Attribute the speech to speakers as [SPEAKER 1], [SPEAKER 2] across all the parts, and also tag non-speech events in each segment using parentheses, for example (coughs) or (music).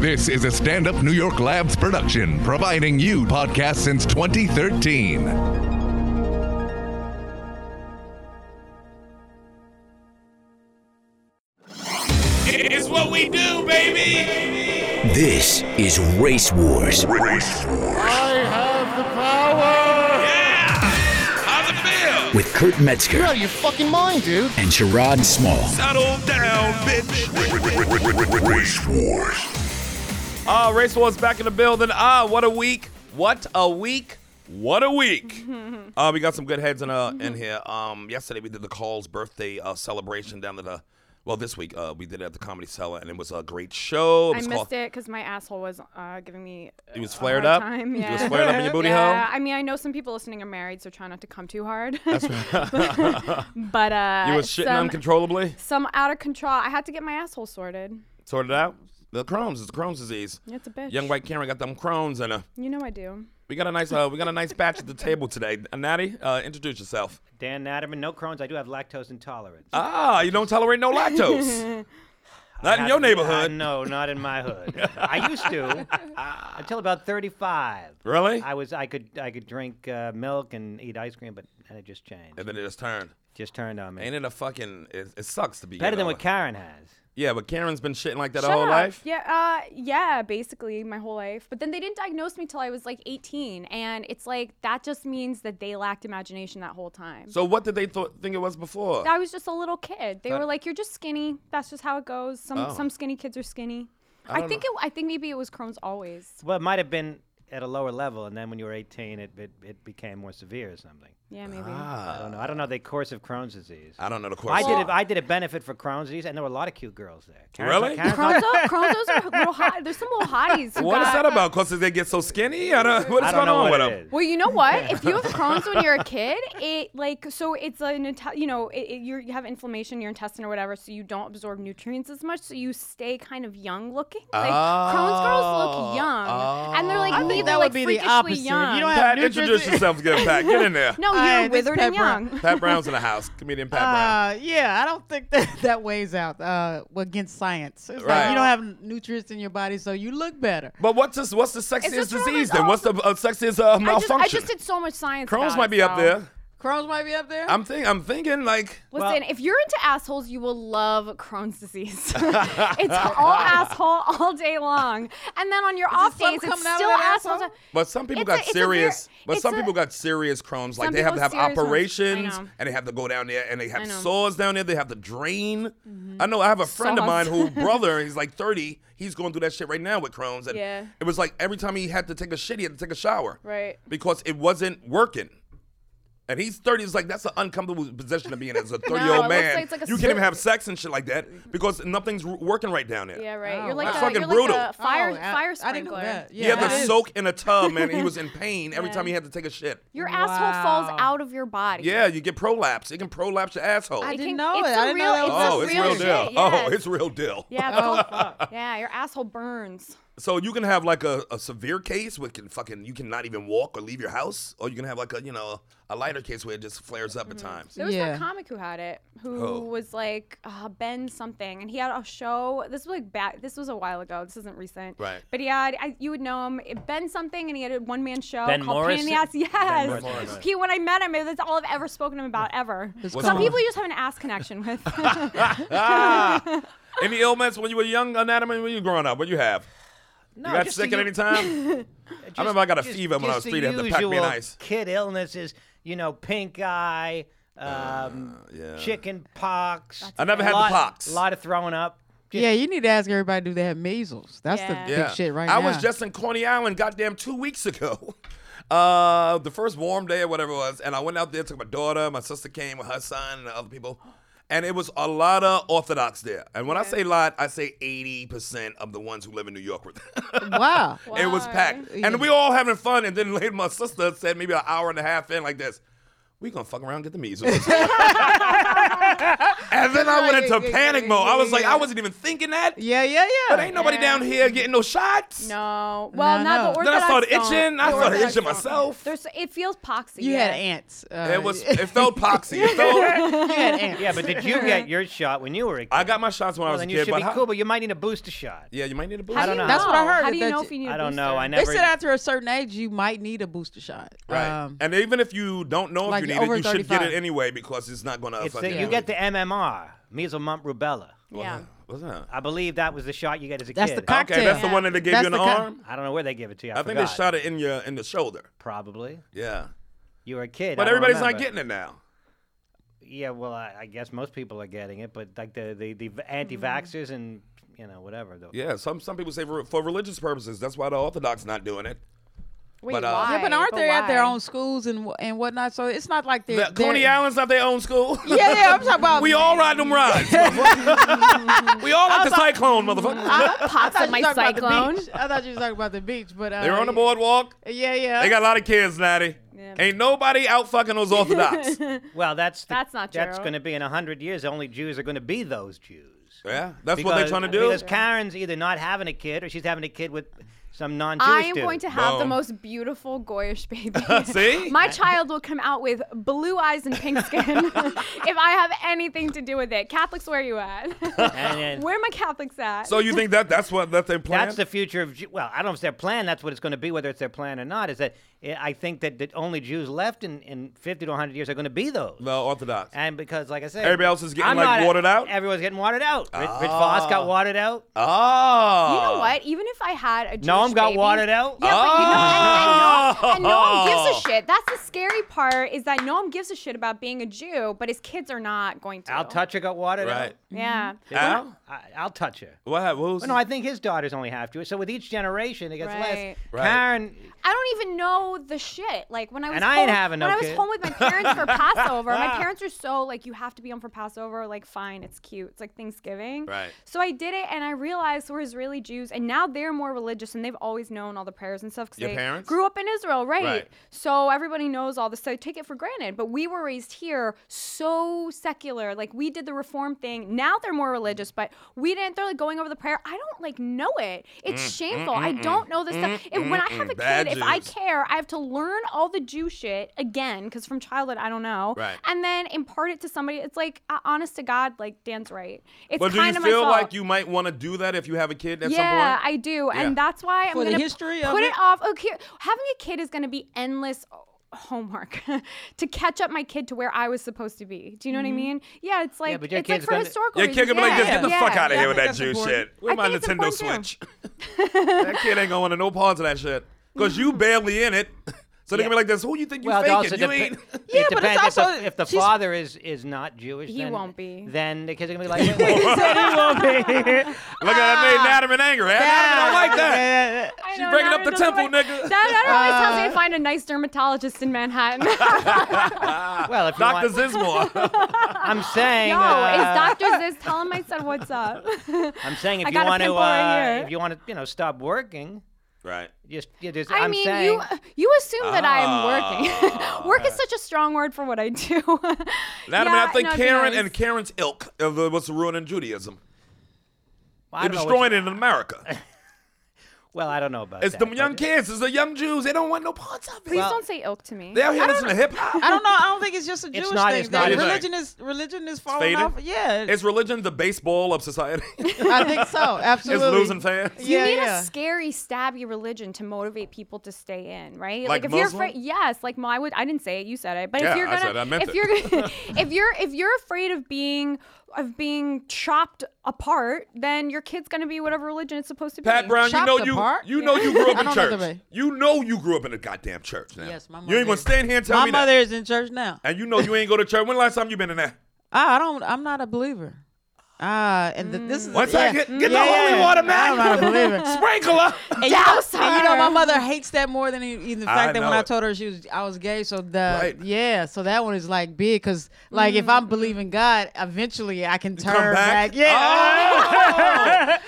[SPEAKER 1] This is a stand up New York Labs production, providing you podcasts since 2013.
[SPEAKER 2] It's what we do, baby.
[SPEAKER 3] This is Race Wars
[SPEAKER 2] Yeah. How's it feel?
[SPEAKER 3] with Kurt Metzger
[SPEAKER 4] out of your fucking mind, dude.
[SPEAKER 3] and Sherrod Small.
[SPEAKER 2] Settle down, bitch.
[SPEAKER 5] Race Wars.
[SPEAKER 2] Uh, Race Wars back in the building. Ah, what a week. What a week. What a
[SPEAKER 6] (laughs)
[SPEAKER 2] week. uh, we got some good heads in uh in here. Um, yesterday we did the Call's birthday uh, celebration down at the. Well, this week uh, we did it at the Comedy Cellar, and it was a great show. It
[SPEAKER 6] I
[SPEAKER 2] was
[SPEAKER 6] missed
[SPEAKER 2] called-
[SPEAKER 6] it because my asshole was uh, giving me.
[SPEAKER 2] It was
[SPEAKER 6] a
[SPEAKER 2] flared
[SPEAKER 6] hard
[SPEAKER 2] up.
[SPEAKER 6] Time.
[SPEAKER 2] It
[SPEAKER 6] Yeah.
[SPEAKER 2] was flared up in your booty
[SPEAKER 6] (laughs) yeah.
[SPEAKER 2] hole.
[SPEAKER 6] I mean, I know some people listening are married, so try not to come too
[SPEAKER 2] (laughs)
[SPEAKER 6] hard. (laughs) That's but uh,
[SPEAKER 2] You was shitting
[SPEAKER 6] some,
[SPEAKER 2] uncontrollably.
[SPEAKER 6] some out of control. I had to get my asshole sorted.
[SPEAKER 2] Sorted out. The Crohn's. It's the Crohn's disease.
[SPEAKER 6] It's a bitch.
[SPEAKER 2] Young white Karen got them Crohn's in her.
[SPEAKER 6] You know I do.
[SPEAKER 2] We got a nice uh, we got a nice batch at the table today. Uh, Natty, uh, introduce yourself.
[SPEAKER 7] Dan Natterman, no Crohn's. I do have lactose intolerance.
[SPEAKER 2] Ah, you don't tolerate no
[SPEAKER 6] (laughs)
[SPEAKER 2] lactose. Not in
[SPEAKER 7] Not-
[SPEAKER 2] your
[SPEAKER 7] uh,
[SPEAKER 2] neighborhood.
[SPEAKER 7] no, not in my hood.
[SPEAKER 2] (laughs)
[SPEAKER 7] I used to until about 35.
[SPEAKER 2] Ah. Really?
[SPEAKER 7] I was I could I could drink uh, milk and eat ice cream, but then it just changed.
[SPEAKER 2] And then it just turned.
[SPEAKER 7] just turned on me.
[SPEAKER 2] Ain't it a fucking? It, it sucks to be
[SPEAKER 7] Better
[SPEAKER 2] you
[SPEAKER 7] than
[SPEAKER 2] know,
[SPEAKER 7] what Karen has.
[SPEAKER 2] Yeah, but Karen's been shitting like that
[SPEAKER 6] Shut
[SPEAKER 2] her whole
[SPEAKER 6] up.
[SPEAKER 2] life.
[SPEAKER 6] Yeah, uh, yeah, basically my whole life. But then they didn't diagnose me till I was like 18, and it's like that just means that they lacked imagination that whole time.
[SPEAKER 2] So what did they th- think it was before?
[SPEAKER 6] I was just a little kid. They
[SPEAKER 2] That-
[SPEAKER 6] were like, "You're just skinny. That's just how it goes. Some
[SPEAKER 2] Oh.
[SPEAKER 6] some skinny kids are skinny." I,
[SPEAKER 2] don't
[SPEAKER 6] think it. I think maybe it was Crohn's always.
[SPEAKER 7] Well, it might have been at a lower level, and then when you were 18, it it, it became more severe or something.
[SPEAKER 6] Yeah, maybe.
[SPEAKER 8] Ah.
[SPEAKER 7] I don't know. I don't know the course of Crohn's disease.
[SPEAKER 2] I don't know the
[SPEAKER 7] Uh, I
[SPEAKER 2] question.
[SPEAKER 7] did a, I did a benefit for Crohn's disease, and there were a lot of cute girls there. Karen's
[SPEAKER 2] Really? (laughs)
[SPEAKER 7] Karen's
[SPEAKER 6] Crohn's, Crohn's are a little hot. There's some little hotties. who
[SPEAKER 2] What is
[SPEAKER 6] got-
[SPEAKER 2] that about? Cause did they get so skinny? I don't, what is
[SPEAKER 7] I don't
[SPEAKER 2] going
[SPEAKER 7] know
[SPEAKER 2] on
[SPEAKER 7] what
[SPEAKER 2] with
[SPEAKER 7] it
[SPEAKER 2] them?
[SPEAKER 7] is.
[SPEAKER 6] Well, you know what? If you have Crohn's when you're a kid, it like so it's an Ital- you know it, it, you're, you have inflammation in your intestine or whatever, so you don't absorb nutrients as much, so you stay kind of young looking. Like Crohn's girls
[SPEAKER 2] Oh.
[SPEAKER 6] look young, and they're like
[SPEAKER 8] Oh. I think
[SPEAKER 6] neither,
[SPEAKER 8] that
[SPEAKER 6] like,
[SPEAKER 8] would be the
[SPEAKER 6] freakishly
[SPEAKER 8] opposite. If
[SPEAKER 6] Young.
[SPEAKER 8] you don't have
[SPEAKER 2] Pat,
[SPEAKER 8] nutrients-
[SPEAKER 2] introduce yourself again, Pat. Get in there.
[SPEAKER 6] Uh, (laughs) no, you're
[SPEAKER 8] Hi, this is
[SPEAKER 6] withered and
[SPEAKER 8] Pat Brown.
[SPEAKER 6] young.
[SPEAKER 2] Pat Brown's in the house. Comedian Pat Brown.
[SPEAKER 8] Uh, yeah, I don't think (laughs) that that weighs out uh, against science. It's
[SPEAKER 2] Right.
[SPEAKER 8] like you don't have nutrients in your body, so you look better.
[SPEAKER 2] But what's this, what's the sexiest
[SPEAKER 6] just wrong
[SPEAKER 2] disease
[SPEAKER 6] as
[SPEAKER 2] then?
[SPEAKER 6] all-
[SPEAKER 2] What's the uh, sexiest uh,
[SPEAKER 6] I just,
[SPEAKER 2] malfunction?
[SPEAKER 6] I just did so much science.
[SPEAKER 2] Crohn's
[SPEAKER 6] about
[SPEAKER 2] might
[SPEAKER 6] it,
[SPEAKER 2] be up
[SPEAKER 6] so.
[SPEAKER 2] there.
[SPEAKER 8] Crohn's might be up there.
[SPEAKER 2] I'm think I'm thinking like
[SPEAKER 6] Listen, if you're into assholes, you will love
[SPEAKER 2] (laughs)
[SPEAKER 6] Crohn's disease. (laughs) it's all asshole all day long, and then on your off
[SPEAKER 8] something
[SPEAKER 6] days, it's
[SPEAKER 8] coming out of
[SPEAKER 6] still
[SPEAKER 8] that
[SPEAKER 6] asshole.
[SPEAKER 8] asshole?
[SPEAKER 2] but some people
[SPEAKER 6] It's a-
[SPEAKER 2] got
[SPEAKER 6] it's a ver-
[SPEAKER 2] serious but
[SPEAKER 6] it's
[SPEAKER 2] some
[SPEAKER 6] a-
[SPEAKER 2] people got serious Crohn's like
[SPEAKER 6] Some
[SPEAKER 2] they have to have
[SPEAKER 6] people serious ones. I
[SPEAKER 2] operations
[SPEAKER 6] know.
[SPEAKER 2] and they have to go down there and they have
[SPEAKER 6] know. Mm-hmm.
[SPEAKER 2] sores down there they have to drain. I know I have a friend of mine
[SPEAKER 6] Sores. (laughs)
[SPEAKER 2] who brother he's like 30 he's going through that shit right now with Crohn's and
[SPEAKER 6] Yeah.
[SPEAKER 2] it was like every time he had to take a shit he had to take a shower.
[SPEAKER 6] Right.
[SPEAKER 2] Because it wasn't working. And he's 30. It's like, that's an uncomfortable position to be in
[SPEAKER 6] (laughs)
[SPEAKER 2] as a 30
[SPEAKER 6] it
[SPEAKER 2] year old
[SPEAKER 6] looks
[SPEAKER 2] man.
[SPEAKER 6] like it's like a
[SPEAKER 2] you can't even
[SPEAKER 6] slit.
[SPEAKER 2] have sex and shit like that because nothing's r- working right down there.
[SPEAKER 6] Yeah, right.
[SPEAKER 8] Oh,
[SPEAKER 6] you're like
[SPEAKER 8] That's
[SPEAKER 6] a,
[SPEAKER 2] fucking
[SPEAKER 6] you're
[SPEAKER 2] brutal.
[SPEAKER 6] like a fire
[SPEAKER 8] Oh, I-
[SPEAKER 6] fire
[SPEAKER 8] I didn't
[SPEAKER 6] sprinkler.
[SPEAKER 8] know that.
[SPEAKER 2] He had
[SPEAKER 8] Yeah,
[SPEAKER 2] to
[SPEAKER 8] that
[SPEAKER 6] (laughs)
[SPEAKER 8] is-
[SPEAKER 2] soak in a tub, man. and He was in pain every time he had to take a shit.
[SPEAKER 6] Your asshole falls
[SPEAKER 8] Wow.
[SPEAKER 6] out of your body.
[SPEAKER 2] Yeah, you get prolapse. It can prolapse your asshole.
[SPEAKER 8] I
[SPEAKER 6] It
[SPEAKER 8] didn't
[SPEAKER 6] can-
[SPEAKER 8] know
[SPEAKER 6] it's
[SPEAKER 8] it.
[SPEAKER 6] a
[SPEAKER 8] I didn't know
[SPEAKER 6] real-
[SPEAKER 8] that
[SPEAKER 2] oh,
[SPEAKER 8] was
[SPEAKER 2] it's
[SPEAKER 8] that
[SPEAKER 2] real,
[SPEAKER 6] real
[SPEAKER 2] deal.
[SPEAKER 6] shit,
[SPEAKER 2] Oh,
[SPEAKER 6] yes.
[SPEAKER 2] it's Oh, real deal.
[SPEAKER 6] Yeah.
[SPEAKER 2] (laughs)
[SPEAKER 6] it's called- yeah. Your asshole burns.
[SPEAKER 2] So you can have like a, a severe case where it can fucking you cannot even walk or leave your house, or you can have like a you know a lighter case where it just flares up at times.
[SPEAKER 6] There was
[SPEAKER 8] Yeah.
[SPEAKER 6] that comic who had it, who
[SPEAKER 2] Who?
[SPEAKER 6] was like uh, Ben something, and he had a show. This was like back. This was a while ago. This isn't recent.
[SPEAKER 2] Right.
[SPEAKER 6] But he had I, you would know him it- Ben something, and he had a one man show
[SPEAKER 7] Ben
[SPEAKER 6] called Pain in the Ass.
[SPEAKER 7] Morrison?
[SPEAKER 6] Yes.
[SPEAKER 2] Morrison.
[SPEAKER 6] He when I met him, it- that's all I've ever spoken to him about ever.
[SPEAKER 8] What's
[SPEAKER 6] Some
[SPEAKER 8] going
[SPEAKER 6] people
[SPEAKER 8] on?
[SPEAKER 6] you just have an ass connection with.
[SPEAKER 2] (laughs)
[SPEAKER 6] (laughs)
[SPEAKER 2] ah, any ailments when you were young, anatomy when you were growing up? What you have?
[SPEAKER 7] No,
[SPEAKER 2] you got
[SPEAKER 7] just
[SPEAKER 2] sick
[SPEAKER 7] the
[SPEAKER 2] at
[SPEAKER 7] u-
[SPEAKER 2] any time?
[SPEAKER 7] Just-
[SPEAKER 2] remember I got a fever when I was
[SPEAKER 7] just the
[SPEAKER 2] three, they had to pack me in
[SPEAKER 7] usual
[SPEAKER 2] ice.
[SPEAKER 7] Kid illnesses, you know, pink eye, um,
[SPEAKER 2] Uh, yeah.
[SPEAKER 7] chicken pox.
[SPEAKER 2] I never
[SPEAKER 7] a
[SPEAKER 2] had the
[SPEAKER 7] lot-
[SPEAKER 2] pox.
[SPEAKER 7] A lot of throwing up.
[SPEAKER 8] Yeah, you need to ask everybody do they have measles. That's
[SPEAKER 6] Yeah.
[SPEAKER 8] the big shit right
[SPEAKER 2] I
[SPEAKER 8] now.
[SPEAKER 2] was just (laughs) in Coney Island, goddamn, two weeks ago. (laughs) Uh, the first warm day or whatever it was, and I went out there, took my daughter, my sister came with her son and other people, and it was a lot of Orthodox there. And when I say lot, I say eighty percent of the ones who live in New York were there. (laughs)
[SPEAKER 8] wow.
[SPEAKER 2] It was packed, and we all having fun. And then later, my sister said maybe an hour and a half in, like this, we gonna fuck around and get the
[SPEAKER 8] (laughs)
[SPEAKER 2] measles. and then I went
[SPEAKER 8] Yeah,
[SPEAKER 2] into
[SPEAKER 8] yeah,
[SPEAKER 2] panic
[SPEAKER 8] yeah,
[SPEAKER 2] mode. I
[SPEAKER 8] yeah,
[SPEAKER 2] was like,
[SPEAKER 8] yeah.
[SPEAKER 2] I wasn't even thinking that.
[SPEAKER 8] Yeah, yeah, yeah.
[SPEAKER 2] But ain't nobody down here getting no shots.
[SPEAKER 6] No. Well,
[SPEAKER 8] No,
[SPEAKER 6] not the
[SPEAKER 8] no.
[SPEAKER 2] Then I
[SPEAKER 6] Orthodox.
[SPEAKER 2] started
[SPEAKER 6] don't.
[SPEAKER 2] itching. I
[SPEAKER 6] The
[SPEAKER 2] started
[SPEAKER 6] Orthodox
[SPEAKER 2] itching
[SPEAKER 6] don't.
[SPEAKER 2] myself.
[SPEAKER 6] There's, it feels poxy.
[SPEAKER 8] You
[SPEAKER 6] yeah.
[SPEAKER 8] had ants. Uh,
[SPEAKER 2] It
[SPEAKER 8] (laughs)
[SPEAKER 2] was it felt poxy. It
[SPEAKER 7] (laughs)
[SPEAKER 2] felt,
[SPEAKER 8] you had ants.
[SPEAKER 7] Yeah, but did you
[SPEAKER 8] (laughs)
[SPEAKER 7] get your shot when you were a kid?
[SPEAKER 2] I got my shots when I
[SPEAKER 7] well,
[SPEAKER 2] was a
[SPEAKER 7] then
[SPEAKER 2] kid.
[SPEAKER 7] you should
[SPEAKER 2] but
[SPEAKER 7] be
[SPEAKER 2] how-
[SPEAKER 7] cool, but you might need a booster shot.
[SPEAKER 2] Yeah, you might need a booster.
[SPEAKER 6] How do
[SPEAKER 7] don't
[SPEAKER 6] you
[SPEAKER 7] know.
[SPEAKER 8] That's what I heard,
[SPEAKER 6] How do you
[SPEAKER 8] that
[SPEAKER 6] know
[SPEAKER 8] you-
[SPEAKER 6] if you need a
[SPEAKER 7] I don't
[SPEAKER 6] booster?
[SPEAKER 7] know. I
[SPEAKER 8] They
[SPEAKER 7] never.
[SPEAKER 8] said after a certain age, you might need a booster shot.
[SPEAKER 2] Right.
[SPEAKER 8] Um,
[SPEAKER 2] and even if you don't know if
[SPEAKER 8] like
[SPEAKER 2] you need
[SPEAKER 8] over
[SPEAKER 2] it, you should get
[SPEAKER 8] 35.
[SPEAKER 2] it anyway because it's not going to
[SPEAKER 7] It's
[SPEAKER 2] affect
[SPEAKER 7] that you get the MMR, measles, mump, rubella.
[SPEAKER 6] Yeah.
[SPEAKER 2] What's that?
[SPEAKER 7] I believe that was the shot you get as a
[SPEAKER 8] That's
[SPEAKER 7] kid.
[SPEAKER 8] the cock-
[SPEAKER 2] Okay, that's the
[SPEAKER 8] Yeah.
[SPEAKER 2] one that they gave
[SPEAKER 8] That's
[SPEAKER 2] you in the,
[SPEAKER 8] the kind-
[SPEAKER 2] arm.
[SPEAKER 7] I don't know where they give it to you. I,
[SPEAKER 2] I think they
[SPEAKER 7] forgot.
[SPEAKER 2] shot it in your in the shoulder.
[SPEAKER 7] Probably.
[SPEAKER 2] Yeah.
[SPEAKER 7] You were a kid.
[SPEAKER 2] But
[SPEAKER 7] I don't
[SPEAKER 2] everybody's
[SPEAKER 7] remember.
[SPEAKER 2] not getting it now.
[SPEAKER 7] Yeah, well, I, I guess most people are getting it, but like the the, the v- anti-vaxxers and you know whatever. The,
[SPEAKER 2] Yeah, some some people say for, for religious purposes. That's why the Orthodox not doing it.
[SPEAKER 6] Wait,
[SPEAKER 2] But, uh, Yeah,
[SPEAKER 6] why?
[SPEAKER 8] yeah, but aren't they at their
[SPEAKER 6] why?
[SPEAKER 8] own schools and wh- and whatnot? So it's not like they're,
[SPEAKER 2] The, Coney
[SPEAKER 8] they're-
[SPEAKER 2] Island's not their own school.
[SPEAKER 8] Yeah,
[SPEAKER 2] (laughs)
[SPEAKER 8] yeah. I'm talking about.
[SPEAKER 2] we all ride them rides. motherfucker. we all like the cyclone, motherfucker.
[SPEAKER 8] I thought
[SPEAKER 6] Pops
[SPEAKER 8] you
[SPEAKER 6] of
[SPEAKER 8] were
[SPEAKER 6] my
[SPEAKER 8] talking about the
[SPEAKER 6] cyclone.
[SPEAKER 8] beach. I thought you were talking about the beach, but uh,
[SPEAKER 2] They're on the boardwalk.
[SPEAKER 8] Yeah, yeah.
[SPEAKER 2] They got a lot of kids, Natty.
[SPEAKER 6] Yeah.
[SPEAKER 2] Ain't nobody out fucking those Orthodox.
[SPEAKER 7] Well, that's the,
[SPEAKER 6] That's not
[SPEAKER 7] That's
[SPEAKER 6] true.
[SPEAKER 7] going to be in hundred years. Only Jews are going to be those Jews.
[SPEAKER 2] yeah, that's what they're
[SPEAKER 7] Because-
[SPEAKER 2] trying to do.
[SPEAKER 7] Because Karen's either not having a kid or she's having a kid with some non-Jewish
[SPEAKER 6] I am
[SPEAKER 7] dude.
[SPEAKER 6] going to have the
[SPEAKER 2] Boom.
[SPEAKER 6] most beautiful goyish baby.
[SPEAKER 2] (laughs)
[SPEAKER 6] (laughs)
[SPEAKER 2] See?
[SPEAKER 6] My child will come out with blue eyes and pink
[SPEAKER 2] (laughs)
[SPEAKER 6] skin if I have anything to do with it. Catholics, where you at?
[SPEAKER 2] (laughs)
[SPEAKER 7] And
[SPEAKER 6] (laughs)
[SPEAKER 7] then
[SPEAKER 6] where are my Catholics at?
[SPEAKER 2] So you think that that's what that's their plan?
[SPEAKER 7] that's the future of Ju- well, I don't know if it's their plan. That's what it's going to be, whether it's their plan or not. Is that eh, I think that the only Jews left in, in fifty to hundred years are going to be those.
[SPEAKER 2] the Orthodox.
[SPEAKER 7] And because, like I said,
[SPEAKER 2] Everybody else is getting,
[SPEAKER 7] I'm
[SPEAKER 2] like,
[SPEAKER 7] not-
[SPEAKER 2] watered out? Ah.
[SPEAKER 7] Everyone's getting watered out. Rich, Rich Voss got watered out.
[SPEAKER 2] Oh.
[SPEAKER 6] you know what? Even if I had a Jewish
[SPEAKER 7] Noam got
[SPEAKER 6] baby-
[SPEAKER 7] watered out?
[SPEAKER 6] Yeah, but you know, and, and, Noam, and Noam gives
[SPEAKER 2] Oh. (laughs)
[SPEAKER 6] a shit. That's the scary part is that Noam gives a shit about being a Jew, but his kids are not going to.
[SPEAKER 7] Al Toucher got watered
[SPEAKER 2] Right.
[SPEAKER 6] Yeah.
[SPEAKER 2] Al?
[SPEAKER 7] out. I, will touch her.
[SPEAKER 2] What happened? What was
[SPEAKER 7] Well, no, I think his daughter's only half Jewish. So with each generation, it gets
[SPEAKER 6] Right.
[SPEAKER 7] less.
[SPEAKER 2] Right.
[SPEAKER 7] Karen,
[SPEAKER 6] I don't even know the shit. Like when I was
[SPEAKER 7] And I
[SPEAKER 6] home,
[SPEAKER 7] ain't having no
[SPEAKER 6] when I
[SPEAKER 7] kid. Ah.
[SPEAKER 6] was home with my parents
[SPEAKER 7] (laughs)
[SPEAKER 6] for Passover, my parents are so like, you have to be home for Passover. Like, fine, it's cute. It's like Thanksgiving.
[SPEAKER 2] Right.
[SPEAKER 6] So I did it, and I realized we're Israeli Jews, and now they're more religious, and they've always known all the prayers and stuff. 'cause
[SPEAKER 2] Your
[SPEAKER 6] they
[SPEAKER 2] parents?
[SPEAKER 6] grew up in Israel, right?
[SPEAKER 2] Right.
[SPEAKER 6] So everybody knows all this. So I take it for granted. But we were raised here so secular. Like we did the reform thing. Now they're more religious, but we didn't. They're like going over the prayer. I don't like know it. It's
[SPEAKER 7] Mm,
[SPEAKER 6] shameful. I don't know this stuff. If- when I have a
[SPEAKER 2] Bad
[SPEAKER 6] kid, if I
[SPEAKER 2] Jews.
[SPEAKER 6] care, I have to learn all the Jew shit again because from childhood I don't know.
[SPEAKER 2] Right.
[SPEAKER 6] And then impart it to somebody. It's like uh, honest to God, like Dan's right. It's
[SPEAKER 2] But do you
[SPEAKER 6] kind
[SPEAKER 2] feel
[SPEAKER 6] of my fault.
[SPEAKER 2] like you might want to do that if you have a kid at
[SPEAKER 6] Yeah,
[SPEAKER 2] some point?
[SPEAKER 6] I do,
[SPEAKER 2] Yeah.
[SPEAKER 6] and that's why I'm
[SPEAKER 8] For the
[SPEAKER 6] gonna p-
[SPEAKER 8] history of
[SPEAKER 6] put it
[SPEAKER 8] it?
[SPEAKER 6] off. Okay, having a kid is gonna be endless oh, homework (laughs) to catch up my kid to where I was supposed to be. Do you know what I mean? Yeah, it's like
[SPEAKER 7] but your
[SPEAKER 6] it's like
[SPEAKER 7] kid's
[SPEAKER 6] for
[SPEAKER 7] gonna-
[SPEAKER 6] historical
[SPEAKER 2] Your kid could be like,
[SPEAKER 6] reasons.
[SPEAKER 2] just
[SPEAKER 6] Yeah.
[SPEAKER 2] get the
[SPEAKER 6] Yeah.
[SPEAKER 2] fuck out of
[SPEAKER 8] yeah,
[SPEAKER 2] here
[SPEAKER 8] I
[SPEAKER 2] with
[SPEAKER 8] think
[SPEAKER 2] that
[SPEAKER 8] that's
[SPEAKER 2] Jew
[SPEAKER 8] important.
[SPEAKER 2] shit. Where's
[SPEAKER 6] I
[SPEAKER 2] my
[SPEAKER 6] think it's
[SPEAKER 2] Nintendo
[SPEAKER 6] important,
[SPEAKER 2] Switch? that kid ain't going to no parts of that shit. Because you barely in it. So they can be like this, who you think you
[SPEAKER 7] well, it also
[SPEAKER 2] faking? You
[SPEAKER 7] depe-
[SPEAKER 2] ain't. (laughs)
[SPEAKER 8] Yeah,
[SPEAKER 7] it
[SPEAKER 8] but it's
[SPEAKER 7] depends if the-
[SPEAKER 8] also-
[SPEAKER 7] if the,
[SPEAKER 8] she's-
[SPEAKER 7] father is is not Jewish.
[SPEAKER 6] He
[SPEAKER 7] then,
[SPEAKER 6] won't be.
[SPEAKER 7] Then the
[SPEAKER 6] (laughs)
[SPEAKER 7] kids are gonna be like, wait, wait,
[SPEAKER 2] Look at that, made Adam in anger. Adam don't like that.
[SPEAKER 6] I
[SPEAKER 2] She
[SPEAKER 6] know,
[SPEAKER 2] breaking
[SPEAKER 6] now
[SPEAKER 2] up the
[SPEAKER 6] it doesn't
[SPEAKER 2] temple,
[SPEAKER 6] like-
[SPEAKER 2] nigga.
[SPEAKER 6] That, that always tells
[SPEAKER 2] (laughs)
[SPEAKER 6] me to find a nice dermatologist in Manhattan. no,
[SPEAKER 7] well,
[SPEAKER 2] (laughs)
[SPEAKER 7] if you
[SPEAKER 2] Dr.
[SPEAKER 7] want,
[SPEAKER 2] Zismore.
[SPEAKER 7] I'm saying, uh,
[SPEAKER 6] it's Doctor Ziz. Tell him I said what's up. (laughs)
[SPEAKER 7] I'm saying,
[SPEAKER 6] I
[SPEAKER 7] if you
[SPEAKER 6] got a
[SPEAKER 7] want to,
[SPEAKER 6] pimple right
[SPEAKER 7] uh,
[SPEAKER 6] here.
[SPEAKER 7] if you want to, you know, stop working,
[SPEAKER 2] (laughs) right.
[SPEAKER 7] just, you just,
[SPEAKER 6] I
[SPEAKER 7] am
[SPEAKER 6] mean,
[SPEAKER 7] saying,
[SPEAKER 6] you you assume that I am working. (laughs) Work
[SPEAKER 2] Ah.
[SPEAKER 6] is such a strong word for what I do. (laughs)
[SPEAKER 2] Now, I, mean, I think
[SPEAKER 6] no, it'd be
[SPEAKER 2] Karen
[SPEAKER 6] nice.
[SPEAKER 2] and Karen's ilk of the- what's ruining Judaism.
[SPEAKER 7] well, I
[SPEAKER 2] They're
[SPEAKER 7] don't know what
[SPEAKER 2] destroying
[SPEAKER 7] you-
[SPEAKER 2] it in America.
[SPEAKER 7] Well, I don't know about
[SPEAKER 2] It's
[SPEAKER 7] that,
[SPEAKER 2] the
[SPEAKER 7] but-
[SPEAKER 2] young kids. It's the young Jews. They don't want no parts of it.
[SPEAKER 6] Please don't say ilk to me.
[SPEAKER 2] They out here listening to hip
[SPEAKER 8] (laughs)
[SPEAKER 2] hop.
[SPEAKER 8] I don't know. I don't think it's just a Jewish
[SPEAKER 7] not-
[SPEAKER 8] thing.
[SPEAKER 7] it's not
[SPEAKER 8] That
[SPEAKER 2] a thing.
[SPEAKER 8] religion is religion is falling
[SPEAKER 2] faded.
[SPEAKER 8] off. Yeah,
[SPEAKER 2] Is religion the baseball of society? (laughs) it's
[SPEAKER 8] I think so. Absolutely.
[SPEAKER 2] losing fans.
[SPEAKER 6] You
[SPEAKER 8] Yeah,
[SPEAKER 6] need
[SPEAKER 8] yeah.
[SPEAKER 6] a scary, stabby religion to motivate people to stay in, right?
[SPEAKER 2] Like
[SPEAKER 6] if
[SPEAKER 2] Muslim?
[SPEAKER 6] you're afraid, yes, like well, I would, I didn't say it, you said it, but
[SPEAKER 2] Yeah,
[SPEAKER 6] if you're
[SPEAKER 2] I
[SPEAKER 6] gonna,
[SPEAKER 2] said it, I meant
[SPEAKER 6] if
[SPEAKER 2] it. (laughs)
[SPEAKER 6] you're, gonna, if you're, if you're afraid of being, of being chopped apart, then your kid's gonna be whatever religion it's supposed to be.
[SPEAKER 2] Pat Brown, you
[SPEAKER 8] Chopped
[SPEAKER 2] know you
[SPEAKER 8] apart?
[SPEAKER 2] you know you grew up
[SPEAKER 8] (laughs) I
[SPEAKER 2] in
[SPEAKER 8] don't know the
[SPEAKER 2] church.
[SPEAKER 8] way.
[SPEAKER 2] You know you grew up in a goddamn church. Now.
[SPEAKER 8] Yes, my
[SPEAKER 2] You ain't
[SPEAKER 8] mother
[SPEAKER 2] gonna
[SPEAKER 8] is.
[SPEAKER 2] stand here and tell
[SPEAKER 8] My
[SPEAKER 2] me
[SPEAKER 8] mother
[SPEAKER 2] that.
[SPEAKER 8] is in church now.
[SPEAKER 2] And you know you ain't go to church. When the last time you been in there?
[SPEAKER 8] I, I don't. I'm not a believer. Ah, and th- this is
[SPEAKER 2] One
[SPEAKER 8] yeah.
[SPEAKER 2] second. Get the
[SPEAKER 8] Yeah,
[SPEAKER 2] holy
[SPEAKER 8] yeah.
[SPEAKER 2] water,
[SPEAKER 8] I
[SPEAKER 2] man.
[SPEAKER 8] don't know how to
[SPEAKER 2] (laughs)
[SPEAKER 8] believe it.
[SPEAKER 2] Sprinkler.
[SPEAKER 8] And you, know,
[SPEAKER 6] Douse
[SPEAKER 8] and you know, my
[SPEAKER 6] her.
[SPEAKER 8] mother hates that more than e- even the
[SPEAKER 2] I
[SPEAKER 8] fact that when
[SPEAKER 2] know
[SPEAKER 8] I
[SPEAKER 2] it.
[SPEAKER 8] told her she was I was gay. So the
[SPEAKER 2] Right.
[SPEAKER 8] yeah, so that one is like big because like if I'm believing God, eventually I can turn
[SPEAKER 2] Come back. Oh!
[SPEAKER 8] Yeah. (laughs)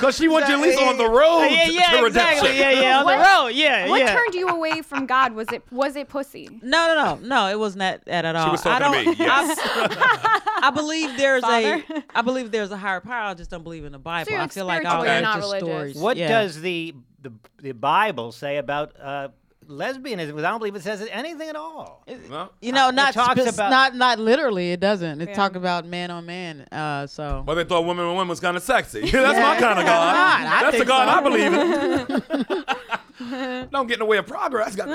[SPEAKER 2] Because she wants you at least on the road
[SPEAKER 7] yeah, yeah,
[SPEAKER 2] to
[SPEAKER 7] exactly.
[SPEAKER 2] redemption.
[SPEAKER 7] Yeah, yeah, on the
[SPEAKER 6] What-
[SPEAKER 7] road. Yeah,
[SPEAKER 6] What
[SPEAKER 7] yeah.
[SPEAKER 6] turned you away from God? Was it was it pussy?
[SPEAKER 8] No, no, no, no. It wasn't that, that at all.
[SPEAKER 2] was
[SPEAKER 8] (laughs) I
[SPEAKER 2] talking to
[SPEAKER 8] don't.
[SPEAKER 2] me, yes.
[SPEAKER 8] I, I believe there's a.
[SPEAKER 6] Father.
[SPEAKER 8] I believe there's a higher power. I just don't believe in the Bible.
[SPEAKER 6] you're
[SPEAKER 8] I feel like
[SPEAKER 6] spiritual,
[SPEAKER 8] all
[SPEAKER 2] you're
[SPEAKER 8] that's
[SPEAKER 6] not
[SPEAKER 8] just
[SPEAKER 6] religious.
[SPEAKER 8] stories.
[SPEAKER 7] What
[SPEAKER 8] Yeah.
[SPEAKER 7] does the, the the Bible say about uh, lesbianism? Because I don't believe it says anything at
[SPEAKER 8] (laughs)
[SPEAKER 7] all.
[SPEAKER 2] No?
[SPEAKER 8] you know? Not
[SPEAKER 7] talks
[SPEAKER 8] spe-
[SPEAKER 7] about-
[SPEAKER 8] not not literally. It doesn't. It talk about man on man. Uh, so
[SPEAKER 2] Well, they thought women on women was kind of sexy.
[SPEAKER 8] (laughs)
[SPEAKER 2] That's my kind of God.
[SPEAKER 8] God, I
[SPEAKER 2] That's the God I
[SPEAKER 8] think so.
[SPEAKER 2] believe in.
[SPEAKER 8] (laughs)
[SPEAKER 2] Don't get in the way of progress. God.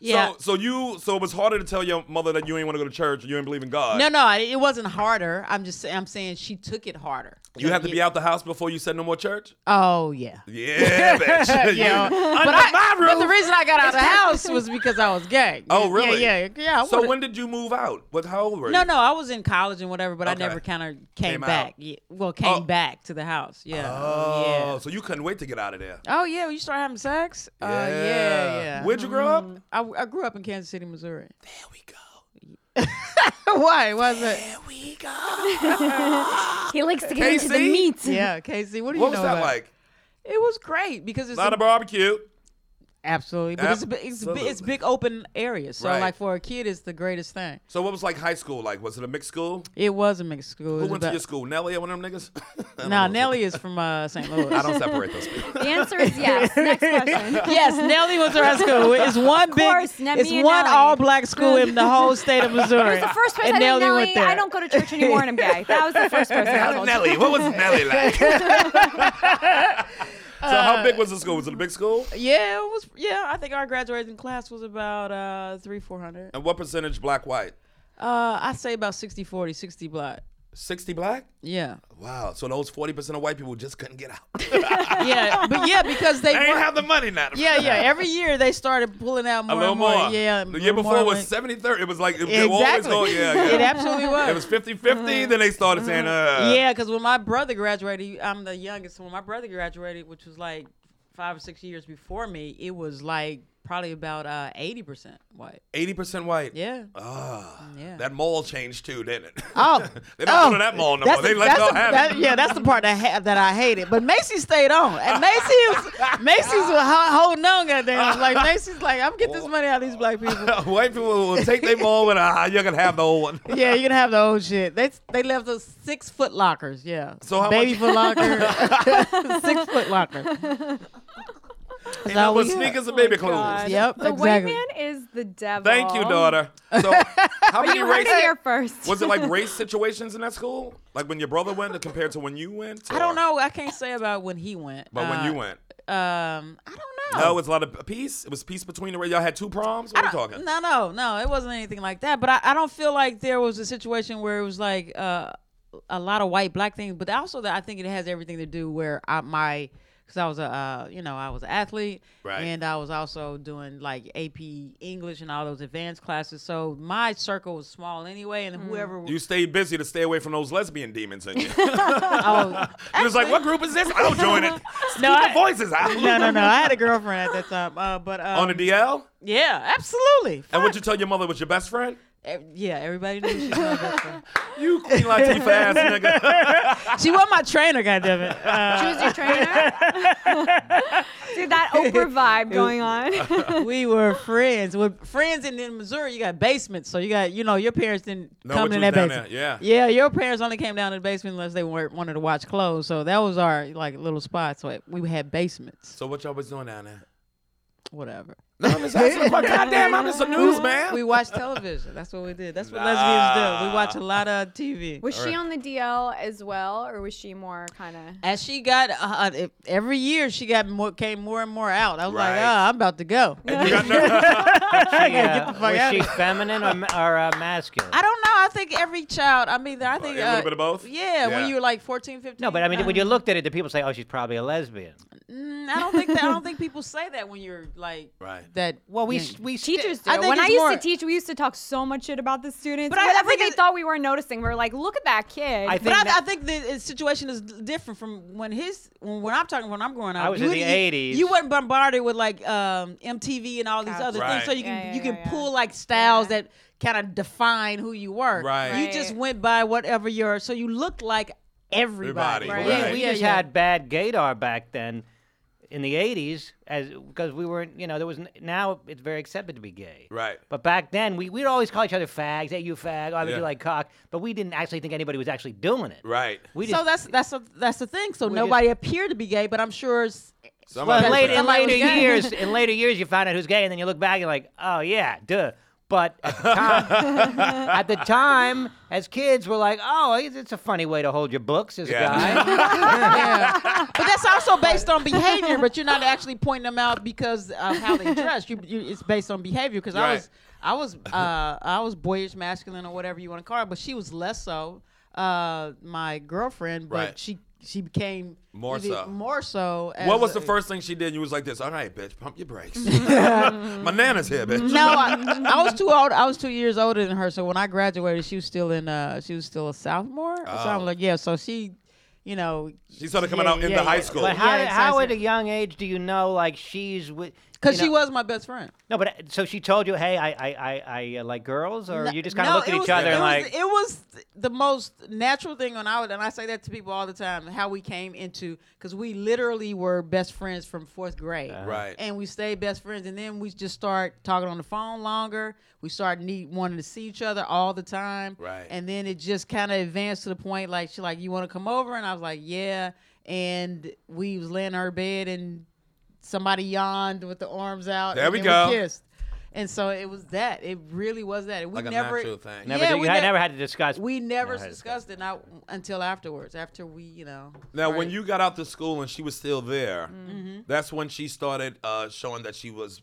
[SPEAKER 8] yeah.
[SPEAKER 2] So, so you, so it was harder to tell your mother that you ain't want to go to church. You ain't believe in God.
[SPEAKER 8] no, no, I- it wasn't harder. I'm just, I'm saying she took it harder.
[SPEAKER 2] You have to be out the house before you said no more church.
[SPEAKER 8] Oh (laughs) yeah.
[SPEAKER 2] (laughs) Yeah, bitch.
[SPEAKER 8] Yeah,
[SPEAKER 2] You-
[SPEAKER 8] but,
[SPEAKER 2] under
[SPEAKER 8] I-
[SPEAKER 2] my
[SPEAKER 8] but the
[SPEAKER 2] roof.
[SPEAKER 8] reason I got
[SPEAKER 2] (laughs)
[SPEAKER 8] out of the house was because I was gay.
[SPEAKER 2] Oh, really?
[SPEAKER 8] Yeah, yeah, yeah. I
[SPEAKER 2] So
[SPEAKER 8] wanted-
[SPEAKER 2] when did you move out? What? How old were you?
[SPEAKER 8] No, no, I was in college and whatever, but
[SPEAKER 2] Okay.
[SPEAKER 8] I never kind of came,
[SPEAKER 2] Came out.
[SPEAKER 8] back. Yeah, well, came
[SPEAKER 2] Oh.
[SPEAKER 8] back to the house. Yeah.
[SPEAKER 2] Oh,
[SPEAKER 8] yeah.
[SPEAKER 2] so you couldn't wait to get out of there.
[SPEAKER 8] Oh yeah, you started having sex. Yeah. Uh, yeah, yeah. Mm-hmm.
[SPEAKER 2] Where'd you grow up? There
[SPEAKER 8] I, I grew up in Kansas City, Missouri. (laughs)
[SPEAKER 2] we go.
[SPEAKER 8] Why was it?
[SPEAKER 2] There we go.
[SPEAKER 6] He likes to get into the
[SPEAKER 2] KC?
[SPEAKER 6] meat.
[SPEAKER 8] Yeah, Casey. What do you
[SPEAKER 2] What
[SPEAKER 8] know
[SPEAKER 2] was that
[SPEAKER 8] about it?
[SPEAKER 2] like?
[SPEAKER 8] It was great because it's
[SPEAKER 2] A lot
[SPEAKER 8] a-
[SPEAKER 2] of barbecue.
[SPEAKER 8] absolutely, but it's a, bi- it's a, bi- it's
[SPEAKER 2] Absolutely.
[SPEAKER 8] big open area. So
[SPEAKER 2] Right.
[SPEAKER 8] like for a kid, it's the greatest thing.
[SPEAKER 2] So what was like high school like? Was it a mixed school?
[SPEAKER 8] It was a mixed school.
[SPEAKER 2] Who
[SPEAKER 8] It was
[SPEAKER 2] went to
[SPEAKER 8] about-
[SPEAKER 2] your school? Nelly or one of them
[SPEAKER 8] (laughs)
[SPEAKER 2] niggas? I don't
[SPEAKER 8] Nah,
[SPEAKER 2] know.
[SPEAKER 8] Nelly is from uh,
[SPEAKER 2] (laughs)
[SPEAKER 8] St. Louis.
[SPEAKER 2] I don't separate those (laughs) people.
[SPEAKER 6] The answer
[SPEAKER 2] (laughs)
[SPEAKER 6] is yes. Next question.
[SPEAKER 8] (laughs) Yes, Nellie was to our school. It's one
[SPEAKER 6] course,
[SPEAKER 8] big,
[SPEAKER 6] now
[SPEAKER 8] it's
[SPEAKER 6] me and
[SPEAKER 8] one
[SPEAKER 6] Nellie.
[SPEAKER 8] all black school in the whole
[SPEAKER 6] (laughs)
[SPEAKER 8] state of Missouri.
[SPEAKER 6] The first person
[SPEAKER 8] and
[SPEAKER 6] I
[SPEAKER 8] Nellie
[SPEAKER 6] Nelly,
[SPEAKER 8] went there.
[SPEAKER 6] I don't go to church anymore and I'm gay. That was the first person I
[SPEAKER 2] Nelly,
[SPEAKER 6] told.
[SPEAKER 2] Nelly, what was
[SPEAKER 8] (laughs)
[SPEAKER 2] Nelly like? (laughs) so how big was the school? Was it a big school?
[SPEAKER 8] (laughs) Yeah, it was. Yeah, I think our graduating class was about uh, three, four hundred.
[SPEAKER 2] And what percentage black, white?
[SPEAKER 8] Uh, I say about 60, 40, 60 black.
[SPEAKER 2] 60 black? (laughs)
[SPEAKER 8] Yeah,
[SPEAKER 2] Wow. So those 40% of white people just couldn't get out. they
[SPEAKER 8] yeah, but yeah, because they.
[SPEAKER 2] ain't
[SPEAKER 8] were-
[SPEAKER 2] have the money now.
[SPEAKER 8] yeah, yeah. Every year they started pulling out
[SPEAKER 2] (laughs)
[SPEAKER 8] more
[SPEAKER 2] A little
[SPEAKER 8] and
[SPEAKER 2] more.
[SPEAKER 8] more. Yeah,
[SPEAKER 2] The year
[SPEAKER 8] more
[SPEAKER 2] before
[SPEAKER 8] and
[SPEAKER 2] was
[SPEAKER 8] more.
[SPEAKER 2] 70 30. It was like, it, they were always
[SPEAKER 8] exactly.
[SPEAKER 2] going, yeah,
[SPEAKER 8] (laughs) It
[SPEAKER 2] yeah. (laughs)
[SPEAKER 8] absolutely Mm-hmm.
[SPEAKER 2] It was 50 50. Then they started saying, uh.
[SPEAKER 8] Yeah, because when my brother graduated, I'm the youngest. When my brother graduated, which was like five or six years before me, it was like probably about uh, eighty percent white.
[SPEAKER 2] 80% white. (laughs)
[SPEAKER 8] Yeah.
[SPEAKER 2] Ah,
[SPEAKER 8] Yeah.
[SPEAKER 2] That mall changed too, didn't it? (laughs)
[SPEAKER 8] Oh,
[SPEAKER 2] They don't go to that mall no more. They let y'all have it.
[SPEAKER 8] Yeah, that's the part that ha- that I hated. But Macy's stayed on,
[SPEAKER 2] (laughs)
[SPEAKER 8] and Macy's Macy's was ho- holding on. Goddamn, like Macy's like I'm getting this money out of these black people.
[SPEAKER 2] (laughs) White people will take their mall and ah, you can have the old
[SPEAKER 8] (laughs)
[SPEAKER 2] one.
[SPEAKER 8] Yeah, you're gonna have the old shit. They they left us six foot lockers. Yeah,
[SPEAKER 2] So how
[SPEAKER 8] baby
[SPEAKER 2] much- (laughs)
[SPEAKER 8] foot locker, six foot (laughs) locker.
[SPEAKER 2] Ain't nothing but
[SPEAKER 8] all we got.
[SPEAKER 2] sneakers and baby clothes.
[SPEAKER 8] Yep,
[SPEAKER 6] The white
[SPEAKER 8] exactly.
[SPEAKER 6] man is the devil.
[SPEAKER 2] Thank you,
[SPEAKER 8] (laughs)
[SPEAKER 2] daughter. So, how many
[SPEAKER 6] You heard it
[SPEAKER 2] races?
[SPEAKER 6] here first.
[SPEAKER 2] Was it like race situations in that school? Like when your brother went compared to when you went?
[SPEAKER 8] I don't
[SPEAKER 2] or-
[SPEAKER 8] know. I can't say about when he went.
[SPEAKER 2] But when
[SPEAKER 8] Uh,
[SPEAKER 2] you went?
[SPEAKER 8] um, I don't know.
[SPEAKER 2] No, it was a lot of peace. It was peace between the race. Y'all had two proms? What are we talking?
[SPEAKER 8] Uh, No, no, no. It wasn't anything like that. But I, I don't feel like there was a situation where it was like uh, a lot of white black things. But also that I think it has everything to do where I my because I was a uh, you know I was an athlete
[SPEAKER 2] Right.
[SPEAKER 8] and I was also doing like AP English and all those advanced classes. So my circle was small anyway, and whoever
[SPEAKER 2] You stayed busy to stay away from those lesbian demons
[SPEAKER 8] (laughs)
[SPEAKER 2] in you. (laughs)
[SPEAKER 8] oh,
[SPEAKER 2] you was like, what group is this? I don't join it.
[SPEAKER 8] (laughs) No,
[SPEAKER 2] Keep
[SPEAKER 8] I-
[SPEAKER 2] the voices out.
[SPEAKER 8] no, no, no. I had a girlfriend at that time. Uh, but um,
[SPEAKER 2] On the DL?
[SPEAKER 8] yeah, absolutely.
[SPEAKER 2] And what'd you tell your mother was your best friend?
[SPEAKER 8] Ev- Yeah, everybody knew she was my best
[SPEAKER 2] (laughs)
[SPEAKER 8] friend.
[SPEAKER 2] You Queen Latifah ass nigga.
[SPEAKER 8] (laughs) She was my trainer, goddammit. Uh,
[SPEAKER 6] She was your
[SPEAKER 2] (laughs)
[SPEAKER 6] trainer. (laughs) Dude, that Oprah vibe going
[SPEAKER 2] (laughs)
[SPEAKER 6] on.
[SPEAKER 8] we were friends. With friends in, in Missouri, you got basements, so you got you know your parents didn't
[SPEAKER 2] No,
[SPEAKER 8] come
[SPEAKER 2] what
[SPEAKER 8] in
[SPEAKER 2] you
[SPEAKER 8] that
[SPEAKER 2] was down
[SPEAKER 8] basement.
[SPEAKER 2] there, yeah.
[SPEAKER 8] yeah, your parents only came down to the basement unless they were wanted to watch clothes. So that was our like little spot. So we had basements,
[SPEAKER 2] so what y'all was doing down there?
[SPEAKER 8] whatever.
[SPEAKER 2] No, I'm just asking a
[SPEAKER 8] (laughs)
[SPEAKER 2] question. Goddamn, I'm just a newsman.
[SPEAKER 8] We watched television. That's what we did. That's what lesbians do. We watch a lot of TV.
[SPEAKER 6] Was she on the DL as well, or was she more kind of?
[SPEAKER 8] As she got uh, it- every year, she got more came more and more out. I was like,
[SPEAKER 2] Right.
[SPEAKER 8] oh, I'm about to go.
[SPEAKER 2] You got nervous.
[SPEAKER 7] Yeah.
[SPEAKER 8] uh, the
[SPEAKER 7] uh,
[SPEAKER 8] fuck
[SPEAKER 7] was
[SPEAKER 8] outta
[SPEAKER 7] she
[SPEAKER 8] here.
[SPEAKER 7] feminine or, ma- or uh, masculine?
[SPEAKER 8] I don't know. I think every child. I mean, I think uh,
[SPEAKER 2] a little bit of both? Yeah.
[SPEAKER 8] Yeah, when you were like 14, 15.
[SPEAKER 7] no, but I mean, when you looked at it, the people say, "Oh, she's probably a lesbian."
[SPEAKER 8] Mm, I don't think that I don't think people say that when you're like
[SPEAKER 2] (laughs) Right.
[SPEAKER 8] that.
[SPEAKER 7] Well, we
[SPEAKER 8] Yeah.
[SPEAKER 7] s- we sti-
[SPEAKER 6] Teachers do.
[SPEAKER 8] I think
[SPEAKER 6] when I
[SPEAKER 8] it's
[SPEAKER 6] used
[SPEAKER 8] more-
[SPEAKER 6] to teach, we used to talk so much shit about the students.
[SPEAKER 8] But
[SPEAKER 6] But
[SPEAKER 8] I- I
[SPEAKER 6] whatever
[SPEAKER 8] think
[SPEAKER 6] they
[SPEAKER 8] it-
[SPEAKER 6] thought we were noticing, we were like, "Look at that kid."
[SPEAKER 7] I
[SPEAKER 8] But
[SPEAKER 7] think
[SPEAKER 8] I,
[SPEAKER 7] that-
[SPEAKER 8] I think the uh, situation is different from when his when, when I'm talking when I'm growing up.
[SPEAKER 7] I was
[SPEAKER 8] you
[SPEAKER 7] in the
[SPEAKER 8] didn't-
[SPEAKER 7] 80s.
[SPEAKER 8] You weren't bombarded with like um, MTV and all these other
[SPEAKER 2] Right.
[SPEAKER 8] things, so you can
[SPEAKER 6] Yeah, yeah,
[SPEAKER 8] you can
[SPEAKER 6] yeah, yeah.
[SPEAKER 8] pull like styles that kind of define who you were.
[SPEAKER 2] Right.
[SPEAKER 8] You just
[SPEAKER 6] Right.
[SPEAKER 8] went by whatever you're, so you look like everybody.
[SPEAKER 2] Everybody,
[SPEAKER 8] Right.
[SPEAKER 2] right.
[SPEAKER 7] we just had bad gaydar back then in the 80s as because we weren't you know there was n- now it's very accepted to be gay
[SPEAKER 2] Right.
[SPEAKER 7] but back then we, we'd always call each other fags hey you fag oh, I would
[SPEAKER 2] Yeah.
[SPEAKER 7] you like cock but we didn't actually think anybody was actually doing it
[SPEAKER 2] Right.
[SPEAKER 7] we just
[SPEAKER 8] So that's that's a, that's the thing. So nobody appeared to be gay, but I'm sure it's,
[SPEAKER 2] Somebody
[SPEAKER 7] well,
[SPEAKER 2] was
[SPEAKER 7] later,
[SPEAKER 2] bad.
[SPEAKER 7] in
[SPEAKER 8] Somebody was
[SPEAKER 7] later
[SPEAKER 8] gay.
[SPEAKER 7] years in later years you find out who's gay and then you look back and you're like oh yeah duh but at the time, at the time as kids we're like oh it's it's a funny way to hold your books as
[SPEAKER 2] Yeah.
[SPEAKER 7] a guy
[SPEAKER 8] yeah. but that's also based on behavior. But you're not actually pointing them out because of how they dress. You, you it's based on behavior. Because
[SPEAKER 2] Right.
[SPEAKER 8] I was, I was, uh, I was boyish, masculine, or whatever you want to call it. But she was less so. Uh, my girlfriend, but
[SPEAKER 2] Right.
[SPEAKER 8] she she became
[SPEAKER 2] More
[SPEAKER 8] even
[SPEAKER 2] so.
[SPEAKER 8] More so. as
[SPEAKER 2] What was the
[SPEAKER 8] a-
[SPEAKER 2] first thing she did? And you was like this. All right, bitch, pump your
[SPEAKER 8] (laughs)
[SPEAKER 2] brakes. My nana's here, bitch.
[SPEAKER 8] No, I, I was too old. I was two years older than her. So when I graduated, she was still in. Uh, she was still a sophomore. So I'm like, yeah. So she, you know,
[SPEAKER 2] Oh. She started coming out in (laughs) the high school.
[SPEAKER 7] but how,
[SPEAKER 8] Yeah,
[SPEAKER 7] how at
[SPEAKER 8] exactly.
[SPEAKER 7] a young age do you know like she's with
[SPEAKER 8] because
[SPEAKER 7] you
[SPEAKER 8] she
[SPEAKER 7] know-
[SPEAKER 8] was my best friend.
[SPEAKER 7] No, but uh, so she told you, hey, I, I, I, I uh, like girls, or you just kind of
[SPEAKER 8] No,
[SPEAKER 7] looked
[SPEAKER 8] it
[SPEAKER 7] at each
[SPEAKER 8] was-
[SPEAKER 7] other
[SPEAKER 8] it
[SPEAKER 7] and
[SPEAKER 8] was-
[SPEAKER 7] like,
[SPEAKER 8] it was the most natural thing when I would, and I say that to people all the time, how we came into because we literally were best friends from fourth grade,
[SPEAKER 7] Uh-huh.
[SPEAKER 2] Right.
[SPEAKER 8] And we stayed best friends, and then we just start talking on the phone longer. We started need wanting to see each other all the time,
[SPEAKER 2] Right.
[SPEAKER 8] And then it just kind of advanced to the point like she like you want to come over, and I was like yeah, and we was laying in her bed and somebody yawned with the arms out.
[SPEAKER 2] There
[SPEAKER 8] and
[SPEAKER 2] we
[SPEAKER 8] then
[SPEAKER 2] go.
[SPEAKER 8] kissed. And so it was that. It really was that. We
[SPEAKER 2] Like a
[SPEAKER 8] never,
[SPEAKER 2] natural thing.
[SPEAKER 7] never,
[SPEAKER 8] yeah,
[SPEAKER 7] did,
[SPEAKER 8] we
[SPEAKER 7] I
[SPEAKER 8] ne-
[SPEAKER 7] never had to discuss.
[SPEAKER 8] We never
[SPEAKER 7] had to
[SPEAKER 8] discussed it not until afterwards. After we, you know.
[SPEAKER 2] Now, when
[SPEAKER 8] started-
[SPEAKER 2] you got out to school and she was still there,
[SPEAKER 6] Mm-hmm.
[SPEAKER 2] that's when she started uh, showing that she was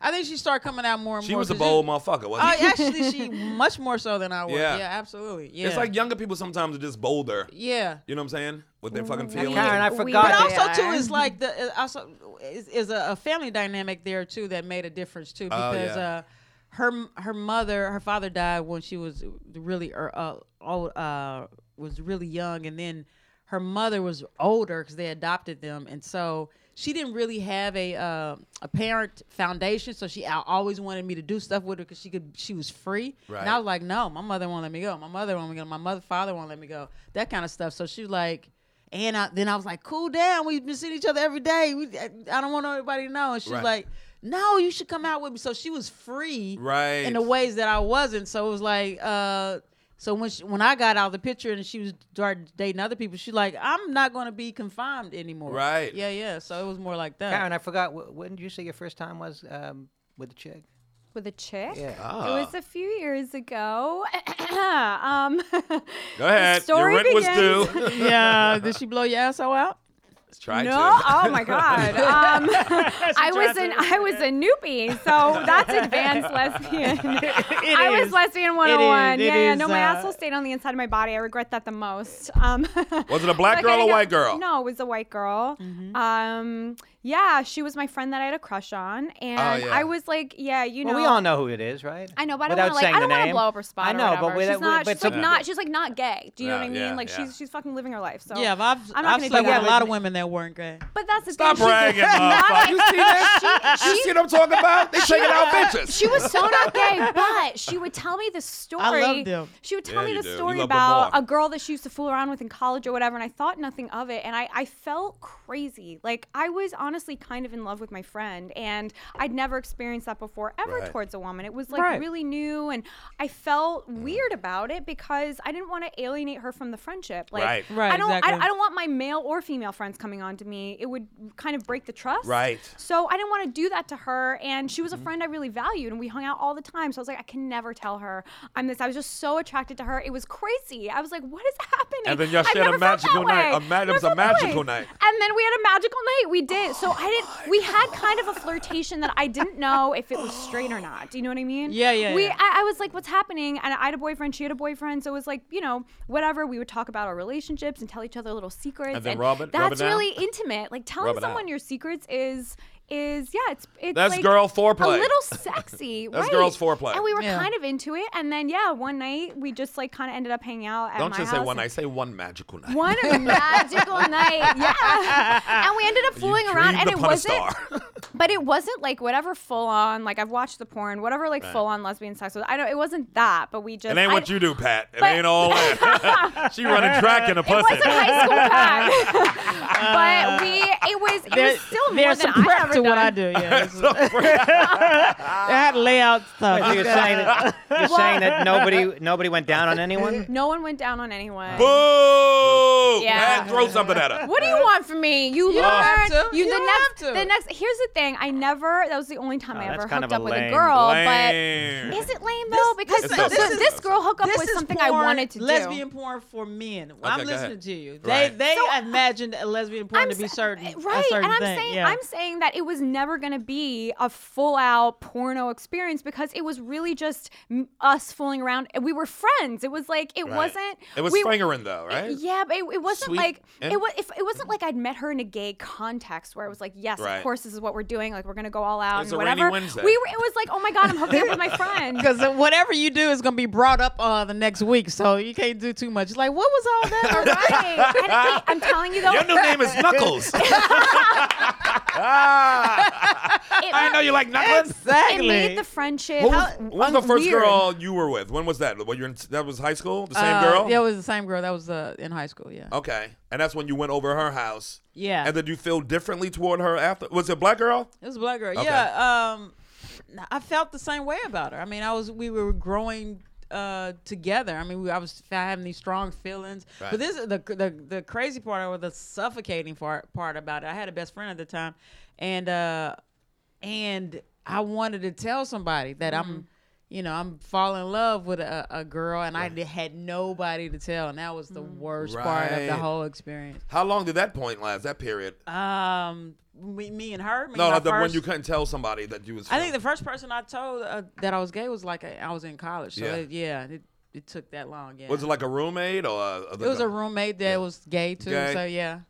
[SPEAKER 8] I think she started coming out more and
[SPEAKER 2] she
[SPEAKER 8] more.
[SPEAKER 2] was a
[SPEAKER 8] 'cause it-
[SPEAKER 2] bold motherfucker, wasn't
[SPEAKER 8] Oh,
[SPEAKER 2] she? (laughs)
[SPEAKER 8] actually, she much more so than I was.
[SPEAKER 2] Yeah.
[SPEAKER 8] Yeah, absolutely. Yeah,
[SPEAKER 2] It's like younger people sometimes are just bolder.
[SPEAKER 8] yeah.
[SPEAKER 2] You know what I'm saying? With their fucking
[SPEAKER 6] Mm-hmm.
[SPEAKER 7] Karen,
[SPEAKER 2] feelings.
[SPEAKER 7] I
[SPEAKER 6] We-
[SPEAKER 7] forgot.
[SPEAKER 8] But
[SPEAKER 6] They
[SPEAKER 8] also
[SPEAKER 6] are.
[SPEAKER 8] too is like the is also is, is a, a family dynamic there too that made a difference too because
[SPEAKER 2] Oh, yeah.
[SPEAKER 8] uh, her her mother her father died when she was really er- uh, old uh, was really young and then her mother was older because they adopted them and so she didn't really have a uh, a parent foundation so she al- always wanted me to do stuff with her because she could she was free and
[SPEAKER 2] Right.
[SPEAKER 8] I was like no my mother won't let me go my mother won't let me go my mother father won't let me go that kind of stuff so she was like and I, then I was like, cool down. We've been seeing each other every day. We, I I don't want anybody to know. And she
[SPEAKER 2] Right.
[SPEAKER 8] was like, no, you should come out with me. So she was free
[SPEAKER 2] Right.
[SPEAKER 8] in the ways that I wasn't. So it was like, uh, so when she, when I got out of the picture and she was started dating other people, she like, I'm not going to be confined anymore.
[SPEAKER 2] Right.
[SPEAKER 8] Yeah, yeah. So it was more like that.
[SPEAKER 7] Karen, I forgot. wh- When did you say your first time was um, with the chick?
[SPEAKER 6] with a chick.
[SPEAKER 7] Yeah.
[SPEAKER 8] Ah.
[SPEAKER 6] It was a few years ago. (coughs) um,
[SPEAKER 2] Go ahead.
[SPEAKER 6] The story
[SPEAKER 2] Your rent
[SPEAKER 6] begins-
[SPEAKER 2] was due. (laughs)
[SPEAKER 6] (laughs)
[SPEAKER 8] yeah. Did she blow your asshole out?
[SPEAKER 2] Try
[SPEAKER 6] no,
[SPEAKER 2] to.
[SPEAKER 6] oh my
[SPEAKER 2] (laughs)
[SPEAKER 6] god. Um, (laughs) I was an I was a newbie,
[SPEAKER 2] (laughs)
[SPEAKER 6] so that's advanced lesbian. (laughs) I
[SPEAKER 8] is.
[SPEAKER 6] was lesbian 101.
[SPEAKER 8] It
[SPEAKER 6] yeah, yeah.
[SPEAKER 8] is,
[SPEAKER 6] No, my
[SPEAKER 8] uh,
[SPEAKER 6] asshole stayed on the inside of my body. I regret that the most. (laughs) Um,
[SPEAKER 2] Was it a black
[SPEAKER 6] like,
[SPEAKER 2] girl
[SPEAKER 6] I
[SPEAKER 2] or
[SPEAKER 6] know-
[SPEAKER 2] white girl?
[SPEAKER 6] No, it was a white girl.
[SPEAKER 8] Mm-hmm.
[SPEAKER 6] Um, yeah, she was my friend that I had a crush on, and
[SPEAKER 2] Oh, yeah.
[SPEAKER 6] I was like, yeah, you
[SPEAKER 7] Well,
[SPEAKER 6] know,
[SPEAKER 7] we all know who it is, right?
[SPEAKER 6] I know, but I
[SPEAKER 7] Without
[SPEAKER 6] don't want to
[SPEAKER 7] saying
[SPEAKER 6] like. I don't
[SPEAKER 7] the
[SPEAKER 6] want to
[SPEAKER 7] name.
[SPEAKER 6] blow up her spot.
[SPEAKER 7] I know,
[SPEAKER 6] or whatever.
[SPEAKER 7] but without,
[SPEAKER 6] she's not.
[SPEAKER 7] but
[SPEAKER 6] she's
[SPEAKER 7] so,
[SPEAKER 6] like not. She's like not gay. Do you know
[SPEAKER 2] Yeah,
[SPEAKER 6] what I mean?
[SPEAKER 2] yeah,
[SPEAKER 6] like
[SPEAKER 2] yeah.
[SPEAKER 6] she's she's fucking living her life. So
[SPEAKER 8] Yeah, but I've,
[SPEAKER 6] Oh. I'm not
[SPEAKER 8] I've
[SPEAKER 6] gonna
[SPEAKER 8] slept
[SPEAKER 6] do
[SPEAKER 8] with a
[SPEAKER 6] that.
[SPEAKER 8] lot of women that weren't gay.
[SPEAKER 6] But that's the
[SPEAKER 2] Stop
[SPEAKER 6] thing. (laughs)
[SPEAKER 2] bragging,
[SPEAKER 6] she's
[SPEAKER 2] motherfucker. You see that?
[SPEAKER 6] She-
[SPEAKER 2] You see what I'm talking about? They shaking out bitches.
[SPEAKER 6] She was so not gay, but she would tell me the story.
[SPEAKER 8] loved him.
[SPEAKER 6] She would tell
[SPEAKER 2] Yeah, you
[SPEAKER 6] me the
[SPEAKER 2] do. You
[SPEAKER 6] story
[SPEAKER 2] love them
[SPEAKER 6] about
[SPEAKER 2] more.
[SPEAKER 6] a girl that she used to fool around with in college or whatever, and I thought nothing of it. And I, I felt crazy. Like I was honestly kind of in love with my friend, and I'd never experienced that before ever
[SPEAKER 2] Right.
[SPEAKER 6] towards a woman. It was like
[SPEAKER 8] Right.
[SPEAKER 6] really new, and I felt
[SPEAKER 2] Mm.
[SPEAKER 6] weird about it because I didn't want to alienate her from the friendship. Like
[SPEAKER 2] Right.
[SPEAKER 8] Right,
[SPEAKER 6] I don't
[SPEAKER 8] exactly.
[SPEAKER 6] I, I don't want my male or female friends coming on to me. It would kind of break the trust.
[SPEAKER 2] Right. Mm-hmm.
[SPEAKER 6] So I didn't want to do that to her. And she was a friend I really valued, and we hung out all the time. So I was like, I can never tell her I'm this. I was just so attracted to her. It was crazy. I was like, what is happening?
[SPEAKER 2] And then y'all
[SPEAKER 6] I've
[SPEAKER 2] shared a
[SPEAKER 6] never felt that
[SPEAKER 2] magical night.
[SPEAKER 6] way.
[SPEAKER 2] A ma- it
[SPEAKER 6] Never
[SPEAKER 2] was a
[SPEAKER 6] felt that way.
[SPEAKER 2] magical night.
[SPEAKER 6] And then we had a magical night. We did. so I
[SPEAKER 2] Oh,
[SPEAKER 6] didn't. We had kind of a flirtation that I didn't know if it was straight or not. Do you know what I mean?
[SPEAKER 8] Yeah, yeah,
[SPEAKER 6] We,
[SPEAKER 8] yeah.
[SPEAKER 6] I, I was like, "What's happening?" And I had a boyfriend. She had a boyfriend. So it was like, you know, whatever. We would talk about our relationships and tell each other little secrets.
[SPEAKER 2] And then rub it-
[SPEAKER 6] That's
[SPEAKER 2] rub it down?
[SPEAKER 6] really intimate. Like telling
[SPEAKER 2] Rub it
[SPEAKER 6] someone
[SPEAKER 2] out.
[SPEAKER 6] your secrets is. Is yeah, it's it's
[SPEAKER 2] That's
[SPEAKER 6] like
[SPEAKER 2] girl foreplay.
[SPEAKER 6] A
[SPEAKER 2] (laughs)
[SPEAKER 6] little sexy.
[SPEAKER 2] That's
[SPEAKER 6] right.
[SPEAKER 2] girls foreplay.
[SPEAKER 6] And we were
[SPEAKER 8] Yeah.
[SPEAKER 6] kind of into it, and then yeah, one night we just like kind of ended up hanging out
[SPEAKER 2] (laughs)
[SPEAKER 6] at
[SPEAKER 2] Don't
[SPEAKER 6] my
[SPEAKER 2] just
[SPEAKER 6] house.
[SPEAKER 2] say one
[SPEAKER 6] and-
[SPEAKER 2] night. Say one magical night.
[SPEAKER 6] one magical
[SPEAKER 2] (laughs)
[SPEAKER 6] night. Yeah. And we ended up fooling around
[SPEAKER 2] dreamed
[SPEAKER 6] and it
[SPEAKER 2] upon a
[SPEAKER 6] wasn't
[SPEAKER 2] star.
[SPEAKER 6] but it wasn't like whatever full on like I've watched the porn, whatever like full on lesbian sex was I don't it wasn't that, but we
[SPEAKER 2] (laughs)
[SPEAKER 6] just
[SPEAKER 2] It ain't
[SPEAKER 6] I-
[SPEAKER 2] what you do, Pat. It
[SPEAKER 6] but-
[SPEAKER 2] ain't
[SPEAKER 6] (laughs)
[SPEAKER 2] all that. (laughs) she running track in a
[SPEAKER 6] it
[SPEAKER 2] pussy.
[SPEAKER 6] wasn't high school
[SPEAKER 2] (laughs)
[SPEAKER 6] pack. but we it was it
[SPEAKER 8] There-
[SPEAKER 6] was still more
[SPEAKER 8] there's
[SPEAKER 6] than
[SPEAKER 8] some
[SPEAKER 6] I
[SPEAKER 8] prep
[SPEAKER 6] ever
[SPEAKER 8] to
[SPEAKER 6] done.
[SPEAKER 8] what I do. Yeah, (laughs) This
[SPEAKER 2] (laughs)
[SPEAKER 8] is- I had layout stuff.
[SPEAKER 7] So (laughs) you're
[SPEAKER 6] (laughs)
[SPEAKER 7] saying that you're saying that nobody nobody went down on anyone.
[SPEAKER 6] No one went down on anyone.
[SPEAKER 2] Boo!
[SPEAKER 6] Yeah.
[SPEAKER 2] Pat, throw something at her.
[SPEAKER 6] What do you want from me? You,
[SPEAKER 8] You
[SPEAKER 6] learn.
[SPEAKER 8] don't have to.
[SPEAKER 6] You,
[SPEAKER 8] You
[SPEAKER 6] the
[SPEAKER 8] don't
[SPEAKER 6] next.
[SPEAKER 8] have to.
[SPEAKER 6] The next. Here's the thing. I never. That was the only
[SPEAKER 2] Oh,
[SPEAKER 6] time I
[SPEAKER 7] that's
[SPEAKER 6] ever
[SPEAKER 7] kind
[SPEAKER 6] hooked
[SPEAKER 7] of a
[SPEAKER 6] up with a
[SPEAKER 7] lame-
[SPEAKER 6] girl.
[SPEAKER 2] Lame.
[SPEAKER 6] But is it lame though? because
[SPEAKER 8] this
[SPEAKER 6] the-
[SPEAKER 2] is-
[SPEAKER 6] the-
[SPEAKER 2] this
[SPEAKER 6] this,
[SPEAKER 2] is-
[SPEAKER 6] girl hookup
[SPEAKER 8] This
[SPEAKER 6] was
[SPEAKER 8] is
[SPEAKER 6] something I
[SPEAKER 8] porn-
[SPEAKER 6] wanted to
[SPEAKER 8] lesbian
[SPEAKER 6] do.
[SPEAKER 8] porn for men.
[SPEAKER 2] go
[SPEAKER 8] I'm listening
[SPEAKER 2] ahead.
[SPEAKER 8] to you. They
[SPEAKER 2] Right.
[SPEAKER 8] they
[SPEAKER 6] So,
[SPEAKER 8] imagined lesbian porn to be
[SPEAKER 6] s-
[SPEAKER 8] certain. a
[SPEAKER 6] right,
[SPEAKER 8] certain
[SPEAKER 6] and I'm
[SPEAKER 8] thing,
[SPEAKER 6] saying
[SPEAKER 8] yeah.
[SPEAKER 6] I'm
[SPEAKER 8] (laughs)
[SPEAKER 6] saying that it was never going to be a full out porno experience because it was really just m- us fooling around. We were friends. It was like it
[SPEAKER 2] Right.
[SPEAKER 6] wasn't.
[SPEAKER 2] It was
[SPEAKER 6] we,
[SPEAKER 2] fingering though, right?
[SPEAKER 6] Yeah, but it, it wasn't
[SPEAKER 2] Sweet
[SPEAKER 6] like
[SPEAKER 2] and-
[SPEAKER 6] it was. If it wasn't like I'd met her in a gay context where it was like, yes,
[SPEAKER 2] Right.
[SPEAKER 6] of course, this is what we're doing. Like we're gonna go all out
[SPEAKER 2] It's
[SPEAKER 6] and
[SPEAKER 2] a rainy
[SPEAKER 6] whatever.
[SPEAKER 2] Wednesday.
[SPEAKER 6] We were. It was like, oh my god, I'm hooking up
[SPEAKER 2] (laughs)
[SPEAKER 6] with my friend.
[SPEAKER 8] Because whatever you do is gonna be brought up uh, the next week, so you can't do too much. Like, what was all (laughs) that?
[SPEAKER 2] (laughs)
[SPEAKER 6] All right. And hey, I'm telling you though,
[SPEAKER 2] Your new name is
[SPEAKER 8] (laughs)
[SPEAKER 2] Knuckles. ah,
[SPEAKER 6] it,
[SPEAKER 2] I know you like Knuckles.
[SPEAKER 6] it
[SPEAKER 8] exactly.
[SPEAKER 6] made the friendship.
[SPEAKER 2] Who was,
[SPEAKER 6] how-
[SPEAKER 2] who was the first
[SPEAKER 6] weird.
[SPEAKER 2] girl you were with? When was that? When you were in, that was high school? The same
[SPEAKER 8] Uh,
[SPEAKER 2] girl?
[SPEAKER 8] Yeah, it was the same girl. That was uh, in high school. Yeah.
[SPEAKER 2] okay. And that's when you went over her house.
[SPEAKER 8] Yeah.
[SPEAKER 2] And then you feel differently toward her after? Was it a black girl?
[SPEAKER 8] It was a black girl.
[SPEAKER 2] Okay.
[SPEAKER 8] Yeah. Um, I felt the same way about her. I mean, I was we were growing uh together. I mean, we, I was having these strong feelings.
[SPEAKER 2] Right.
[SPEAKER 8] But this is the, the the crazy part or the suffocating part part about it. I had a best friend at the time, and uh, and I wanted to tell somebody that I'm. You know, I'm falling in love with a, a girl, and I had nobody to tell, and that was the worst part of the
[SPEAKER 2] Right.
[SPEAKER 8] whole experience.
[SPEAKER 2] How long did that point last, that period?
[SPEAKER 8] Um, me, me and her. Me
[SPEAKER 2] no,
[SPEAKER 8] and
[SPEAKER 2] no
[SPEAKER 8] our
[SPEAKER 2] the
[SPEAKER 8] first,
[SPEAKER 2] when you couldn't tell somebody that you was.
[SPEAKER 8] I think the first person I told uh, that I was gay was like uh, I was in college. So
[SPEAKER 2] Yeah.
[SPEAKER 8] yeah, it, yeah, it, it took that long. Yeah,
[SPEAKER 2] was it like a roommate or? A,
[SPEAKER 8] it was a roommate that was gay too.
[SPEAKER 2] Gay.
[SPEAKER 8] So yeah,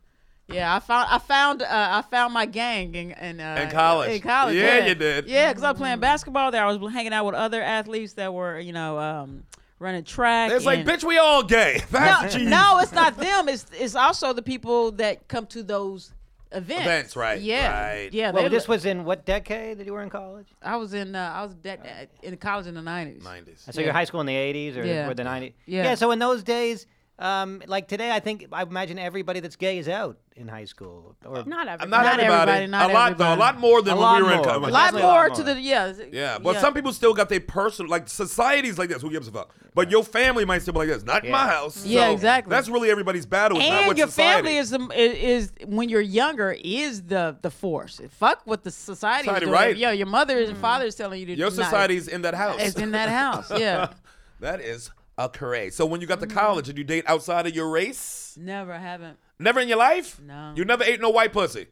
[SPEAKER 8] yeah. I found I found uh, I found my gang in in, uh,
[SPEAKER 2] In college.
[SPEAKER 8] In college,
[SPEAKER 2] Yeah,
[SPEAKER 8] yeah,
[SPEAKER 2] you did.
[SPEAKER 8] Yeah, because I was playing basketball there. I was hanging out with other athletes that were you know um, running track.
[SPEAKER 2] It's like,
[SPEAKER 8] and-
[SPEAKER 2] bitch, we all gay.
[SPEAKER 8] No,
[SPEAKER 2] That's cheese.
[SPEAKER 8] no, it's not them. It's it's also the people that come to those events.
[SPEAKER 2] Events, right,
[SPEAKER 8] Yeah,
[SPEAKER 2] right.
[SPEAKER 8] yeah.
[SPEAKER 7] Well,
[SPEAKER 8] they-
[SPEAKER 7] this was in what decade that you were in college?
[SPEAKER 8] I was in uh, I was that, that- in college in the nineties.
[SPEAKER 2] 90s.
[SPEAKER 7] So your high school in the 80s or,
[SPEAKER 8] Yeah.
[SPEAKER 7] or the 90s?
[SPEAKER 8] Yeah.
[SPEAKER 7] so in those days, um, like today, I think, I imagine everybody that's gay is out in high school. Or,
[SPEAKER 6] Not ever.
[SPEAKER 2] Not,
[SPEAKER 8] Not
[SPEAKER 2] everybody.
[SPEAKER 8] everybody, not
[SPEAKER 2] a lot though.
[SPEAKER 8] everybody.
[SPEAKER 2] A lot more than
[SPEAKER 7] A
[SPEAKER 2] when
[SPEAKER 7] lot
[SPEAKER 2] we were in
[SPEAKER 7] more.
[SPEAKER 2] college.
[SPEAKER 7] A
[SPEAKER 8] A lot
[SPEAKER 7] Definitely a lot
[SPEAKER 8] more to
[SPEAKER 7] more.
[SPEAKER 8] the yeah.
[SPEAKER 2] Yeah, but some people still got their personal, like societies like this. Who gives a fuck? But your family might still be like this. Not my house.
[SPEAKER 8] Yeah,
[SPEAKER 2] So
[SPEAKER 8] exactly.
[SPEAKER 2] That's really everybody's battle. is not
[SPEAKER 8] and
[SPEAKER 2] with
[SPEAKER 8] your
[SPEAKER 2] society.
[SPEAKER 8] family is the is is- when you're younger is the the force. Fuck what the society,
[SPEAKER 2] Society,
[SPEAKER 8] is doing.
[SPEAKER 2] right.
[SPEAKER 8] Yo, your mother and father is telling you to.
[SPEAKER 2] Your
[SPEAKER 8] not-
[SPEAKER 2] society's in that house.
[SPEAKER 8] is in that house. Yeah,
[SPEAKER 2] (laughs) that is a craze. So when you got to
[SPEAKER 8] Mm-hmm.
[SPEAKER 2] college, did you date outside of your race?
[SPEAKER 8] never haven't.
[SPEAKER 2] Never in your life?
[SPEAKER 8] No.
[SPEAKER 2] You never ate no white pussy.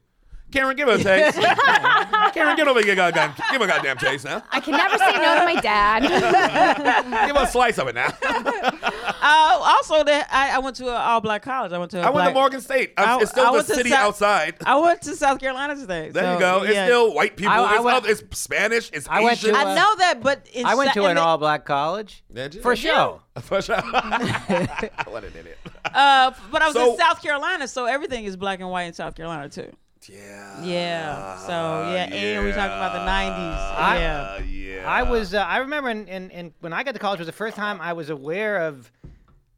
[SPEAKER 2] Karen, give her
[SPEAKER 8] (laughs)
[SPEAKER 2] a taste. Karen, get over here, goddamn. Give her a goddamn taste now.
[SPEAKER 6] I can never say no to my
[SPEAKER 2] (laughs)
[SPEAKER 6] dad. (laughs)
[SPEAKER 2] Give her a slice of it now. (laughs)
[SPEAKER 8] Uh, also, that I, I went to an all black college. I went to. I
[SPEAKER 2] I went to Morgan State. I,
[SPEAKER 8] I-
[SPEAKER 2] it's still
[SPEAKER 8] I
[SPEAKER 2] the
[SPEAKER 8] went to
[SPEAKER 2] city
[SPEAKER 8] South-
[SPEAKER 2] outside.
[SPEAKER 8] I went to South Carolina today.
[SPEAKER 2] there you
[SPEAKER 8] so,
[SPEAKER 2] go. It's
[SPEAKER 8] yeah.
[SPEAKER 2] still white people.
[SPEAKER 8] I- I
[SPEAKER 2] it's,
[SPEAKER 8] went-
[SPEAKER 2] oth- it's Spanish. It's
[SPEAKER 7] I went
[SPEAKER 2] Asian.
[SPEAKER 7] to,
[SPEAKER 8] I
[SPEAKER 7] uh,
[SPEAKER 8] know that, but in
[SPEAKER 7] I went
[SPEAKER 8] Sa-
[SPEAKER 7] to
[SPEAKER 8] in
[SPEAKER 7] an
[SPEAKER 8] the-
[SPEAKER 7] all black college
[SPEAKER 2] Did you?
[SPEAKER 7] for
[SPEAKER 2] Did you?
[SPEAKER 7] show.
[SPEAKER 2] (laughs) For sure. what an idiot.
[SPEAKER 8] Uh, but I was
[SPEAKER 2] So-
[SPEAKER 8] in South Carolina, so everything is black and white in South Carolina too.
[SPEAKER 2] Yeah.
[SPEAKER 8] Yeah. So yeah, and we talked about the
[SPEAKER 2] Ah, yeah.
[SPEAKER 8] '90s. Yeah.
[SPEAKER 2] Uh, yeah.
[SPEAKER 7] I was. Uh, I remember, in, in, in when I got to college, was the first time I was aware of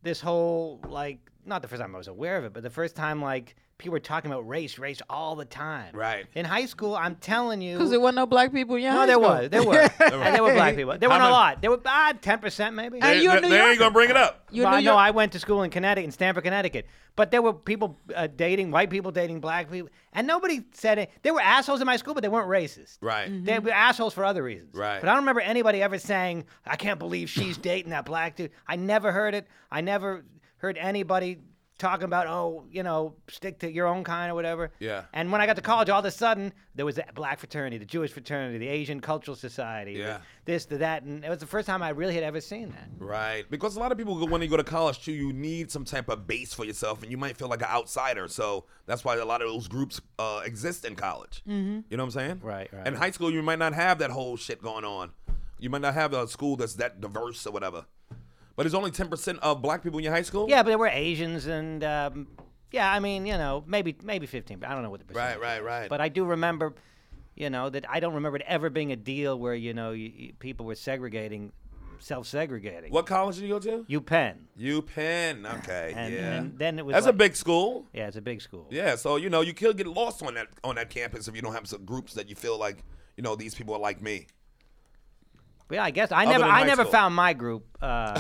[SPEAKER 7] this whole like. Not the first time I was aware of it, but the first time like people were talking about race, race all the time.
[SPEAKER 2] Right.
[SPEAKER 7] In high school, I'm telling you.
[SPEAKER 8] Because there wasn't no black people in your
[SPEAKER 7] no,
[SPEAKER 8] high
[SPEAKER 7] there
[SPEAKER 8] school.
[SPEAKER 7] was. There were.
[SPEAKER 8] (laughs)
[SPEAKER 7] and there were black people. There weren't a
[SPEAKER 2] many-
[SPEAKER 7] lot. There were ah, ten percent maybe.
[SPEAKER 8] Hey,
[SPEAKER 2] They,
[SPEAKER 8] you a
[SPEAKER 2] they-
[SPEAKER 8] New
[SPEAKER 2] they ain't
[SPEAKER 8] Yorker.
[SPEAKER 2] gonna bring it up.
[SPEAKER 8] You
[SPEAKER 7] Well,
[SPEAKER 8] New
[SPEAKER 7] no,
[SPEAKER 8] York-
[SPEAKER 7] I went to school in Connecticut, in Stamford, Connecticut. But there were people uh, dating white people, dating black people, and nobody said it. They were assholes in my school, but they weren't racist.
[SPEAKER 2] Right. Mhm.
[SPEAKER 7] They were assholes for other reasons.
[SPEAKER 2] Right.
[SPEAKER 7] But I don't remember anybody ever saying,
[SPEAKER 2] (laughs)
[SPEAKER 7] "I can't believe she's dating that black dude." I never heard it. I never heard anybody talking about oh you know stick to your own kind or whatever.
[SPEAKER 2] Yeah.
[SPEAKER 7] And when I got to college, all of a sudden there was that black fraternity, the Jewish fraternity, the Asian Cultural Society, the-
[SPEAKER 2] Yeah.
[SPEAKER 7] this, the that, and it was the first time I really had ever seen that.
[SPEAKER 2] Right, because a lot of people go- when you go to college too, you need some type of base for yourself, and you might feel like an outsider. So that's why a lot of those groups uh, exist in college. Mm-hmm. You know what I'm saying?
[SPEAKER 7] Right, right.
[SPEAKER 2] In high school, you might not have that whole shit going on. You might not have a school that's that diverse or whatever. But there's only 10% of black people in your high school.
[SPEAKER 7] Yeah, but there were Asians and um, yeah, I mean, you know, maybe maybe 15, but I don't know what the percentage.
[SPEAKER 2] Right, right,
[SPEAKER 7] is.
[SPEAKER 2] right.
[SPEAKER 7] But I do remember, you know, that I don't remember it ever being a deal where you know you, you, people were segregating, self-segregating.
[SPEAKER 2] What college did you go to?
[SPEAKER 7] UPenn.
[SPEAKER 2] U Penn. Okay.
[SPEAKER 7] And,
[SPEAKER 2] yeah.
[SPEAKER 7] and then it was
[SPEAKER 2] that's a
[SPEAKER 7] like-
[SPEAKER 2] big school.
[SPEAKER 7] Yeah, it's a big school.
[SPEAKER 2] Yeah, so you know you could get lost on that on that campus if you don't have some groups that you feel like you know these people are like
[SPEAKER 7] (laughs)
[SPEAKER 2] me.
[SPEAKER 7] But yeah, I guess I
[SPEAKER 2] Other
[SPEAKER 7] never
[SPEAKER 2] than
[SPEAKER 7] I
[SPEAKER 2] high
[SPEAKER 7] never
[SPEAKER 2] school.
[SPEAKER 7] found my group.
[SPEAKER 2] (laughs)
[SPEAKER 7] Uh,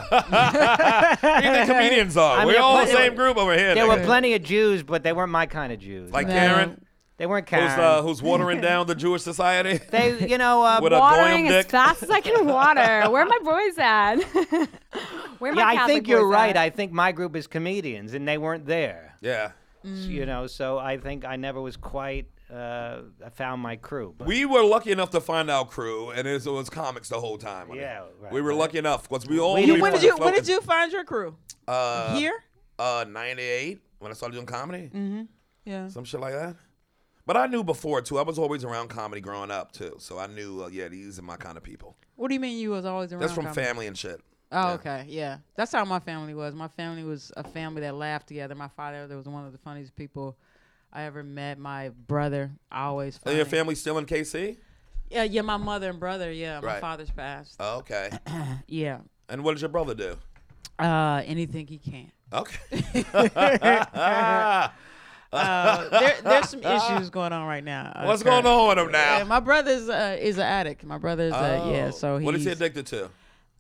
[SPEAKER 2] Even the comedians are.
[SPEAKER 7] I mean,
[SPEAKER 2] We're all the
[SPEAKER 7] there were-
[SPEAKER 2] same group over here.
[SPEAKER 7] there were
[SPEAKER 2] nigga.
[SPEAKER 7] plenty of Jews, but they weren't my kind of Jews.
[SPEAKER 2] like
[SPEAKER 8] No.
[SPEAKER 2] Karen,
[SPEAKER 7] they weren't
[SPEAKER 2] who's
[SPEAKER 7] Karen.
[SPEAKER 2] uh, who's watering down the Jewish
[SPEAKER 7] (laughs)
[SPEAKER 2] society.
[SPEAKER 7] they,
[SPEAKER 2] (laughs)
[SPEAKER 7] you know, uh,
[SPEAKER 2] With a
[SPEAKER 6] watering
[SPEAKER 2] goyim
[SPEAKER 6] as
[SPEAKER 2] dick.
[SPEAKER 6] fast as I can water. Where are my boys at? (laughs) Where are my
[SPEAKER 7] yeah, I
[SPEAKER 6] Catholic uh,
[SPEAKER 7] think you're
[SPEAKER 6] boys
[SPEAKER 7] right.
[SPEAKER 6] At?
[SPEAKER 7] I think my group is comedians, and they weren't there.
[SPEAKER 2] yeah,
[SPEAKER 7] S- you know so i think i never was quite uh i found my crew but
[SPEAKER 2] we were lucky enough to find our crew, and it was comics the whole time. I mean,
[SPEAKER 7] Yeah, right,
[SPEAKER 2] we were
[SPEAKER 7] right.
[SPEAKER 2] lucky enough because we all.
[SPEAKER 7] You-
[SPEAKER 2] knew
[SPEAKER 8] When
[SPEAKER 2] from
[SPEAKER 8] did
[SPEAKER 2] the
[SPEAKER 8] you when
[SPEAKER 2] focus.
[SPEAKER 8] did you find your crew?
[SPEAKER 2] Uh,
[SPEAKER 8] Here?
[SPEAKER 2] Uh, ninety-eight when I started doing comedy,
[SPEAKER 8] Yeah.
[SPEAKER 2] some shit like that. But I knew before too. I was always around comedy growing up too, so I knew. Uh, yeah, these are my kind of people.
[SPEAKER 8] What do you mean you was always around?
[SPEAKER 2] That's from
[SPEAKER 8] comedy?
[SPEAKER 2] family and shit.
[SPEAKER 8] Oh, okay. Yeah. That's how my family was. My family was a family that laughed together. My father there was one of the funniest people I ever met. My brother, always
[SPEAKER 2] And
[SPEAKER 8] funny.
[SPEAKER 2] Oh, your family still in KC?
[SPEAKER 8] Yeah, yeah, my mother and brother, yeah. My
[SPEAKER 2] Right. Uh.
[SPEAKER 8] father's passed. (coughs)
[SPEAKER 2] Okay.
[SPEAKER 8] yeah.
[SPEAKER 2] and what does your brother do?
[SPEAKER 8] Uh anything he
[SPEAKER 2] (laughs)
[SPEAKER 8] can. (laughs)
[SPEAKER 2] Okay.
[SPEAKER 8] Uh, there, there's some issues going on right now. uh,
[SPEAKER 2] What's going
[SPEAKER 8] currently.
[SPEAKER 2] on with him
[SPEAKER 8] Yeah,
[SPEAKER 2] now?
[SPEAKER 8] my brother's uh, is an addict. My brother's uh, yeah, so he's
[SPEAKER 2] Oh. what is he addicted to?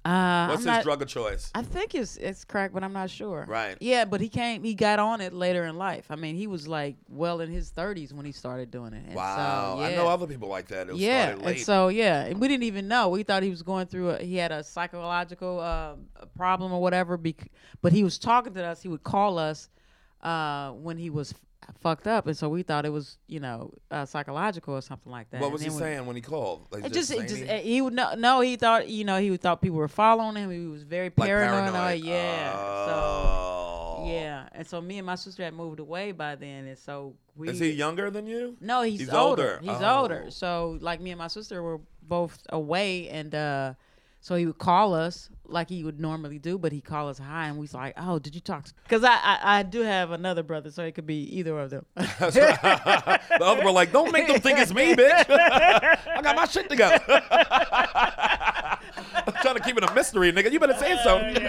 [SPEAKER 8] Uh,
[SPEAKER 2] What's
[SPEAKER 8] I'm
[SPEAKER 2] his
[SPEAKER 8] not-
[SPEAKER 2] drug of choice?
[SPEAKER 8] I think it's it's crack, but I'm not sure.
[SPEAKER 2] Right.
[SPEAKER 8] Yeah, but he came. He got on it later in life. I mean, he was like well in his 30s when he started doing it. And
[SPEAKER 2] Wow,
[SPEAKER 8] So, yeah.
[SPEAKER 2] I know other people like that. It was
[SPEAKER 8] yeah,
[SPEAKER 2] started late.
[SPEAKER 8] and so yeah, and we didn't even know. We thought he was going through. A, he had a psychological uh, problem or whatever. Bec- but he was talking to us. He would call us uh, when he was f- fucked up, and so we thought it was you know uh, psychological or something like that.
[SPEAKER 2] what
[SPEAKER 8] And
[SPEAKER 2] was he
[SPEAKER 8] then we-
[SPEAKER 2] saying when he called? Like,
[SPEAKER 8] it just, it just,
[SPEAKER 2] zany?
[SPEAKER 8] uh, he would no, no, he thought, you know, he would thought people were following him. He was very
[SPEAKER 2] Like
[SPEAKER 8] paranoid.
[SPEAKER 2] paranoid.
[SPEAKER 8] Yeah.
[SPEAKER 2] Oh.
[SPEAKER 8] So, yeah. And so me and my sister had moved away by then, and so we.
[SPEAKER 2] Is he younger than you?
[SPEAKER 8] No, he's,
[SPEAKER 2] He's older.
[SPEAKER 8] older. He's
[SPEAKER 2] Oh.
[SPEAKER 8] older. So like me and my sister were both away, and uh, so he would call us like he would normally do, but he called us high, and we was like, "Oh, did you talk?" Because I, I I do have another brother, so it could be either of them. (laughs)
[SPEAKER 2] The other one like, don't make them think it's me, bitch. (laughs) I got my shit together. (laughs) I'm trying to keep it a mystery, nigga. You better say something.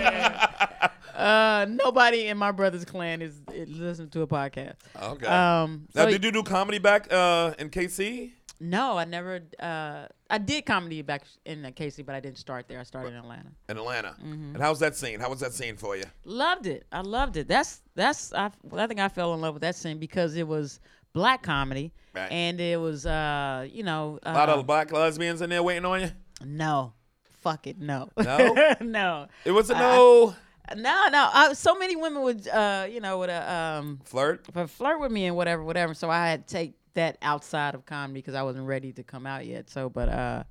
[SPEAKER 8] uh, nobody in my brother's clan is, is listening to a podcast.
[SPEAKER 2] (laughs) Okay.
[SPEAKER 8] Um,
[SPEAKER 2] Oh. now,
[SPEAKER 8] so-
[SPEAKER 2] did you do comedy back uh, in KC?
[SPEAKER 8] No, I never. Uh, I did comedy back in uh, Casey, but I didn't start there. I started in Atlanta.
[SPEAKER 2] in Atlanta.
[SPEAKER 8] Mm-hmm.
[SPEAKER 2] And how's that scene? How was that scene for you?
[SPEAKER 8] Loved it. I loved it. That's that's. I, I think I fell in love with that scene because it was black comedy,
[SPEAKER 2] Right.
[SPEAKER 8] and it was uh, you know, uh,
[SPEAKER 2] A lot of black lesbians in there waiting on you.
[SPEAKER 8] no, fuck it, no,
[SPEAKER 2] No?
[SPEAKER 8] (laughs) no,
[SPEAKER 2] It was a no
[SPEAKER 8] no, no. I, so many women would, uh, you know, would uh, um,
[SPEAKER 2] flirt.
[SPEAKER 8] but flirt with me and whatever, whatever. So I had to take that outside of comedy because I wasn't ready to come out yet. So, but uh,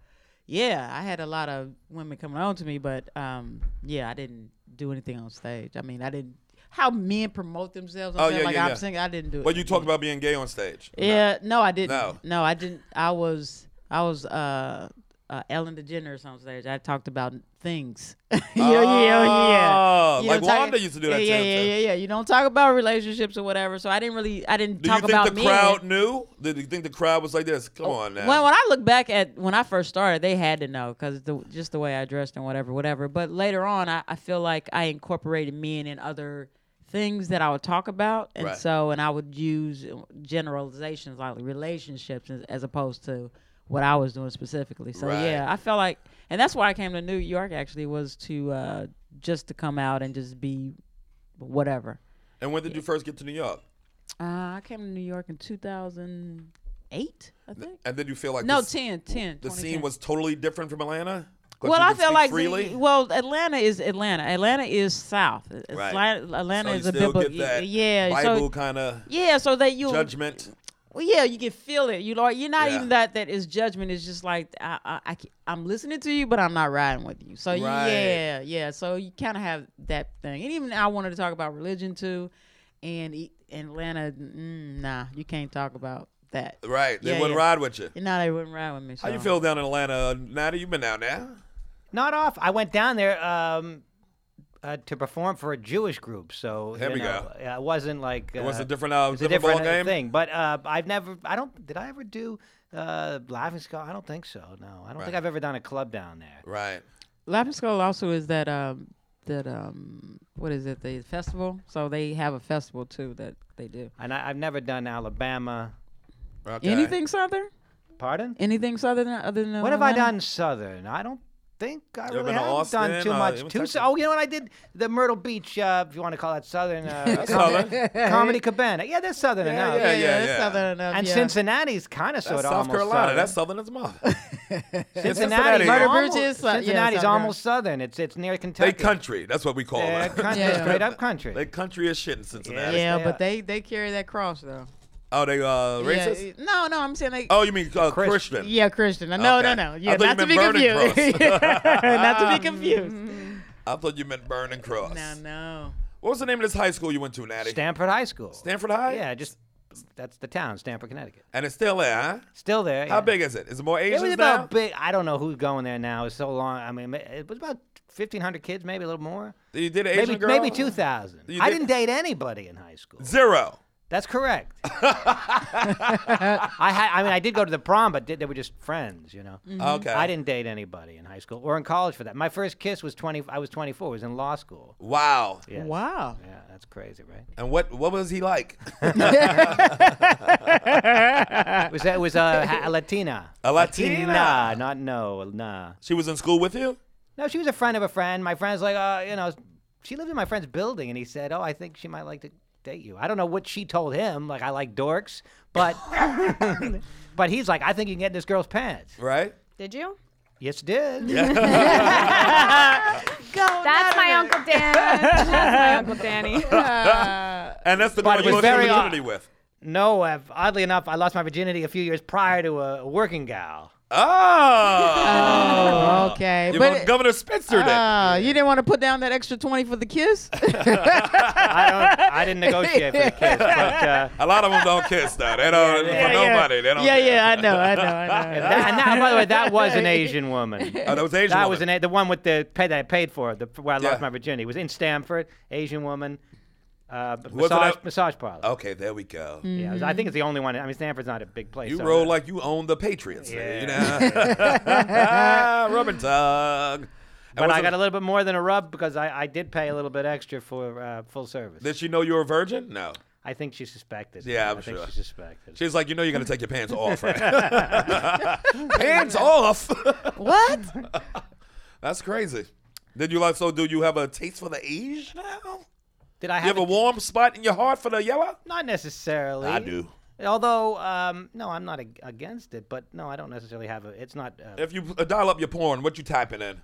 [SPEAKER 8] yeah, I had a lot of women coming on to me, but um, yeah, I didn't do anything on stage. I mean, I didn't. How men promote themselves? On
[SPEAKER 2] Oh,
[SPEAKER 8] stage,
[SPEAKER 2] yeah,
[SPEAKER 8] like
[SPEAKER 2] yeah,
[SPEAKER 8] I'm
[SPEAKER 2] yeah.
[SPEAKER 8] saying, I didn't do it.
[SPEAKER 2] But you talked about being gay on stage.
[SPEAKER 8] Yeah, no, I didn't.
[SPEAKER 2] No.
[SPEAKER 8] No. I didn't. I was, I was, uh, uh, Ellen DeGeneres on stage. I talked about things. (laughs) yeah, yeah, yeah.
[SPEAKER 2] Oh,
[SPEAKER 8] You
[SPEAKER 2] like
[SPEAKER 8] don't talk-
[SPEAKER 2] Wanda used to do that
[SPEAKER 8] Yeah,
[SPEAKER 2] to
[SPEAKER 8] yeah,
[SPEAKER 2] him,
[SPEAKER 8] yeah,
[SPEAKER 2] too.
[SPEAKER 8] yeah, yeah. You don't talk about relationships or whatever. So I didn't really, I didn't
[SPEAKER 2] Do
[SPEAKER 8] talk
[SPEAKER 2] you think
[SPEAKER 8] about
[SPEAKER 2] the
[SPEAKER 8] men.
[SPEAKER 2] crowd knew? Did you think the crowd was like this? Come on now.
[SPEAKER 8] Oh, Well, when I look back at when I first started, they had to know because the, just the way I dressed and whatever, whatever. But later on, I, I feel like I incorporated men and other things that I would talk about, and
[SPEAKER 2] Right.
[SPEAKER 8] so and I would use uh, generalizations like relationships as, as opposed to what I was doing specifically. So
[SPEAKER 2] Right.
[SPEAKER 8] yeah, I felt like, and that's why I came to New York actually was to uh, just to come out and just be whatever.
[SPEAKER 2] and when did you first get to New York?
[SPEAKER 8] Uh, I came to New York in 2008, I think.
[SPEAKER 2] And did you feel like
[SPEAKER 8] No,
[SPEAKER 2] the, s-
[SPEAKER 8] 10, 10.
[SPEAKER 2] the
[SPEAKER 8] 2010.
[SPEAKER 2] scene was totally different from Atlanta? 'Cause
[SPEAKER 8] well,
[SPEAKER 2] you
[SPEAKER 8] I
[SPEAKER 2] can
[SPEAKER 8] feel
[SPEAKER 2] speak
[SPEAKER 8] like
[SPEAKER 2] freely.
[SPEAKER 8] well, Atlanta is Atlanta. Atlanta is South. It's
[SPEAKER 2] Right.
[SPEAKER 8] li- Atlanta
[SPEAKER 2] so you
[SPEAKER 8] is a
[SPEAKER 2] still
[SPEAKER 8] biblical.
[SPEAKER 2] get that
[SPEAKER 8] yeah,
[SPEAKER 2] Bible
[SPEAKER 8] so
[SPEAKER 2] kind of
[SPEAKER 8] yeah, so that you
[SPEAKER 2] judgment.
[SPEAKER 8] Well, yeah, you can feel it. You know, you're not
[SPEAKER 2] Yeah.
[SPEAKER 8] even that. That is judgment. It's just like I, I, I ca- I'm listening to you, but I'm not riding with you. So you-
[SPEAKER 2] Right.
[SPEAKER 8] yeah, yeah. So you kind of have that thing. And even I wanted to talk about religion too, and e- Atlanta. Mm, nah, you can't talk about that.
[SPEAKER 2] Right. They
[SPEAKER 8] Yeah,
[SPEAKER 2] wouldn't
[SPEAKER 8] yeah.
[SPEAKER 2] ride with you.
[SPEAKER 8] You know, they wouldn't ride with me.
[SPEAKER 2] How you
[SPEAKER 8] so.
[SPEAKER 2] feel down in Atlanta? Nada, you been down there.
[SPEAKER 7] Not off. I went down there um, uh, to perform for a Jewish group, so
[SPEAKER 2] There
[SPEAKER 7] you
[SPEAKER 2] we
[SPEAKER 7] know, go. I wasn't like uh,
[SPEAKER 2] It was a different, uh,
[SPEAKER 7] it's
[SPEAKER 2] different,
[SPEAKER 7] a different
[SPEAKER 2] ball
[SPEAKER 7] uh,
[SPEAKER 2] game.
[SPEAKER 7] thing. But uh, I've never. I don't. Did I ever do uh, Laughing Skull? I don't think so. No, I don't
[SPEAKER 2] Right.
[SPEAKER 7] think I've ever done a club down there.
[SPEAKER 2] Right.
[SPEAKER 8] Laughing Skull also is that um that um what is it the festival? So they have a festival too that they do.
[SPEAKER 7] And I, I've never done Alabama.
[SPEAKER 2] Okay.
[SPEAKER 8] Anything southern?
[SPEAKER 7] Pardon?
[SPEAKER 8] Anything southern other than
[SPEAKER 7] What have I
[SPEAKER 8] Atlanta?
[SPEAKER 7] done Southern? I don't think I
[SPEAKER 2] ever
[SPEAKER 7] really
[SPEAKER 2] been to
[SPEAKER 7] have
[SPEAKER 2] Austin
[SPEAKER 7] done too
[SPEAKER 2] or
[SPEAKER 7] much.
[SPEAKER 2] even
[SPEAKER 7] Too
[SPEAKER 2] Texas?
[SPEAKER 7] so, oh, you know what I did? The Myrtle Beach, uh, if you want to call
[SPEAKER 2] (laughs)
[SPEAKER 7] that Southern, uh, com-
[SPEAKER 2] Southern.
[SPEAKER 7] comedy cabana. Yeah, that's Southern enough.
[SPEAKER 2] yeah, yeah,
[SPEAKER 8] that's
[SPEAKER 2] yeah.
[SPEAKER 8] southern enough.
[SPEAKER 7] And
[SPEAKER 8] yeah.
[SPEAKER 7] Cincinnati's kind of sort
[SPEAKER 2] That's
[SPEAKER 7] of
[SPEAKER 2] South
[SPEAKER 7] almost
[SPEAKER 2] Carolina.
[SPEAKER 7] Southern.
[SPEAKER 2] That's southern as mother.
[SPEAKER 8] (laughs)
[SPEAKER 7] Cincinnati.
[SPEAKER 2] Cincinnati.
[SPEAKER 7] Myrtle
[SPEAKER 8] Myrtle
[SPEAKER 7] almost,
[SPEAKER 8] Beach is, uh, yeah,
[SPEAKER 7] Cincinnati's
[SPEAKER 8] South Carolina.
[SPEAKER 7] almost Southern. It's it's near Kentucky.
[SPEAKER 2] they country. That's what we call
[SPEAKER 7] They're
[SPEAKER 2] it. (laughs)
[SPEAKER 7] country,
[SPEAKER 8] Yeah.
[SPEAKER 7] straight up country.
[SPEAKER 2] they country as shit in Cincinnati.
[SPEAKER 8] Yeah,
[SPEAKER 7] Yeah.
[SPEAKER 8] but they they carry that cross though.
[SPEAKER 2] Oh, they uh, racist.
[SPEAKER 8] Yeah. No, no, I'm saying they.
[SPEAKER 2] Oh, you mean uh,
[SPEAKER 7] Christian.
[SPEAKER 2] Christian?
[SPEAKER 8] Yeah, Christian. No, no,
[SPEAKER 2] Okay.
[SPEAKER 8] no,
[SPEAKER 2] I
[SPEAKER 8] no. Yeah,
[SPEAKER 2] thought you
[SPEAKER 8] not to be
[SPEAKER 2] meant burning
[SPEAKER 8] confused. (laughs) not to
[SPEAKER 7] (laughs)
[SPEAKER 8] be confused.
[SPEAKER 2] I thought you meant Burning Cross.
[SPEAKER 8] No, no.
[SPEAKER 2] What was the name of this high school you went to, Natty?
[SPEAKER 7] Stanford High School.
[SPEAKER 2] Stanford High?
[SPEAKER 7] Yeah, just that's the town, Stanford, Connecticut.
[SPEAKER 2] And it's still there, huh?
[SPEAKER 7] Still there.
[SPEAKER 2] How
[SPEAKER 7] yeah.
[SPEAKER 2] big is it? Is it more Asians
[SPEAKER 7] It was
[SPEAKER 2] now?
[SPEAKER 7] about big. I don't know who's going there now. It's so long. I mean, it was about fifteen hundred kids, maybe a little more.
[SPEAKER 2] You did an Asian
[SPEAKER 7] Maybe
[SPEAKER 2] girl?
[SPEAKER 7] maybe two thousand.
[SPEAKER 2] You
[SPEAKER 7] I
[SPEAKER 2] did-
[SPEAKER 7] didn't date anybody in high school.
[SPEAKER 2] Zero. (laughs)
[SPEAKER 7] That's correct. I had. I mean, I did go to the prom, but did, they were just friends, you
[SPEAKER 8] Mm-hmm.
[SPEAKER 7] know.
[SPEAKER 2] Okay.
[SPEAKER 7] Mm-hmm. I didn't date anybody in high school or in college for that. My first kiss was twenty. I was twenty four. Was in law school.
[SPEAKER 2] Wow.
[SPEAKER 7] Yes.
[SPEAKER 8] Wow.
[SPEAKER 7] Yeah, that's crazy, right?
[SPEAKER 2] And what what was he like?
[SPEAKER 7] It was it was a, ha- a Latina.
[SPEAKER 2] A Latina.
[SPEAKER 7] Nah, not no, nah.
[SPEAKER 2] She was in school with you?
[SPEAKER 7] No, she was a friend of a friend. My friend's like, uh, you know, she lived in my friend's building, and he said, oh, I think she might like to date you. I don't know what she told him. Like, I like dorks, but (laughs) but he's like, I think you can get in this girl's pants.
[SPEAKER 2] Right?
[SPEAKER 6] Did you?
[SPEAKER 7] Yes, did.
[SPEAKER 6] That's my Uncle
[SPEAKER 2] (laughs)
[SPEAKER 6] Dan. That's my Uncle Danny.
[SPEAKER 2] And that's the
[SPEAKER 7] But
[SPEAKER 2] girl
[SPEAKER 7] it
[SPEAKER 2] you
[SPEAKER 7] was
[SPEAKER 2] lost your
[SPEAKER 7] very, uh,
[SPEAKER 2] virginity with.
[SPEAKER 7] No, uh, oddly enough, I lost my virginity a few years prior to a working gal.
[SPEAKER 2] Oh.
[SPEAKER 7] (laughs)
[SPEAKER 8] Oh, okay.
[SPEAKER 2] you
[SPEAKER 8] but
[SPEAKER 2] want
[SPEAKER 8] it-
[SPEAKER 2] Governor Spitzer then.
[SPEAKER 7] Ah.
[SPEAKER 8] uh, you didn't want to put down that extra twenty for
[SPEAKER 2] (laughs)
[SPEAKER 8] the kiss. (laughs)
[SPEAKER 7] I, don't, I didn't negotiate for the kiss, but uh,
[SPEAKER 2] A lot of them don't kiss though. They don't for nobody. They don't
[SPEAKER 8] yeah,
[SPEAKER 2] care.
[SPEAKER 8] yeah. I know, I
[SPEAKER 2] (laughs)
[SPEAKER 8] know, I know.
[SPEAKER 7] that, and that, by the way, that was an Asian woman.
[SPEAKER 2] Oh, that was (laughs) Asian
[SPEAKER 7] That
[SPEAKER 2] woman.
[SPEAKER 7] was an, A- the one with the pay that I paid for the where I
[SPEAKER 2] Yeah.
[SPEAKER 7] lost my virginity. It was in Stanford, Asian woman, uh, b-
[SPEAKER 2] Was it
[SPEAKER 7] massage
[SPEAKER 2] a- Oh.
[SPEAKER 7] massage parlor.
[SPEAKER 2] Okay, there we go.
[SPEAKER 7] Yeah, it was- I think it's the only one. I mean, Stanford's not a big place.
[SPEAKER 2] You
[SPEAKER 7] Mm. so-
[SPEAKER 2] roll like you own the Patriots. Yeah. You know? (laughs) Rubber tug.
[SPEAKER 7] But I got a little bit more than a rub because I, I did pay a little bit extra for uh, full service.
[SPEAKER 2] Did she know you were a virgin? No.
[SPEAKER 7] I think she suspected. it.
[SPEAKER 2] Yeah, I'm
[SPEAKER 7] I think
[SPEAKER 2] sure.
[SPEAKER 7] she suspected. it.
[SPEAKER 2] She's like, you know, you're gonna take your (laughs) pants off, right? pants off. (laughs)
[SPEAKER 8] What?
[SPEAKER 2] That's crazy. Did you like? So, do you have a taste for the age now?
[SPEAKER 7] Did I
[SPEAKER 2] You
[SPEAKER 7] have,
[SPEAKER 2] have a
[SPEAKER 7] a-
[SPEAKER 2] warm spot in your heart for the yellow?
[SPEAKER 7] Not necessarily. Although, um, no, I'm not ag- against it, but no, I don't necessarily have a. It's not uh,
[SPEAKER 2] If you uh, dial up your porn, what you typing in?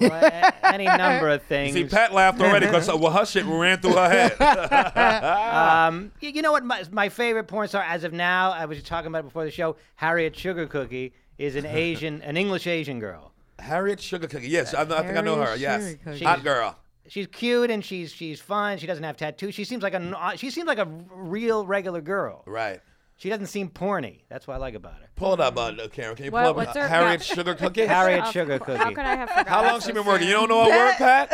[SPEAKER 7] well, a-
[SPEAKER 2] (laughs)
[SPEAKER 7] any number of things.
[SPEAKER 2] See, Pat laughed already because well, her shit ran through her (laughs) head.
[SPEAKER 7] Um, y- you know what? My, my favorite porn star as of now, I was just talking about it before the show. Harriet Sugar Cookie
[SPEAKER 2] (laughs)
[SPEAKER 7] is an Asian, an English Asian girl.
[SPEAKER 2] Harriet Sugarcookie. Yes, I, know- I think I know her.
[SPEAKER 8] Harriet
[SPEAKER 2] Yes,
[SPEAKER 8] Sugarcookie.
[SPEAKER 2] hot girl.
[SPEAKER 7] She's cute and she's she's fun. She doesn't have tattoos. She seems like a n- uh, she seems like a r- real regular girl.
[SPEAKER 2] Right.
[SPEAKER 7] She doesn't seem porny. That's what I like about her.
[SPEAKER 2] Pull it up, uh, Karen. Can you pull
[SPEAKER 6] What-
[SPEAKER 2] up
[SPEAKER 6] what's
[SPEAKER 2] uh,
[SPEAKER 6] her- (laughs)
[SPEAKER 2] Harriet
[SPEAKER 6] yeah.
[SPEAKER 2] Sugarcookie?
[SPEAKER 7] Harriet
[SPEAKER 6] Of
[SPEAKER 7] Sugar
[SPEAKER 6] cour-
[SPEAKER 7] Cookie.
[SPEAKER 6] How could I have forgotten?
[SPEAKER 2] How long
[SPEAKER 6] That's
[SPEAKER 2] she
[SPEAKER 6] so
[SPEAKER 2] been working? You
[SPEAKER 6] sad.
[SPEAKER 2] don't know her work, Pat?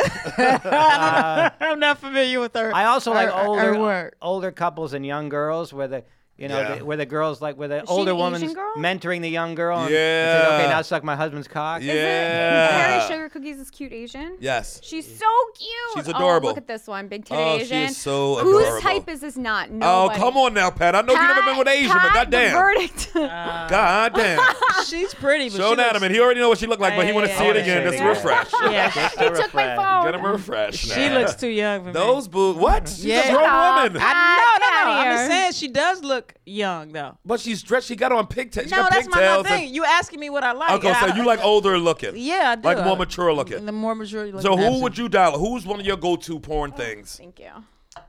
[SPEAKER 2] (laughs)
[SPEAKER 8] I'm not familiar with (laughs) her.
[SPEAKER 7] I also like
[SPEAKER 8] her- her
[SPEAKER 7] older
[SPEAKER 8] work.
[SPEAKER 7] older couples and young girls where the you know
[SPEAKER 2] Yeah.
[SPEAKER 7] the, where the girls like where the
[SPEAKER 6] she
[SPEAKER 7] older
[SPEAKER 6] an Asian
[SPEAKER 7] woman's
[SPEAKER 6] girl?
[SPEAKER 7] mentoring the young girl. And and says,
[SPEAKER 2] Yeah.
[SPEAKER 7] okay, now suck my husband's cock.
[SPEAKER 6] Is it-
[SPEAKER 2] Yeah.
[SPEAKER 6] Harriet Sugar Cookies is cute Asian.
[SPEAKER 2] Yes.
[SPEAKER 6] She's so cute.
[SPEAKER 2] She's
[SPEAKER 6] Oh,
[SPEAKER 2] adorable.
[SPEAKER 6] look at this one, big titty
[SPEAKER 2] Oh, she is
[SPEAKER 6] Asian.
[SPEAKER 2] so adorable.
[SPEAKER 6] Whose type is this not?
[SPEAKER 2] Oh,
[SPEAKER 6] Nobody.
[SPEAKER 2] come on now, Pat. I know you never been with Asian, but
[SPEAKER 6] Pat, The
[SPEAKER 2] goddamn,
[SPEAKER 6] verdict. (laughs)
[SPEAKER 8] (laughs)
[SPEAKER 2] goddamn.
[SPEAKER 8] She's pretty, but
[SPEAKER 2] Show
[SPEAKER 8] she looks-
[SPEAKER 2] Adam, and he already know what she looked like, but he want to
[SPEAKER 8] Yeah,
[SPEAKER 2] see
[SPEAKER 8] yeah,
[SPEAKER 2] it
[SPEAKER 8] yeah,
[SPEAKER 2] again.
[SPEAKER 7] yeah,
[SPEAKER 2] Let's
[SPEAKER 7] yeah.
[SPEAKER 2] refresh. (laughs)
[SPEAKER 8] Yeah, she-
[SPEAKER 6] he took my phone.
[SPEAKER 2] Get him refresh.
[SPEAKER 8] She
[SPEAKER 2] now.
[SPEAKER 8] looks too young for me.
[SPEAKER 2] (laughs) Those boo. What? She's
[SPEAKER 8] Yeah.
[SPEAKER 2] a grown woman.
[SPEAKER 8] No, no,
[SPEAKER 6] Ah, Get
[SPEAKER 8] no.
[SPEAKER 6] outta
[SPEAKER 8] I'm
[SPEAKER 6] here.
[SPEAKER 8] just saying she does look look young though.
[SPEAKER 2] But she's dressed. She got on pigtails. she
[SPEAKER 8] no,
[SPEAKER 2] got
[SPEAKER 8] that's my my
[SPEAKER 2] pigtails and-
[SPEAKER 8] thing. You asking me what I like.
[SPEAKER 2] Okay,
[SPEAKER 8] I-
[SPEAKER 2] so you like older looking?
[SPEAKER 8] Yeah, I do. Mm,
[SPEAKER 2] Like more mature looking.
[SPEAKER 8] the more mature. you look,
[SPEAKER 2] So who
[SPEAKER 8] absolutely.
[SPEAKER 2] would you dial? Who's one of your go-to porn things?
[SPEAKER 6] Thank you.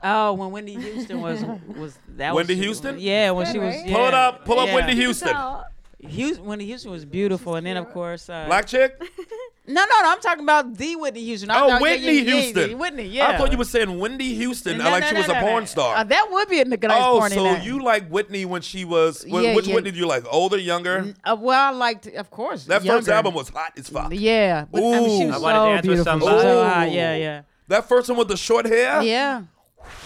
[SPEAKER 8] Oh, when Wendy Houston was was that
[SPEAKER 2] Wendy
[SPEAKER 8] was,
[SPEAKER 2] Houston?
[SPEAKER 8] Yeah, when she was yeah.
[SPEAKER 2] Pull it up. Pull up
[SPEAKER 8] yeah.
[SPEAKER 2] Wendy Houston.
[SPEAKER 6] So,
[SPEAKER 8] Houston. Wendy Houston was beautiful, and then of course, uh,
[SPEAKER 2] Black
[SPEAKER 8] (laughs)
[SPEAKER 2] chick?
[SPEAKER 8] no, no, no, I'm talking about the Whitney Houston. I'm
[SPEAKER 2] Oh,
[SPEAKER 8] talking- yeah,
[SPEAKER 2] Whitney
[SPEAKER 8] yeah, yeah, yeah,
[SPEAKER 2] Houston.
[SPEAKER 8] Whitney, yeah.
[SPEAKER 2] I thought you were saying Wendy Houston,
[SPEAKER 8] No,
[SPEAKER 2] like
[SPEAKER 8] no,
[SPEAKER 2] she
[SPEAKER 8] no,
[SPEAKER 2] was
[SPEAKER 8] no,
[SPEAKER 2] a
[SPEAKER 8] no.
[SPEAKER 2] porn star.
[SPEAKER 8] Uh, that would be a nigga nice
[SPEAKER 2] oh,
[SPEAKER 8] porny
[SPEAKER 2] so
[SPEAKER 8] name.
[SPEAKER 2] you like Whitney when she was? wh-
[SPEAKER 8] Yeah,
[SPEAKER 2] which
[SPEAKER 8] yeah.
[SPEAKER 2] Whitney do you like? Older, younger?
[SPEAKER 8] Uh, well, I liked, of course.
[SPEAKER 2] That first
[SPEAKER 8] younger.
[SPEAKER 2] album was hot as fuck.
[SPEAKER 8] Yeah, but I mean, she
[SPEAKER 2] Ooh.
[SPEAKER 8] was
[SPEAKER 2] I
[SPEAKER 7] Wanna
[SPEAKER 8] so
[SPEAKER 7] Dance with
[SPEAKER 8] beautiful.
[SPEAKER 7] Somebody.
[SPEAKER 8] So hot,
[SPEAKER 2] Ooh.
[SPEAKER 8] Ah, yeah, yeah,
[SPEAKER 2] That first one with the short hair.
[SPEAKER 8] yeah.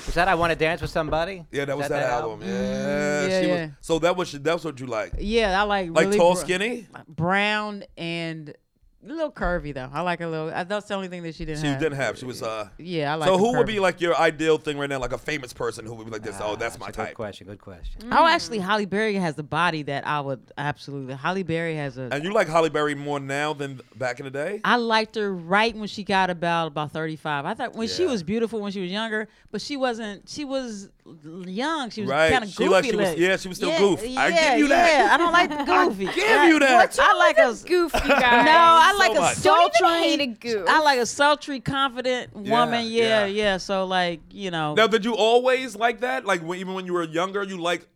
[SPEAKER 7] Is that I Want to Dance with Somebody?
[SPEAKER 2] Yeah, that
[SPEAKER 7] Is
[SPEAKER 2] was that, album. Yeah,
[SPEAKER 8] Mm, yeah,
[SPEAKER 2] she
[SPEAKER 8] yeah.
[SPEAKER 2] was. So that was that's what you like?
[SPEAKER 8] Yeah, I like
[SPEAKER 2] Like
[SPEAKER 8] really
[SPEAKER 2] tall,
[SPEAKER 8] br-
[SPEAKER 2] skinny?
[SPEAKER 8] brown, and a little curvy though. I like a little. I, that's the only thing that she didn't.
[SPEAKER 2] She
[SPEAKER 8] have.
[SPEAKER 2] didn't have. She was. uh
[SPEAKER 8] Yeah, I like.
[SPEAKER 2] So
[SPEAKER 8] the
[SPEAKER 2] who would
[SPEAKER 8] curvy.
[SPEAKER 2] be like your ideal thing right now? Like a famous person who would be like this? oh, that's my
[SPEAKER 7] Good
[SPEAKER 2] type.
[SPEAKER 7] question. Good
[SPEAKER 6] Mm,
[SPEAKER 7] question.
[SPEAKER 8] Oh, actually, Holly Berry has the body that I would absolutely. Holly Berry has a.
[SPEAKER 2] And you like Holly Berry more now than back in the day?
[SPEAKER 8] I liked her right when she got about about 35. I thought when she was beautiful when she was younger, but she wasn't. She was l- young. She was
[SPEAKER 2] Right.
[SPEAKER 8] kind of
[SPEAKER 2] She
[SPEAKER 8] goofy.
[SPEAKER 2] like- she was-
[SPEAKER 8] look.
[SPEAKER 2] yeah, she was still goof. I
[SPEAKER 8] yeah,
[SPEAKER 2] give you that.
[SPEAKER 8] Yeah, I don't
[SPEAKER 2] (laughs)
[SPEAKER 8] like the goofy. I
[SPEAKER 2] Give you that.
[SPEAKER 8] I like a s-
[SPEAKER 6] goof, (laughs) you
[SPEAKER 8] No,
[SPEAKER 6] guys.
[SPEAKER 8] I like a
[SPEAKER 2] much.
[SPEAKER 8] sultry.
[SPEAKER 6] Don't even hate a goof.
[SPEAKER 8] I like a sultry, confident woman.
[SPEAKER 2] yeah.
[SPEAKER 8] Yeah, yeah. So like, you know,
[SPEAKER 2] Now, did you always like that? Like when, even when you were younger, you like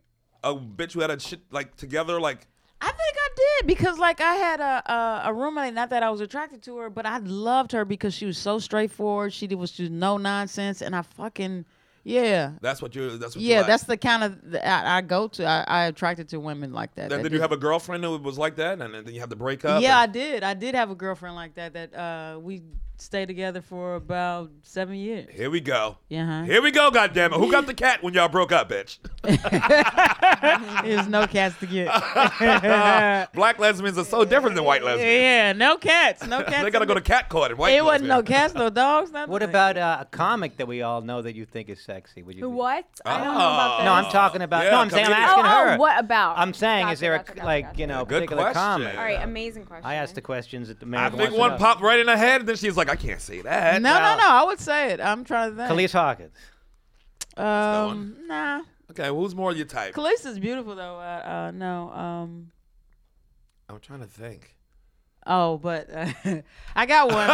[SPEAKER 2] a bitch who had a shit like together. Like
[SPEAKER 8] I think I did because like I had a, a a roommate. Not that I was attracted to her, but I loved her because she was so straightforward. She did was just no nonsense, and I fucking yeah.
[SPEAKER 2] that's what you. That's what you
[SPEAKER 8] Yeah,
[SPEAKER 2] like.
[SPEAKER 8] that's the kind of th- I, I go to. I, I attracted to women like that.
[SPEAKER 2] Now,
[SPEAKER 8] that
[SPEAKER 2] did
[SPEAKER 8] do-
[SPEAKER 2] you have a girlfriend who was like that, and then you have to break up?
[SPEAKER 8] Yeah, I
[SPEAKER 2] and-
[SPEAKER 8] did. I did have a girlfriend like that. That uh, we stayed together for about seven years.
[SPEAKER 2] Here we go.
[SPEAKER 8] Yeah, huh?
[SPEAKER 2] Here we go. Goddamn it! Who got the cat when y'all broke up, bitch?
[SPEAKER 8] There's no cats to
[SPEAKER 2] (laughs)
[SPEAKER 8] get. Uh,
[SPEAKER 2] Black lesbians are so different than white lesbians.
[SPEAKER 8] yeah, no cats, no cats.
[SPEAKER 2] (laughs) They gotta go to cat court and white.
[SPEAKER 8] It wasn't no
[SPEAKER 2] lesbians.
[SPEAKER 8] cats, no dogs. Nothing.
[SPEAKER 7] What about uh, a comic that we all know that you think is sexy? Would you? be-
[SPEAKER 6] What? I Oh. don't know about that.
[SPEAKER 7] No, I'm talking about.
[SPEAKER 2] Oh. Yeah,
[SPEAKER 7] no, I'm saying I'm
[SPEAKER 2] comedian.
[SPEAKER 7] asking
[SPEAKER 6] oh,
[SPEAKER 7] her.
[SPEAKER 6] oh, what about?
[SPEAKER 7] I'm saying, is
[SPEAKER 6] Gotcha,
[SPEAKER 7] there a
[SPEAKER 6] gotcha,
[SPEAKER 7] c-
[SPEAKER 6] gotcha,
[SPEAKER 7] like
[SPEAKER 6] gotcha.
[SPEAKER 7] you know
[SPEAKER 2] Good
[SPEAKER 7] particular
[SPEAKER 2] question.
[SPEAKER 7] comic?
[SPEAKER 2] All
[SPEAKER 6] All right, amazing question.
[SPEAKER 7] I asked the questions that the man.
[SPEAKER 2] I
[SPEAKER 7] wants
[SPEAKER 2] think
[SPEAKER 7] to
[SPEAKER 2] one
[SPEAKER 7] know.
[SPEAKER 2] popped right in her head, and then she's like, "I can't say that."
[SPEAKER 8] No, no, no. I would say it. I'm trying to think.
[SPEAKER 7] Khalees Hawkins.
[SPEAKER 8] Um, nah.
[SPEAKER 2] Okay, who's more your type?
[SPEAKER 8] Khalees is beautiful though. Uh, uh no. Um.
[SPEAKER 2] I'm trying to
[SPEAKER 8] (laughs)
[SPEAKER 2] think.
[SPEAKER 8] Oh, but (laughs) uh, I got one. but-
[SPEAKER 2] (laughs)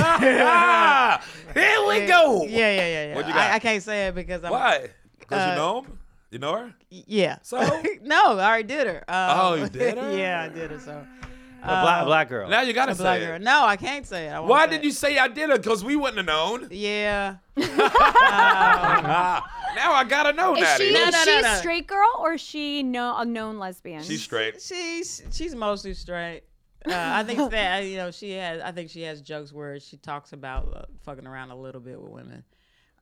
[SPEAKER 2] ah, here we
[SPEAKER 8] (laughs)
[SPEAKER 2] go.
[SPEAKER 8] yeah, yeah, yeah, yeah.
[SPEAKER 2] What you got?
[SPEAKER 8] I, I can't say it because I'm.
[SPEAKER 2] Why? Because you
[SPEAKER 8] Uh,
[SPEAKER 2] know him? You know her?
[SPEAKER 8] Yeah.
[SPEAKER 2] So?
[SPEAKER 8] (laughs) no, I already did her. Um,
[SPEAKER 2] Oh,
[SPEAKER 8] (laughs)
[SPEAKER 2] you did her?
[SPEAKER 8] yeah, I did her. So.
[SPEAKER 7] A
[SPEAKER 6] Oh.
[SPEAKER 7] black, black girl.
[SPEAKER 2] Now you gotta
[SPEAKER 8] A black
[SPEAKER 2] say
[SPEAKER 8] girl.
[SPEAKER 2] it.
[SPEAKER 8] No, I can't say it. I won't
[SPEAKER 2] Why
[SPEAKER 8] say
[SPEAKER 2] did
[SPEAKER 8] it.
[SPEAKER 2] you say I did it? Because we wouldn't have known. (laughs)
[SPEAKER 8] Yeah. Uh,
[SPEAKER 2] Ah, now I gotta know,
[SPEAKER 6] Is
[SPEAKER 2] Natty.
[SPEAKER 6] she,
[SPEAKER 8] No, no,
[SPEAKER 6] is she
[SPEAKER 8] no,
[SPEAKER 6] a
[SPEAKER 8] no.
[SPEAKER 6] straight girl or is she no, a known lesbian?
[SPEAKER 2] She's straight.
[SPEAKER 8] She's she's mostly straight. Uh, I think it's that you know she has. I think she has jokes where she talks about uh, fucking around a little bit with women.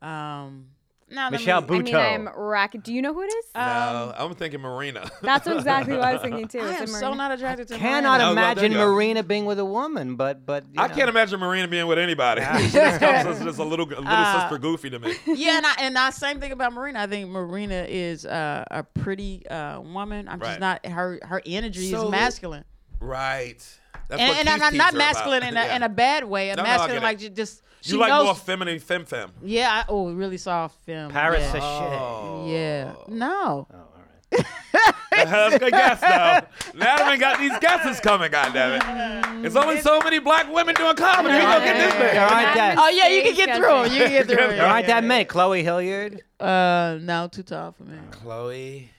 [SPEAKER 8] Um, no,
[SPEAKER 7] Michelle
[SPEAKER 8] I mean,
[SPEAKER 6] I
[SPEAKER 7] Buteau.
[SPEAKER 6] mean, I'm rack. Do you know who it is?
[SPEAKER 8] Um,
[SPEAKER 2] No, I'm thinking Marina. (laughs)
[SPEAKER 6] That's exactly what I was thinking too.
[SPEAKER 8] I
[SPEAKER 6] It's
[SPEAKER 8] am
[SPEAKER 6] a
[SPEAKER 8] so
[SPEAKER 6] Marina.
[SPEAKER 8] not attracted to.
[SPEAKER 7] Cannot
[SPEAKER 2] No, no, there
[SPEAKER 7] imagine
[SPEAKER 2] you go.
[SPEAKER 7] Marina being with a woman, but but you
[SPEAKER 2] I
[SPEAKER 7] know.
[SPEAKER 2] can't imagine Marina being with anybody. (laughs) she just comes as just a little, a little
[SPEAKER 8] Uh,
[SPEAKER 2] sister goofy to me.
[SPEAKER 8] (laughs) yeah, and I, and I same thing about Marina. I think Marina is uh, a pretty uh, woman. I'm
[SPEAKER 2] Right.
[SPEAKER 8] just not her. Her energy
[SPEAKER 2] So-
[SPEAKER 8] is masculine,
[SPEAKER 2] Right. That's
[SPEAKER 8] and,
[SPEAKER 2] what
[SPEAKER 8] and
[SPEAKER 2] Keith
[SPEAKER 8] I'm not,
[SPEAKER 2] Keats
[SPEAKER 8] not
[SPEAKER 2] are
[SPEAKER 8] masculine
[SPEAKER 2] about.
[SPEAKER 8] in a
[SPEAKER 2] Yeah.
[SPEAKER 8] in a bad way. A
[SPEAKER 2] No, no, I get
[SPEAKER 8] masculine
[SPEAKER 2] it.
[SPEAKER 8] like ju- just she
[SPEAKER 2] You like
[SPEAKER 8] knows.
[SPEAKER 2] more feminine fem fem.
[SPEAKER 8] yeah. I, oh, really saw film.
[SPEAKER 7] Paris
[SPEAKER 8] Yeah.
[SPEAKER 7] Sachet.
[SPEAKER 2] Oh.
[SPEAKER 8] Yeah. No.
[SPEAKER 2] That's a good guess though. Now we got these guesses coming, goddammit.
[SPEAKER 8] Mm,
[SPEAKER 2] There's only so many black women doing comedy. We gonna get this
[SPEAKER 7] There
[SPEAKER 2] man.
[SPEAKER 7] aren't that
[SPEAKER 8] Oh yeah, you can get through 'em. You can get through 'em.
[SPEAKER 7] there aren't that many. Chloe Hilliard.
[SPEAKER 8] Uh, no, too tall for me.
[SPEAKER 2] Chloe.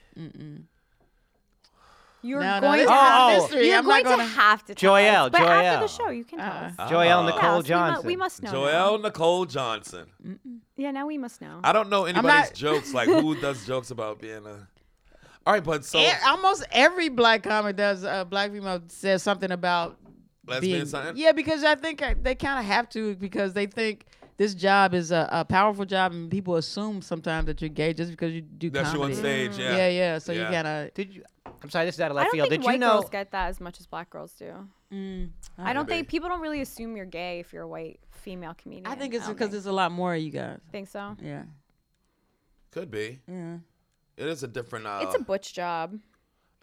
[SPEAKER 6] You're
[SPEAKER 8] No, no,
[SPEAKER 6] going
[SPEAKER 8] this
[SPEAKER 6] to
[SPEAKER 8] is
[SPEAKER 7] not
[SPEAKER 6] have,
[SPEAKER 8] mystery.
[SPEAKER 6] You're
[SPEAKER 8] I'm not
[SPEAKER 6] going
[SPEAKER 8] gonna-
[SPEAKER 6] to have to tell Uh-huh.
[SPEAKER 7] Joelle,
[SPEAKER 6] us. But after the
[SPEAKER 7] Joelle.
[SPEAKER 6] show, you can tell us.
[SPEAKER 2] Ah.
[SPEAKER 7] Joelle
[SPEAKER 6] Yes,
[SPEAKER 7] Nicole
[SPEAKER 6] we mu-
[SPEAKER 7] Johnson.
[SPEAKER 6] We must know. now.
[SPEAKER 2] Joelle Nicole Johnson.
[SPEAKER 6] Yeah, now we must know.
[SPEAKER 2] I don't know anybody's
[SPEAKER 8] not-
[SPEAKER 2] jokes. Like who does jokes about being a. All right, but so
[SPEAKER 8] E- almost every black comic does. Uh, black female says something about
[SPEAKER 2] lesbian
[SPEAKER 8] being.
[SPEAKER 2] something.
[SPEAKER 8] Yeah, because I think uh, they kind of have to because they think this job is a, a powerful job and people assume sometimes that you're gay just because you do
[SPEAKER 2] That you
[SPEAKER 8] comedy.
[SPEAKER 2] on stage. Yeah.
[SPEAKER 8] Yeah, yeah. So you
[SPEAKER 2] Yeah.
[SPEAKER 8] kind of.
[SPEAKER 7] Did you? I'm sorry, this is out of
[SPEAKER 6] I
[SPEAKER 7] left
[SPEAKER 6] don't
[SPEAKER 7] field.
[SPEAKER 6] think
[SPEAKER 7] Did
[SPEAKER 6] white
[SPEAKER 7] you know?
[SPEAKER 6] girls get that as much as black girls do.
[SPEAKER 2] Mm,
[SPEAKER 6] I don't think people don't really assume you're gay if you're a white female comedian.
[SPEAKER 8] I think it's
[SPEAKER 6] don't
[SPEAKER 8] because there's a lot more of you guys.
[SPEAKER 6] think so.
[SPEAKER 8] Yeah.
[SPEAKER 2] Could be. Yeah. It is a different. Uh,
[SPEAKER 6] It's a butch job.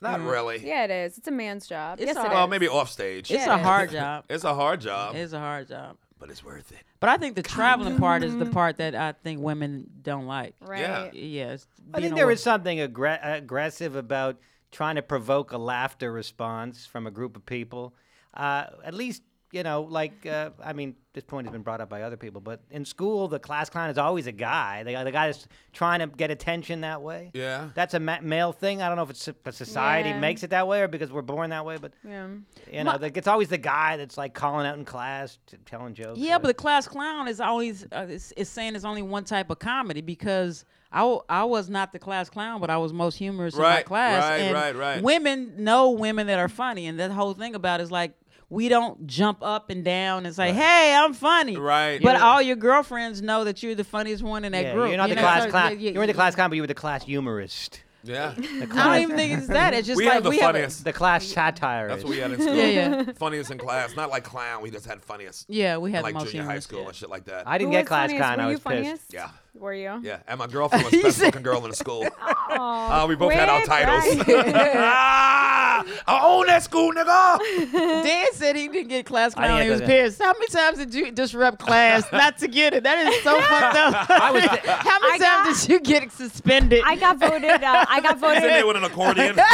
[SPEAKER 2] not
[SPEAKER 8] Mm.
[SPEAKER 2] really.
[SPEAKER 6] Yeah, it is. It's a man's job.
[SPEAKER 8] It's
[SPEAKER 6] yes,
[SPEAKER 8] all-
[SPEAKER 6] it
[SPEAKER 2] Well,
[SPEAKER 6] is.
[SPEAKER 2] maybe off stage.
[SPEAKER 8] It's a hard job.
[SPEAKER 2] It's a hard job.
[SPEAKER 8] It's a hard job.
[SPEAKER 2] but it's worth it.
[SPEAKER 8] But I think the traveling part is the part that I think women don't like.
[SPEAKER 6] Right.
[SPEAKER 2] Yeah.
[SPEAKER 8] Yes.
[SPEAKER 7] I think there is something aggra- aggressive about trying to provoke a laughter response from a group of people. Uh, at least, you know, like, uh, I mean, this point has been brought up by other people, but in school, the class clown is always a guy. The, guy- the guy is trying to get attention that way.
[SPEAKER 2] Yeah.
[SPEAKER 7] That's a ma- male thing. I don't know if it's so- if society
[SPEAKER 6] Yeah.
[SPEAKER 7] makes it that way or because we're born that way, but,
[SPEAKER 6] Yeah.
[SPEAKER 7] you know, like, it's always the guy that's like calling out in class, t- telling jokes.
[SPEAKER 8] Yeah,
[SPEAKER 7] or-
[SPEAKER 8] but the class clown is always uh, is, is saying it's only one type of comedy because I, w- I was not the class clown, but I was most humorous in my
[SPEAKER 2] Right,
[SPEAKER 8] class.
[SPEAKER 2] right,
[SPEAKER 8] and
[SPEAKER 2] right, right.
[SPEAKER 8] Women know women that are funny, and that whole thing about is like we don't jump up and down and say, "Hey, I'm funny."
[SPEAKER 2] Right.
[SPEAKER 8] But
[SPEAKER 2] Yeah.
[SPEAKER 8] all your girlfriends know that you're the funniest one in that
[SPEAKER 7] Yeah,
[SPEAKER 8] group.
[SPEAKER 7] you're not
[SPEAKER 8] You
[SPEAKER 7] the
[SPEAKER 8] know,
[SPEAKER 7] class
[SPEAKER 8] so-
[SPEAKER 7] clown.
[SPEAKER 8] yeah, yeah,
[SPEAKER 7] you were the class clown, but you were the class humorist.
[SPEAKER 2] Yeah.
[SPEAKER 8] I don't even think it's that.
[SPEAKER 2] (laughs)
[SPEAKER 8] It's just
[SPEAKER 2] we
[SPEAKER 8] like
[SPEAKER 2] have the
[SPEAKER 8] we
[SPEAKER 2] funniest.
[SPEAKER 7] The class satirist.
[SPEAKER 2] That's what we had in school.
[SPEAKER 8] Yeah,
[SPEAKER 2] Funniest in class. Not like clown. We just had funniest.
[SPEAKER 8] Yeah, we had the
[SPEAKER 2] like
[SPEAKER 8] most
[SPEAKER 2] junior high
[SPEAKER 8] humorous,
[SPEAKER 2] school
[SPEAKER 8] yeah.
[SPEAKER 2] and shit like that.
[SPEAKER 7] I didn't
[SPEAKER 6] Who
[SPEAKER 7] get
[SPEAKER 6] was
[SPEAKER 7] class
[SPEAKER 6] funniest?
[SPEAKER 7] con.
[SPEAKER 6] Were
[SPEAKER 7] I
[SPEAKER 6] you
[SPEAKER 7] was pissed.
[SPEAKER 6] funniest?
[SPEAKER 2] Yeah.
[SPEAKER 6] Were you?
[SPEAKER 2] Yeah. And my girlfriend was the best looking girl in the school. Uh, we both had our
[SPEAKER 6] quit
[SPEAKER 2] titles.
[SPEAKER 6] (laughs) bragging.
[SPEAKER 2] (laughs) ah, I own that school, nigga.
[SPEAKER 8] have a, Dan said he didn't get class
[SPEAKER 7] I didn't
[SPEAKER 8] clown.
[SPEAKER 7] get
[SPEAKER 8] He was
[SPEAKER 7] class clown.
[SPEAKER 8] pissed. How many times did you disrupt
[SPEAKER 7] (laughs)
[SPEAKER 8] class not to get it? That is so fucked up. (laughs) How many
[SPEAKER 6] I got-
[SPEAKER 8] times did you get suspended?
[SPEAKER 6] I got voted. Uh, I got
[SPEAKER 2] Sitting there
[SPEAKER 6] voted.
[SPEAKER 2] with an accordion.
[SPEAKER 7] I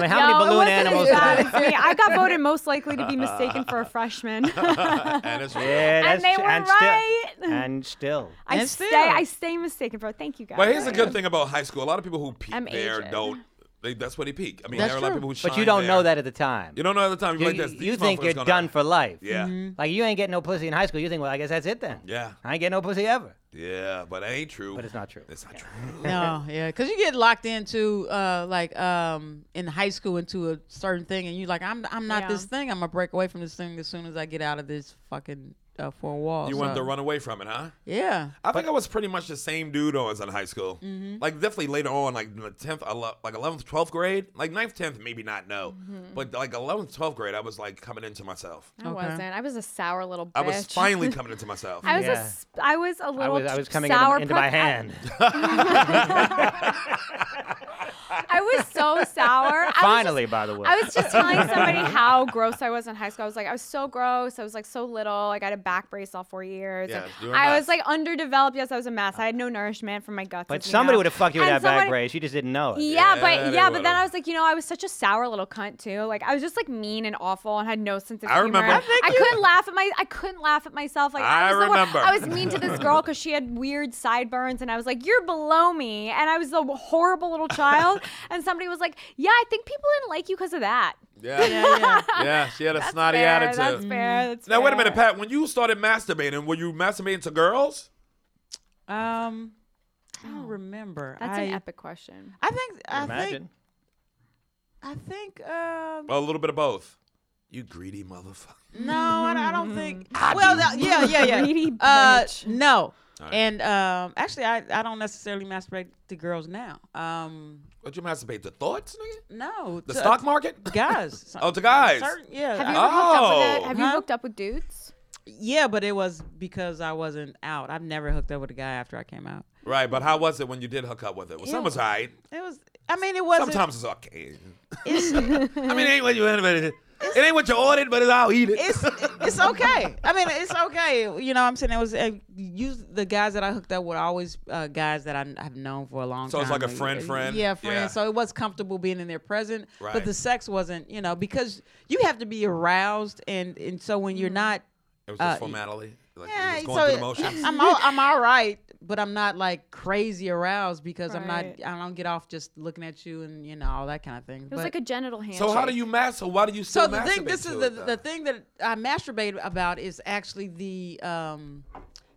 [SPEAKER 7] mean,
[SPEAKER 6] No, it
[SPEAKER 7] how many balloon
[SPEAKER 6] wasn't
[SPEAKER 7] animals?
[SPEAKER 6] as
[SPEAKER 7] did I-
[SPEAKER 6] bad as me. I got voted most
[SPEAKER 2] (laughs)
[SPEAKER 6] likely to be mistaken for a freshman.
[SPEAKER 2] and it's
[SPEAKER 6] (laughs)
[SPEAKER 7] Yeah, that's
[SPEAKER 6] they
[SPEAKER 7] tr-
[SPEAKER 6] were
[SPEAKER 7] and
[SPEAKER 6] right.
[SPEAKER 7] Still, (laughs) and still.
[SPEAKER 6] I
[SPEAKER 8] And
[SPEAKER 6] stay.
[SPEAKER 8] still.
[SPEAKER 6] I stay mistaken for. Thank you guys.
[SPEAKER 2] But here's the good thing about high school. A lot of people who peak
[SPEAKER 6] I'm
[SPEAKER 2] there
[SPEAKER 6] Asian.
[SPEAKER 2] don't. They, that's where they peak. I mean,
[SPEAKER 8] That's
[SPEAKER 2] there are a lot of
[SPEAKER 8] true.
[SPEAKER 2] people who shine
[SPEAKER 7] But you don't know
[SPEAKER 2] there.
[SPEAKER 7] that at the time.
[SPEAKER 2] You don't know at the time. You're
[SPEAKER 7] You,
[SPEAKER 2] like this.
[SPEAKER 7] you
[SPEAKER 2] these
[SPEAKER 7] think you're
[SPEAKER 2] motherfuckers gonna-
[SPEAKER 7] done for life.
[SPEAKER 2] Yeah.
[SPEAKER 6] Mm-hmm.
[SPEAKER 7] Like you ain't getting no pussy in high school. You think, well, I guess that's it then.
[SPEAKER 2] Yeah.
[SPEAKER 7] I ain't getting no pussy ever.
[SPEAKER 2] Yeah, but it ain't true.
[SPEAKER 7] But it's not true.
[SPEAKER 2] It's not true.
[SPEAKER 8] no, yeah, because you get locked into uh, like um, in high school into a certain thing, and you're like, I'm I'm not
[SPEAKER 6] Yeah.
[SPEAKER 8] this thing. I'm gonna break away from this thing as soon as I get out of this fucking uh, four walls.
[SPEAKER 2] You wanted
[SPEAKER 8] So,
[SPEAKER 2] to run away from it, huh?
[SPEAKER 6] (laughs)
[SPEAKER 8] Yeah.
[SPEAKER 2] I think I was pretty much the same dude I was in high school.
[SPEAKER 6] Mm-hmm.
[SPEAKER 2] Like definitely later on, like in the tenth, like eleventh, twelfth grade, like 9th, tenth, maybe not no,
[SPEAKER 6] Mm-hmm.
[SPEAKER 2] but like eleventh, twelfth grade, I was like coming into myself.
[SPEAKER 6] I wasn't. I was a sour little bitch.
[SPEAKER 2] I was finally coming into myself.
[SPEAKER 6] (laughs) I was a
[SPEAKER 7] Yeah.
[SPEAKER 6] s- I was a
[SPEAKER 7] I
[SPEAKER 6] little.
[SPEAKER 7] was I was coming into,
[SPEAKER 6] sour
[SPEAKER 7] into my
[SPEAKER 6] puss. I-
[SPEAKER 7] hand.
[SPEAKER 6] I was
[SPEAKER 7] (laughs)
[SPEAKER 6] so sour. I was
[SPEAKER 7] Finally,
[SPEAKER 6] just-
[SPEAKER 7] by the way.
[SPEAKER 6] I was just telling
[SPEAKER 7] (laughs)
[SPEAKER 6] somebody how gross I was in high school. I was like, I was so gross. I was like so little. Like I had a back brace all four years.
[SPEAKER 2] Yeah,
[SPEAKER 6] And
[SPEAKER 2] you were a
[SPEAKER 6] I
[SPEAKER 2] mess.
[SPEAKER 6] was like underdeveloped. Yes, I was a mess. I had no nourishment from my guts.
[SPEAKER 7] but
[SPEAKER 6] as we
[SPEAKER 7] somebody
[SPEAKER 6] know.
[SPEAKER 7] would have fucked you with
[SPEAKER 6] And
[SPEAKER 7] that back
[SPEAKER 6] somebody-
[SPEAKER 7] race. You just didn't know it.
[SPEAKER 2] Yeah,
[SPEAKER 6] Yeah, but
[SPEAKER 2] they
[SPEAKER 6] yeah, but then
[SPEAKER 2] would've.
[SPEAKER 6] I was like, you know, I was such a sour little cunt too. Like I was just like mean and awful and had no sense of
[SPEAKER 2] I
[SPEAKER 6] humor.
[SPEAKER 2] remember. I think
[SPEAKER 6] I couldn't laugh at my I couldn't laugh at myself. Like
[SPEAKER 2] I
[SPEAKER 6] I, was the one-
[SPEAKER 2] remember.
[SPEAKER 6] I was mean to this girl because she had weird sideburns and I was like, You're below me and I was a horrible
[SPEAKER 2] (laughs)
[SPEAKER 6] little child and somebody was like, Yeah, I think people didn't like you because of that.
[SPEAKER 2] yeah. yeah,
[SPEAKER 8] yeah.
[SPEAKER 2] She had a snotty
[SPEAKER 6] Fair,
[SPEAKER 2] attitude.
[SPEAKER 6] (laughs) That's fair.
[SPEAKER 8] Mm-hmm.
[SPEAKER 6] That's
[SPEAKER 2] now wait a
[SPEAKER 6] fair.
[SPEAKER 2] minute, Pat. When you started masturbating, were you masturbating to girls?
[SPEAKER 8] Um, I don't remember.
[SPEAKER 6] Oh. That's
[SPEAKER 8] I,
[SPEAKER 6] an epic question.
[SPEAKER 8] I think. I
[SPEAKER 7] Imagine.
[SPEAKER 8] think. I think. Um,
[SPEAKER 2] Well, a little bit of both. You greedy motherfucker.
[SPEAKER 8] No, I, I
[SPEAKER 2] (laughs)
[SPEAKER 8] don't think. well, no, yeah, yeah,
[SPEAKER 6] (laughs)
[SPEAKER 8] yeah.
[SPEAKER 6] Greedy
[SPEAKER 8] Uh,
[SPEAKER 6] bitch.
[SPEAKER 8] no. And um, actually, I, I don't necessarily masturbate to girls now. Um,
[SPEAKER 2] What you masturbate to thoughts, nigga?
[SPEAKER 8] no.
[SPEAKER 2] The
[SPEAKER 8] to-
[SPEAKER 2] stock
[SPEAKER 6] (laughs)
[SPEAKER 2] market?
[SPEAKER 8] (laughs) Guys. some-
[SPEAKER 2] (laughs) Oh, to guys.
[SPEAKER 8] Certain, yeah.
[SPEAKER 6] Have you
[SPEAKER 8] I-
[SPEAKER 6] ever hooked up with
[SPEAKER 2] Oh.
[SPEAKER 6] a, have you
[SPEAKER 8] Huh?
[SPEAKER 6] hooked up with dudes?
[SPEAKER 8] yeah, but it was because I wasn't out. I've never hooked up with a guy after I came out.
[SPEAKER 2] Right, but how was it when you did hook up with it? Well, some was alright.
[SPEAKER 8] It was. I mean, it wasn't.
[SPEAKER 2] Sometimes it's (laughs) okay.
[SPEAKER 8] (laughs)
[SPEAKER 2] I mean, it ain't what you ordered. It ain't what you ordered, but it's I'll eat it.
[SPEAKER 8] it's it's okay. I mean, it's okay. You know, what I'm saying it was uh, you. The guys that I hooked up were always uh, guys that I have known for a long
[SPEAKER 2] So
[SPEAKER 8] time.
[SPEAKER 2] it's like a friend, friend?
[SPEAKER 8] Yeah, friend.
[SPEAKER 2] Yeah.
[SPEAKER 8] So it was comfortable being in their present,
[SPEAKER 2] Right.
[SPEAKER 8] but the sex wasn't. You know, because you have to be aroused, and and so when
[SPEAKER 6] Mm-hmm.
[SPEAKER 8] you're not,
[SPEAKER 2] It was
[SPEAKER 8] Uh,
[SPEAKER 2] just formality. Like,
[SPEAKER 8] yeah,
[SPEAKER 2] just going
[SPEAKER 8] so
[SPEAKER 2] through the
[SPEAKER 8] it-
[SPEAKER 2] motions.
[SPEAKER 8] I'm all, I'm all right, but I'm not like crazy aroused because I'm not.
[SPEAKER 6] Right.
[SPEAKER 8] I don't get off just looking at you and you know all that kind of thing.
[SPEAKER 6] It was like a genital handshake.
[SPEAKER 2] (laughs) so how do you masturbate? Why do you still
[SPEAKER 8] So the
[SPEAKER 2] masturbate
[SPEAKER 8] thing, this
[SPEAKER 2] to
[SPEAKER 8] is
[SPEAKER 2] it,
[SPEAKER 8] the,
[SPEAKER 2] though?
[SPEAKER 8] the thing that I masturbate about is actually the um,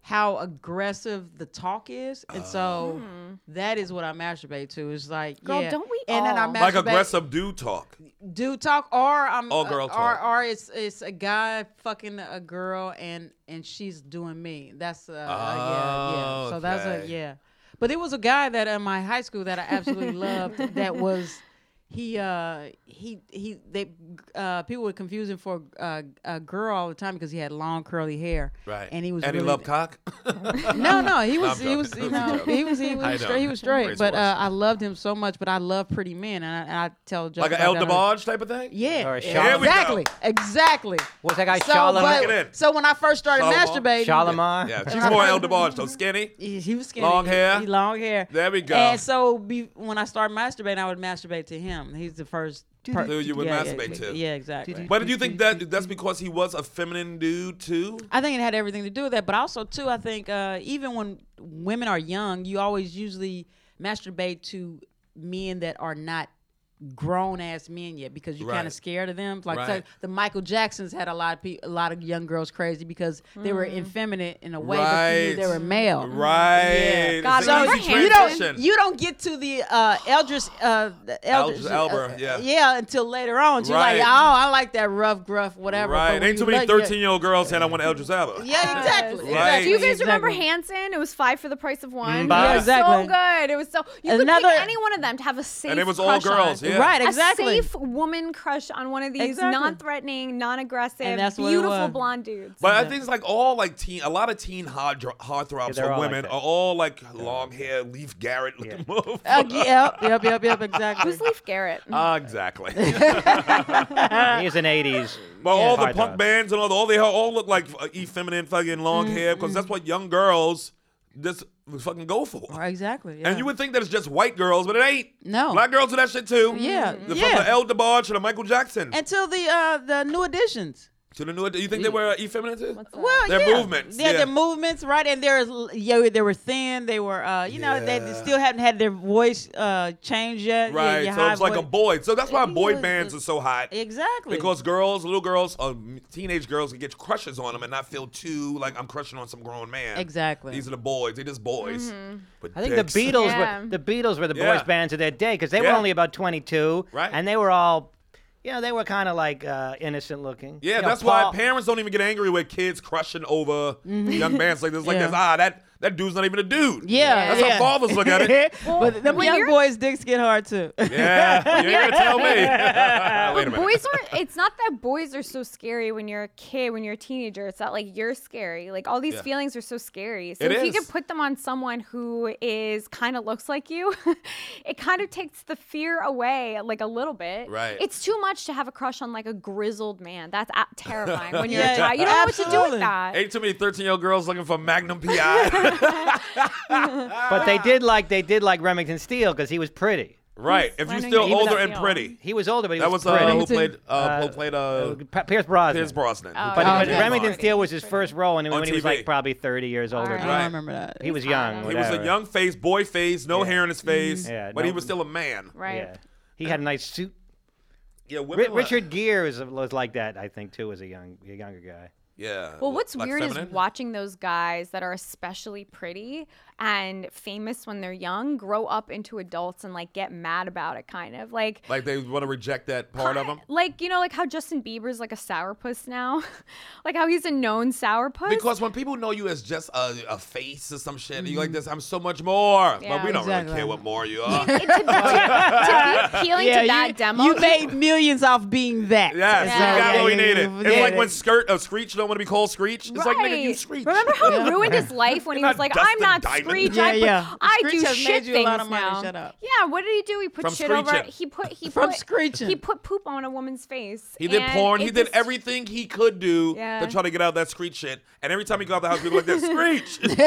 [SPEAKER 8] how aggressive the talk is, and
[SPEAKER 2] Oh.
[SPEAKER 8] so
[SPEAKER 2] Hmm.
[SPEAKER 8] that is what I masturbate to. Is like,
[SPEAKER 6] Girl,
[SPEAKER 8] yeah.
[SPEAKER 6] don't we
[SPEAKER 8] And then I
[SPEAKER 6] all?
[SPEAKER 8] masturbate.
[SPEAKER 2] Like aggressive dude talk.
[SPEAKER 8] dude talk, or I'm uh,
[SPEAKER 2] All girl talk.
[SPEAKER 8] or or it's it's a guy fucking a girl and and she's doing me. That's uh, yeah yeah. So that's a
[SPEAKER 2] Okay.
[SPEAKER 8] yeah. But it was a guy that in my high school that I absolutely loved. That was he uh he he they uh people would confuse him for uh, a girl all the time because he had long curly hair.
[SPEAKER 2] Right.
[SPEAKER 8] And he was
[SPEAKER 2] and
[SPEAKER 8] really,
[SPEAKER 2] he loved
[SPEAKER 8] (laughs)
[SPEAKER 2] cock.
[SPEAKER 8] no, no, he was,
[SPEAKER 2] I'm
[SPEAKER 8] he was,
[SPEAKER 2] joking.
[SPEAKER 8] you
[SPEAKER 2] I'm
[SPEAKER 8] know,
[SPEAKER 2] joking.
[SPEAKER 8] he was, he
[SPEAKER 2] I
[SPEAKER 8] was,
[SPEAKER 2] know.
[SPEAKER 8] straight, he was straight.
[SPEAKER 2] Race
[SPEAKER 8] But
[SPEAKER 2] wars.
[SPEAKER 8] uh, I loved him so much. But I love pretty men, and I, and I tell jokes
[SPEAKER 2] like an
[SPEAKER 8] about
[SPEAKER 2] El
[SPEAKER 8] that on-
[SPEAKER 2] DeBarge type of thing.
[SPEAKER 8] Yeah,
[SPEAKER 7] Or a
[SPEAKER 8] yeah.
[SPEAKER 7] Charlemagne. Here
[SPEAKER 2] we go.
[SPEAKER 8] exactly, exactly.
[SPEAKER 7] What's that guy,
[SPEAKER 8] So,
[SPEAKER 7] Charlemagne?
[SPEAKER 8] but-
[SPEAKER 2] Look at it.
[SPEAKER 8] so when I first started
[SPEAKER 2] Charlemagne.
[SPEAKER 8] masturbating,
[SPEAKER 7] Shalimar.
[SPEAKER 2] Yeah, she's more El DeBarge, so
[SPEAKER 8] (laughs)
[SPEAKER 2] skinny.
[SPEAKER 8] He, he was skinny.
[SPEAKER 2] Long hair.
[SPEAKER 8] He, long hair.
[SPEAKER 2] There we go.
[SPEAKER 8] And so be, when I started masturbating, I would masturbate to him. He's the first. per-
[SPEAKER 2] Who you would
[SPEAKER 8] yeah, yeah,
[SPEAKER 2] masturbate
[SPEAKER 8] yeah,
[SPEAKER 2] to.
[SPEAKER 8] Yeah, exactly.
[SPEAKER 2] But do you think that that's because he was a feminine dude too?
[SPEAKER 8] I think it had everything to do with that. But also too, I think uh, even when women are young, you always usually masturbate to men that are not grown ass men yet because you're kind
[SPEAKER 2] Right.
[SPEAKER 8] of scared of them. Like
[SPEAKER 2] Right.
[SPEAKER 8] so the Michael Jacksons had a lot of pe- a lot of young girls crazy because they were effeminate in a way that you knew they
[SPEAKER 2] Right.
[SPEAKER 8] were male.
[SPEAKER 2] Right.
[SPEAKER 8] Yeah.
[SPEAKER 6] God,
[SPEAKER 2] It's an
[SPEAKER 6] so
[SPEAKER 2] easy
[SPEAKER 8] You
[SPEAKER 2] transition.
[SPEAKER 8] don't you don't get to the uh, Eldris uh, the Eldris,
[SPEAKER 2] Eldris Elba, yeah.
[SPEAKER 8] yeah until later on. So
[SPEAKER 2] Right.
[SPEAKER 8] You're like, oh, I like that rough, gruff, whatever.
[SPEAKER 2] right.
[SPEAKER 8] But
[SPEAKER 2] Ain't
[SPEAKER 8] when
[SPEAKER 2] too
[SPEAKER 8] you
[SPEAKER 2] many
[SPEAKER 8] look- yeah.
[SPEAKER 2] 13 year old girls saying I want Eldris Elba.
[SPEAKER 8] Yeah, exactly.
[SPEAKER 2] Right.
[SPEAKER 8] exactly.
[SPEAKER 6] Do you guys
[SPEAKER 8] Exactly.
[SPEAKER 6] remember Hanson? It was five for the price of one.
[SPEAKER 7] Mm,
[SPEAKER 2] Mm-hmm.
[SPEAKER 7] Yeah,
[SPEAKER 6] It was
[SPEAKER 8] exactly.
[SPEAKER 6] So good. It was so you
[SPEAKER 8] Another-
[SPEAKER 6] could pick any one of them to have a safe.
[SPEAKER 2] And it was all
[SPEAKER 6] crush on.
[SPEAKER 2] girls. Yeah.
[SPEAKER 8] Right, exactly. Uh,
[SPEAKER 6] A safe woman crush on one of these
[SPEAKER 8] Exactly.
[SPEAKER 6] non-threatening, non-aggressive,
[SPEAKER 8] And that's what it
[SPEAKER 6] beautiful
[SPEAKER 8] was.
[SPEAKER 6] blonde dudes.
[SPEAKER 2] But I think it's like all like teen, a lot of teen hard heartthrobs
[SPEAKER 7] they're
[SPEAKER 2] for
[SPEAKER 7] all like
[SPEAKER 2] women
[SPEAKER 7] that.
[SPEAKER 2] are all like long hair, Leaf Garrett looking (laughs) move.
[SPEAKER 7] (laughs)
[SPEAKER 8] Uh, yep, yep, yep, yep, exactly.
[SPEAKER 6] Who's Leaf Garrett?
[SPEAKER 2] Ah,
[SPEAKER 7] (laughs)
[SPEAKER 2] exactly. (laughs)
[SPEAKER 7] He's an 80s.
[SPEAKER 2] But all the
[SPEAKER 7] Hard
[SPEAKER 2] punk
[SPEAKER 7] drive.
[SPEAKER 2] bands and all the, all they all look like uh, effeminate fucking long
[SPEAKER 8] Mm-hmm.
[SPEAKER 2] hair because that's what young girls just fucking go for.
[SPEAKER 8] Right, exactly. yeah.
[SPEAKER 2] And you would think that it's just white girls, but it ain't.
[SPEAKER 8] No.
[SPEAKER 2] Black girls do that shit too.
[SPEAKER 8] Yeah,
[SPEAKER 2] The, From
[SPEAKER 8] yeah.
[SPEAKER 2] the El DeBarge to the Michael Jackson.
[SPEAKER 8] until the uh the new additions.
[SPEAKER 2] to the new, you think they were uh, effeminate too?
[SPEAKER 8] Well,
[SPEAKER 2] Their
[SPEAKER 8] yeah.
[SPEAKER 2] movements,
[SPEAKER 8] Yeah,
[SPEAKER 2] yeah.
[SPEAKER 8] their movements, right? And they're yeah, they were thin. They were, uh, you know, they, they still hadn't had their voice uh changed yet. yeah,
[SPEAKER 2] Right.
[SPEAKER 8] your
[SPEAKER 2] so
[SPEAKER 8] high
[SPEAKER 2] it's like a
[SPEAKER 8] voice-
[SPEAKER 2] boy. So that's why
[SPEAKER 8] It
[SPEAKER 2] boy
[SPEAKER 8] was-
[SPEAKER 2] bands are so hot.
[SPEAKER 8] Exactly.
[SPEAKER 2] Because girls, little girls, uh, teenage girls can get crushes on them and not feel too like I'm crushing on some grown man.
[SPEAKER 8] Exactly.
[SPEAKER 2] These are the boys. They're just boys. But
[SPEAKER 7] I think
[SPEAKER 2] dicks.
[SPEAKER 7] the Beatles
[SPEAKER 6] Yeah.
[SPEAKER 7] were the Beatles were the
[SPEAKER 2] Yeah.
[SPEAKER 7] boys bands of their day because they
[SPEAKER 2] Yeah.
[SPEAKER 7] were only about 22,
[SPEAKER 2] Right.
[SPEAKER 7] And they were all, you know, they were kind of like uh, innocent looking.
[SPEAKER 2] Yeah,
[SPEAKER 7] You know,
[SPEAKER 2] that's
[SPEAKER 7] Paul-
[SPEAKER 2] why parents don't even get angry with kids crushing over young bands like this. Like
[SPEAKER 8] Yeah.
[SPEAKER 2] this, ah, that that dude's not even a dude.
[SPEAKER 8] yeah,
[SPEAKER 2] that's
[SPEAKER 8] yeah.
[SPEAKER 2] how fathers look at it.
[SPEAKER 8] but them
[SPEAKER 6] when
[SPEAKER 8] young
[SPEAKER 6] you're-
[SPEAKER 8] boys' dicks get hard too. (laughs)
[SPEAKER 2] yeah, you're gonna tell me. (laughs) Wait a minute.
[SPEAKER 6] boys are it's not that boys are so scary when you're a kid when you're a teenager it's not like you're scary like all these
[SPEAKER 2] Yeah.
[SPEAKER 6] feelings are so scary so
[SPEAKER 2] It
[SPEAKER 6] if you
[SPEAKER 2] is.
[SPEAKER 6] can put them on someone who is kind of looks like you (laughs) it kind of takes the fear away like a little bit
[SPEAKER 2] Right.
[SPEAKER 6] it's too much to have a crush on like a grizzled man that's a- terrifying when you're
[SPEAKER 8] (laughs) Yeah,
[SPEAKER 6] a child you don't know what to do
[SPEAKER 8] absolutely.
[SPEAKER 6] with that
[SPEAKER 2] Ain't too many 13 year old girls looking for Magnum PI.
[SPEAKER 7] But
[SPEAKER 6] Ah.
[SPEAKER 7] they did like they did like Remington Steele because he was pretty.
[SPEAKER 2] right. If you're
[SPEAKER 6] learning
[SPEAKER 2] still
[SPEAKER 6] to keep
[SPEAKER 2] older
[SPEAKER 6] that
[SPEAKER 2] and
[SPEAKER 6] feel.
[SPEAKER 2] pretty.
[SPEAKER 7] He was older, but he
[SPEAKER 2] That was
[SPEAKER 7] was,
[SPEAKER 2] uh, who
[SPEAKER 7] pretty.
[SPEAKER 2] played uh, who played uh,
[SPEAKER 7] Pa- Pierce Brosnan.
[SPEAKER 2] Pierce Brosnan. who
[SPEAKER 7] But,
[SPEAKER 6] Oh,
[SPEAKER 2] played
[SPEAKER 7] but
[SPEAKER 2] James
[SPEAKER 7] Remington
[SPEAKER 2] Bond.
[SPEAKER 7] Steele was his first role, and
[SPEAKER 2] On
[SPEAKER 7] when he was
[SPEAKER 2] TV.
[SPEAKER 7] like probably 30 years older.
[SPEAKER 8] I
[SPEAKER 6] Alright.
[SPEAKER 7] than
[SPEAKER 8] don't
[SPEAKER 2] Right.
[SPEAKER 8] remember that.
[SPEAKER 7] He was
[SPEAKER 8] Oh,
[SPEAKER 7] young.
[SPEAKER 2] He was a
[SPEAKER 7] whatever.
[SPEAKER 2] young face, boy face, no hair in his face,
[SPEAKER 8] Mm-hmm.
[SPEAKER 7] Yeah,
[SPEAKER 2] but he
[SPEAKER 7] no-
[SPEAKER 2] was still a man.
[SPEAKER 6] right
[SPEAKER 7] Yeah. He had a nice suit.
[SPEAKER 2] Yeah,
[SPEAKER 7] Ri-
[SPEAKER 2] women were-
[SPEAKER 7] Richard Gere was, was like that, I think, too, as a young, a younger guy.
[SPEAKER 2] Yeah.
[SPEAKER 6] Well, what's
[SPEAKER 2] like
[SPEAKER 6] weird
[SPEAKER 2] feminine?
[SPEAKER 6] is watching those guys that are especially pretty and famous when they're young grow up into adults and like get mad about it, kind of like.
[SPEAKER 2] like they want to reject that part of him.
[SPEAKER 6] Like you know, like how Justin Bieber's like a sourpuss now, (laughs) like how he's a known sourpuss.
[SPEAKER 2] Because when people know you as just a, a face or some shit, you're like this, I'm so much more. but
[SPEAKER 6] Yeah.
[SPEAKER 2] we don't really
[SPEAKER 8] Mm-hmm. Exactly.
[SPEAKER 2] care what more
[SPEAKER 6] (laughs)
[SPEAKER 2] you are.
[SPEAKER 6] It- to, to- to be appealing to that
[SPEAKER 8] you,
[SPEAKER 6] demo,
[SPEAKER 8] you
[SPEAKER 6] (laughs)
[SPEAKER 8] made millions off being that.
[SPEAKER 2] yes,
[SPEAKER 6] Yeah.
[SPEAKER 2] we got what we
[SPEAKER 8] Yeah,
[SPEAKER 2] needed.
[SPEAKER 8] yeah,
[SPEAKER 2] It's
[SPEAKER 8] yeah.
[SPEAKER 2] like when Skirt, uh, Screech don't want to be called Screech. It's like, nigga, you
[SPEAKER 6] Right.
[SPEAKER 2] Screech.
[SPEAKER 6] Remember how it ruined
[SPEAKER 8] (laughs)
[SPEAKER 6] his life when he
[SPEAKER 2] You're
[SPEAKER 6] was
[SPEAKER 2] not
[SPEAKER 6] like, "I'm
[SPEAKER 2] Dustin
[SPEAKER 6] not
[SPEAKER 2] Diamond."
[SPEAKER 6] Screech.
[SPEAKER 8] Yeah,
[SPEAKER 6] I, put-
[SPEAKER 8] yeah.
[SPEAKER 6] I
[SPEAKER 8] Screech
[SPEAKER 6] do
[SPEAKER 8] has
[SPEAKER 6] shit
[SPEAKER 8] made you a lot
[SPEAKER 6] things
[SPEAKER 8] of money.
[SPEAKER 6] now."
[SPEAKER 8] Shut up.
[SPEAKER 6] Yeah, what did he do? He put
[SPEAKER 2] From
[SPEAKER 6] shit over.
[SPEAKER 2] screeching.
[SPEAKER 6] He put he
[SPEAKER 8] From
[SPEAKER 6] put,
[SPEAKER 8] screeching.
[SPEAKER 6] He put poop on a woman's face.
[SPEAKER 2] He did
[SPEAKER 6] and
[SPEAKER 2] porn. He
[SPEAKER 6] it
[SPEAKER 2] did
[SPEAKER 6] just-
[SPEAKER 2] everything he could do
[SPEAKER 6] Yeah.
[SPEAKER 2] to try to get out of that Screech shit. And every time he got out the house, people were like, this
[SPEAKER 8] (laughs)
[SPEAKER 2] Screech.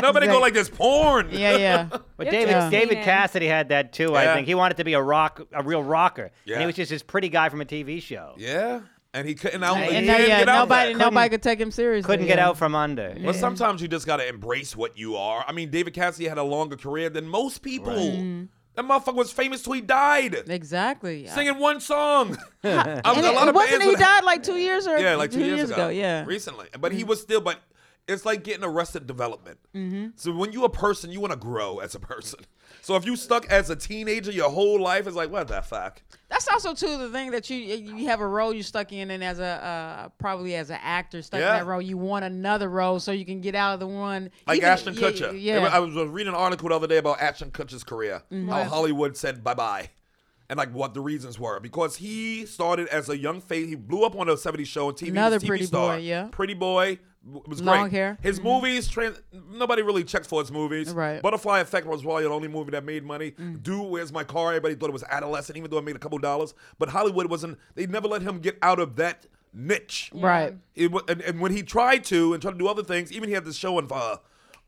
[SPEAKER 2] Nobody go like this porn. (laughs)
[SPEAKER 8] Yeah, yeah.
[SPEAKER 7] But
[SPEAKER 6] You're
[SPEAKER 7] David
[SPEAKER 6] just
[SPEAKER 7] David
[SPEAKER 6] mean.
[SPEAKER 7] Cassidy had that too. I
[SPEAKER 2] Yeah.
[SPEAKER 7] think he wanted to be a rock, a real rocker, and
[SPEAKER 2] Yeah.
[SPEAKER 7] he was just this pretty guy from a TV show.
[SPEAKER 2] Yeah. And he couldn't out. he couldn't
[SPEAKER 8] and yeah,
[SPEAKER 2] get out of that.
[SPEAKER 8] nobody, nobody could take him seriously.
[SPEAKER 7] Couldn't get
[SPEAKER 8] yeah.
[SPEAKER 7] out from under.
[SPEAKER 2] But sometimes you just gotta embrace what you are. I mean, David Cassidy had a longer career than most people.
[SPEAKER 8] Mm-hmm.
[SPEAKER 2] That motherfucker was famous till he died,
[SPEAKER 8] Exactly. yeah.
[SPEAKER 2] singing one
[SPEAKER 8] (laughs)
[SPEAKER 2] song. (laughs) A-
[SPEAKER 8] And
[SPEAKER 2] a
[SPEAKER 8] it-
[SPEAKER 2] lot of
[SPEAKER 8] wasn't
[SPEAKER 2] bands
[SPEAKER 8] he
[SPEAKER 2] would-
[SPEAKER 8] died like two years or
[SPEAKER 2] Yeah, like two, years, ago.
[SPEAKER 8] Yeah. Mm-hmm.
[SPEAKER 2] recently. But he was still. But it's like getting arrested development.
[SPEAKER 8] Mm-hmm.
[SPEAKER 2] So when you a person, you want to grow as a person. So if you stuck as a teenager your whole life, it's like what the fuck.
[SPEAKER 8] That's also too the thing that you you have a role you stuck in, and as a uh, probably as an actor stuck
[SPEAKER 2] Yeah.
[SPEAKER 8] in that role, you want another role so you can get out of the one.
[SPEAKER 2] Like
[SPEAKER 8] Even-
[SPEAKER 2] Ashton
[SPEAKER 8] yeah,
[SPEAKER 2] Kutcher.
[SPEAKER 8] Yeah. Mm-hmm.
[SPEAKER 2] I was reading an article the other day about Ashton Kutcher's career. How Hollywood said bye bye. and like what the reasons were because he started as a young face. He blew up on a '70s show and TV.
[SPEAKER 8] Another
[SPEAKER 2] TV
[SPEAKER 8] pretty
[SPEAKER 2] star.
[SPEAKER 8] boy, yeah.
[SPEAKER 2] Pretty boy. w- Was
[SPEAKER 8] Long
[SPEAKER 2] great.
[SPEAKER 8] hair. Mm-hmm.
[SPEAKER 2] His movies, trans- nobody really checked for his movies.
[SPEAKER 8] Right. Mm.
[SPEAKER 2] Butterfly Effect was probably the only movie that made money. Dude, Where's My Car? Everybody thought it was adolescent, even though it made a couple dollars. But Hollywood wasn't. They never let him get out of that niche.
[SPEAKER 8] Right.
[SPEAKER 2] It wa- and, and when he tried to and tried to do other things, even he had this show on uh,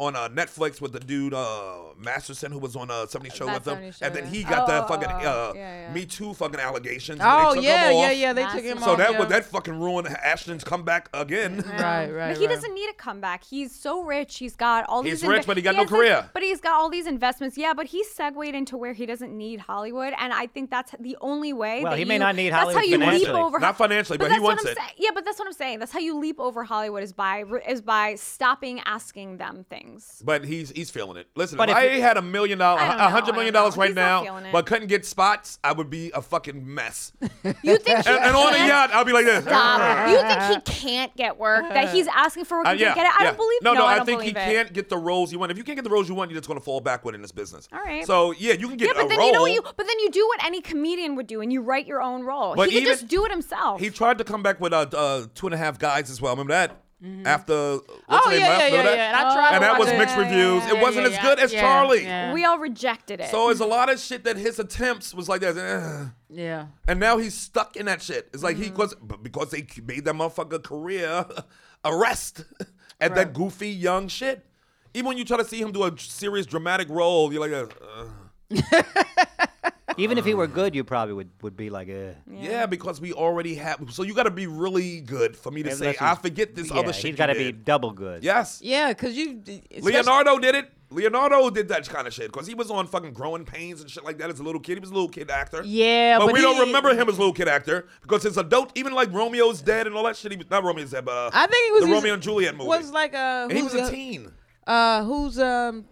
[SPEAKER 2] on uh, Netflix with the dude uh, Masterson who was on a 70 show
[SPEAKER 6] That
[SPEAKER 2] with him,
[SPEAKER 6] 70 Show,
[SPEAKER 2] and then
[SPEAKER 6] yeah.
[SPEAKER 2] he got
[SPEAKER 6] Oh,
[SPEAKER 2] that
[SPEAKER 6] oh,
[SPEAKER 2] fucking
[SPEAKER 6] oh,
[SPEAKER 2] uh,
[SPEAKER 6] yeah, yeah.
[SPEAKER 2] Me Too fucking allegations. and they
[SPEAKER 8] Oh
[SPEAKER 2] took him
[SPEAKER 8] yeah, yeah,
[SPEAKER 2] off.
[SPEAKER 8] yeah. They took him
[SPEAKER 2] So
[SPEAKER 8] off.
[SPEAKER 2] that
[SPEAKER 8] yeah.
[SPEAKER 2] would that fucking ruined Ashton's comeback again.
[SPEAKER 8] Right, right.
[SPEAKER 6] But he
[SPEAKER 8] right.
[SPEAKER 6] doesn't need a comeback. He's so rich. He's got all
[SPEAKER 2] He's
[SPEAKER 6] these.
[SPEAKER 2] rich, but he got no
[SPEAKER 6] has this-
[SPEAKER 2] career.
[SPEAKER 6] but he's got all these investments. Yeah, but he segued into where he doesn't need Hollywood, and I think that's the only way.
[SPEAKER 7] Well,
[SPEAKER 6] that
[SPEAKER 7] he may
[SPEAKER 6] you-
[SPEAKER 7] not need Hollywood
[SPEAKER 6] That's how you leap
[SPEAKER 7] financially.
[SPEAKER 6] over.
[SPEAKER 2] Not financially, but he
[SPEAKER 6] that's what
[SPEAKER 2] wants
[SPEAKER 6] I'm
[SPEAKER 2] it.
[SPEAKER 6] saying. Yeah, but that's what I'm saying. That's how you leap over Hollywood is by is by stopping asking them things.
[SPEAKER 2] (laughs) But he's he's feeling it. Listen,
[SPEAKER 7] But
[SPEAKER 2] if
[SPEAKER 7] if
[SPEAKER 2] I
[SPEAKER 7] it-
[SPEAKER 2] had a million dollars,
[SPEAKER 6] I don't
[SPEAKER 2] a
[SPEAKER 6] know,
[SPEAKER 2] hundred
[SPEAKER 6] I
[SPEAKER 2] million
[SPEAKER 6] don't know.
[SPEAKER 2] dollars right
[SPEAKER 6] He's not
[SPEAKER 2] now,
[SPEAKER 6] feeling it.
[SPEAKER 2] but couldn't get spots, I would be a fucking
[SPEAKER 6] (laughs)
[SPEAKER 2] mess. and,
[SPEAKER 7] (laughs)
[SPEAKER 6] You think he
[SPEAKER 2] and on a
[SPEAKER 6] can't
[SPEAKER 2] yacht, I'll be like this.
[SPEAKER 6] Stop. You think he can't get work? That he's asking for work?
[SPEAKER 2] Uh,
[SPEAKER 6] he can't get it? I don't believe.
[SPEAKER 2] No, no, I,
[SPEAKER 6] don't
[SPEAKER 2] think he
[SPEAKER 6] believe it.
[SPEAKER 2] can't get the roles you want. If you can't get the roles you want, you're just going to fall backward in this business.
[SPEAKER 6] All right.
[SPEAKER 2] So yeah, you can get
[SPEAKER 6] Yeah, but
[SPEAKER 2] a
[SPEAKER 6] then
[SPEAKER 2] role.
[SPEAKER 6] you know what you. But then you do what any comedian would do, and you write your own role.
[SPEAKER 2] But
[SPEAKER 6] he could
[SPEAKER 2] even-
[SPEAKER 6] just do it himself.
[SPEAKER 2] he tried to come back with uh, uh, two and a half guys as well. Remember that? After uh, what's her
[SPEAKER 8] Oh
[SPEAKER 2] name?
[SPEAKER 8] yeah, yeah,
[SPEAKER 2] Remember that?
[SPEAKER 8] yeah, yeah. And I tried.
[SPEAKER 2] And
[SPEAKER 8] to
[SPEAKER 2] that
[SPEAKER 8] watch
[SPEAKER 2] was
[SPEAKER 8] it.
[SPEAKER 2] mixed reviews.
[SPEAKER 8] Yeah,
[SPEAKER 2] it
[SPEAKER 8] yeah,
[SPEAKER 2] wasn't as
[SPEAKER 8] yeah.
[SPEAKER 2] good as
[SPEAKER 8] Yeah,
[SPEAKER 2] Charlie.
[SPEAKER 8] yeah.
[SPEAKER 6] we all rejected it.
[SPEAKER 2] So it's a lot of shit that his attempts was like that. "Ugh."
[SPEAKER 8] Yeah.
[SPEAKER 2] And now he's stuck in that shit. It's like he because b- because they made that motherfucker career (laughs) arrest (laughs) at that goofy young shit. Even when you try to see him do a serious dramatic role, you're like, uh,
[SPEAKER 7] Even if he were good, you probably would, would be like, eh.
[SPEAKER 2] yeah. because we already have. So you got to be really good for me to say
[SPEAKER 7] Unless
[SPEAKER 2] I
[SPEAKER 7] he's-
[SPEAKER 2] forget this
[SPEAKER 7] yeah,
[SPEAKER 2] other shit.
[SPEAKER 7] He's got to
[SPEAKER 2] you
[SPEAKER 7] be
[SPEAKER 2] did."
[SPEAKER 7] double good.
[SPEAKER 2] Yes.
[SPEAKER 8] Yeah, because you especially-
[SPEAKER 2] Leonardo did it. Leonardo did that kind of shit because he was on fucking Growing Pains and shit like that as a little kid. He was a little kid actor.
[SPEAKER 8] Yeah,
[SPEAKER 2] but,
[SPEAKER 8] but
[SPEAKER 2] we
[SPEAKER 8] he-
[SPEAKER 2] don't remember him as a little kid actor because his adult, even like Romeo's Dead and all that shit. He was not Romeo's Dead, but uh,
[SPEAKER 8] I think it was
[SPEAKER 2] the
[SPEAKER 8] he's-
[SPEAKER 2] Romeo and Juliet movie.
[SPEAKER 8] Was like a
[SPEAKER 2] And he was a
[SPEAKER 8] who's
[SPEAKER 2] teen.
[SPEAKER 8] Uh, who's um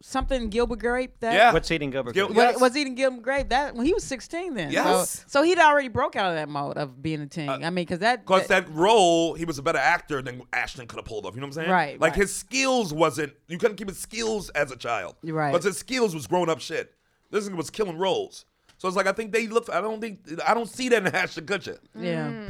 [SPEAKER 8] something Gilbert Grape? That
[SPEAKER 2] Yeah.
[SPEAKER 7] What's eating Gilbert?
[SPEAKER 2] Gil-
[SPEAKER 7] Grape?
[SPEAKER 8] What,
[SPEAKER 2] Yes.
[SPEAKER 8] Was eating Gilbert Grape that when he was 16 then? So-
[SPEAKER 2] Yes. Uh,
[SPEAKER 8] So, he'd already broke out of that mode of being a teen. I mean, because that,
[SPEAKER 2] Because that role, he was a better actor than Ashton could have pulled off. You know what I'm saying?
[SPEAKER 8] Right,
[SPEAKER 2] Like
[SPEAKER 8] right.
[SPEAKER 2] his skills wasn't. You couldn't keep his skills as a child.
[SPEAKER 8] Right.
[SPEAKER 2] Because his skills was grown up shit. This nigga was killing roles. So it's like I think they look. I don't think I don't see that in Ashton Kutcher.
[SPEAKER 8] yeah.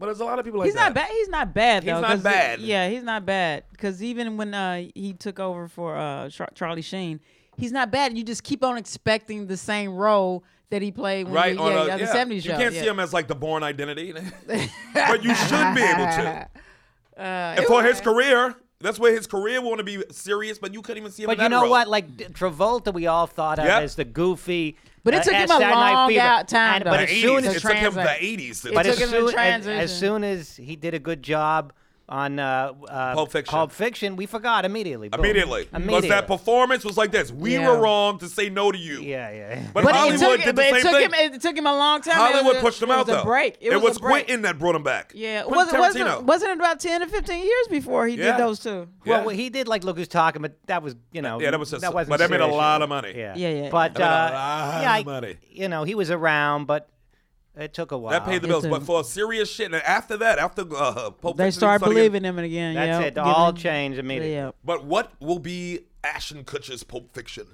[SPEAKER 2] But there's a lot of people like
[SPEAKER 8] He's
[SPEAKER 2] that.
[SPEAKER 8] not bad. He's not bad
[SPEAKER 2] He's
[SPEAKER 8] though.
[SPEAKER 2] not
[SPEAKER 8] 'cause he-
[SPEAKER 2] bad.
[SPEAKER 8] yeah, he's not bad. Because even when uh, he took over for uh, Char- Charlie Sheen, he's not bad. You just keep on expecting the same role that he played when
[SPEAKER 2] right
[SPEAKER 8] he,
[SPEAKER 2] on
[SPEAKER 8] yeah,
[SPEAKER 2] a,
[SPEAKER 8] the
[SPEAKER 2] yeah.
[SPEAKER 8] 70s show.
[SPEAKER 2] You can't
[SPEAKER 8] yeah.
[SPEAKER 2] see him as like the born identity, (laughs) but
[SPEAKER 8] (laughs)
[SPEAKER 2] you should be able to.
[SPEAKER 8] Uh,
[SPEAKER 2] and for his career, that's where his career want to be serious, but you couldn't even see him. in
[SPEAKER 7] But you
[SPEAKER 2] that
[SPEAKER 7] know
[SPEAKER 2] role.
[SPEAKER 7] what? Like D- Travolta, we all thought of
[SPEAKER 2] Yep.
[SPEAKER 7] as the goofy.
[SPEAKER 8] But it
[SPEAKER 7] uh,
[SPEAKER 8] took him a
[SPEAKER 7] Saturday Night
[SPEAKER 8] long
[SPEAKER 7] Fever.
[SPEAKER 8] out time,
[SPEAKER 7] And-
[SPEAKER 8] though.
[SPEAKER 7] But
[SPEAKER 2] the
[SPEAKER 7] as
[SPEAKER 2] 80s,
[SPEAKER 7] soon
[SPEAKER 8] to
[SPEAKER 7] as
[SPEAKER 2] it took him the
[SPEAKER 8] translate.
[SPEAKER 2] 80s. to-
[SPEAKER 8] It
[SPEAKER 7] but
[SPEAKER 8] took
[SPEAKER 7] as
[SPEAKER 8] him to
[SPEAKER 7] soon, as,
[SPEAKER 8] transition.
[SPEAKER 7] as soon as he did a good job on uh, uh,
[SPEAKER 2] Pulp Fiction.
[SPEAKER 7] Pulp Fiction, we forgot immediately. Boom.
[SPEAKER 2] immediately. Because
[SPEAKER 7] Immediately.
[SPEAKER 2] that performance was like this. We
[SPEAKER 8] Yeah.
[SPEAKER 2] were wrong to say no to you.
[SPEAKER 7] Yeah, yeah.
[SPEAKER 2] But,
[SPEAKER 8] But it
[SPEAKER 2] Hollywood
[SPEAKER 8] took,
[SPEAKER 2] did the
[SPEAKER 8] but it
[SPEAKER 2] same
[SPEAKER 8] took
[SPEAKER 2] thing.
[SPEAKER 8] him. It took him a long time. It was
[SPEAKER 2] Hollywood
[SPEAKER 8] a-
[SPEAKER 2] pushed him
[SPEAKER 8] it
[SPEAKER 2] out
[SPEAKER 8] was
[SPEAKER 2] though.
[SPEAKER 8] A break. It, was, a break.
[SPEAKER 2] Quentin that brought him back.
[SPEAKER 8] Yeah, it
[SPEAKER 2] Quentin Tarantino.
[SPEAKER 8] wasn't, wasn't, wasn't it about 10 or 15 years before he
[SPEAKER 2] Yeah.
[SPEAKER 8] did those two?
[SPEAKER 2] Yeah.
[SPEAKER 7] Well, well, he did like look who's talking, but that was you know.
[SPEAKER 2] Yeah, that was just-
[SPEAKER 7] wasn't
[SPEAKER 2] but that made a
[SPEAKER 7] serious.
[SPEAKER 2] lot of money.
[SPEAKER 7] Yeah,
[SPEAKER 8] Yeah, yeah.
[SPEAKER 7] But
[SPEAKER 2] That made a
[SPEAKER 7] uh,
[SPEAKER 2] lot of
[SPEAKER 7] yeah, I-
[SPEAKER 2] money.
[SPEAKER 7] you know, he was around, but it took a while.
[SPEAKER 2] That paid the bills,
[SPEAKER 8] It's
[SPEAKER 2] but
[SPEAKER 8] a-
[SPEAKER 2] for serious shit, and after that, after uh, Pulp
[SPEAKER 8] They
[SPEAKER 2] Fiction,
[SPEAKER 8] started
[SPEAKER 2] started getting-
[SPEAKER 8] believing him again.
[SPEAKER 7] That's
[SPEAKER 8] yeah.
[SPEAKER 7] it. All changed immediately.
[SPEAKER 8] Yeah.
[SPEAKER 2] But what will be Ashton Kutcher's Pulp Fiction?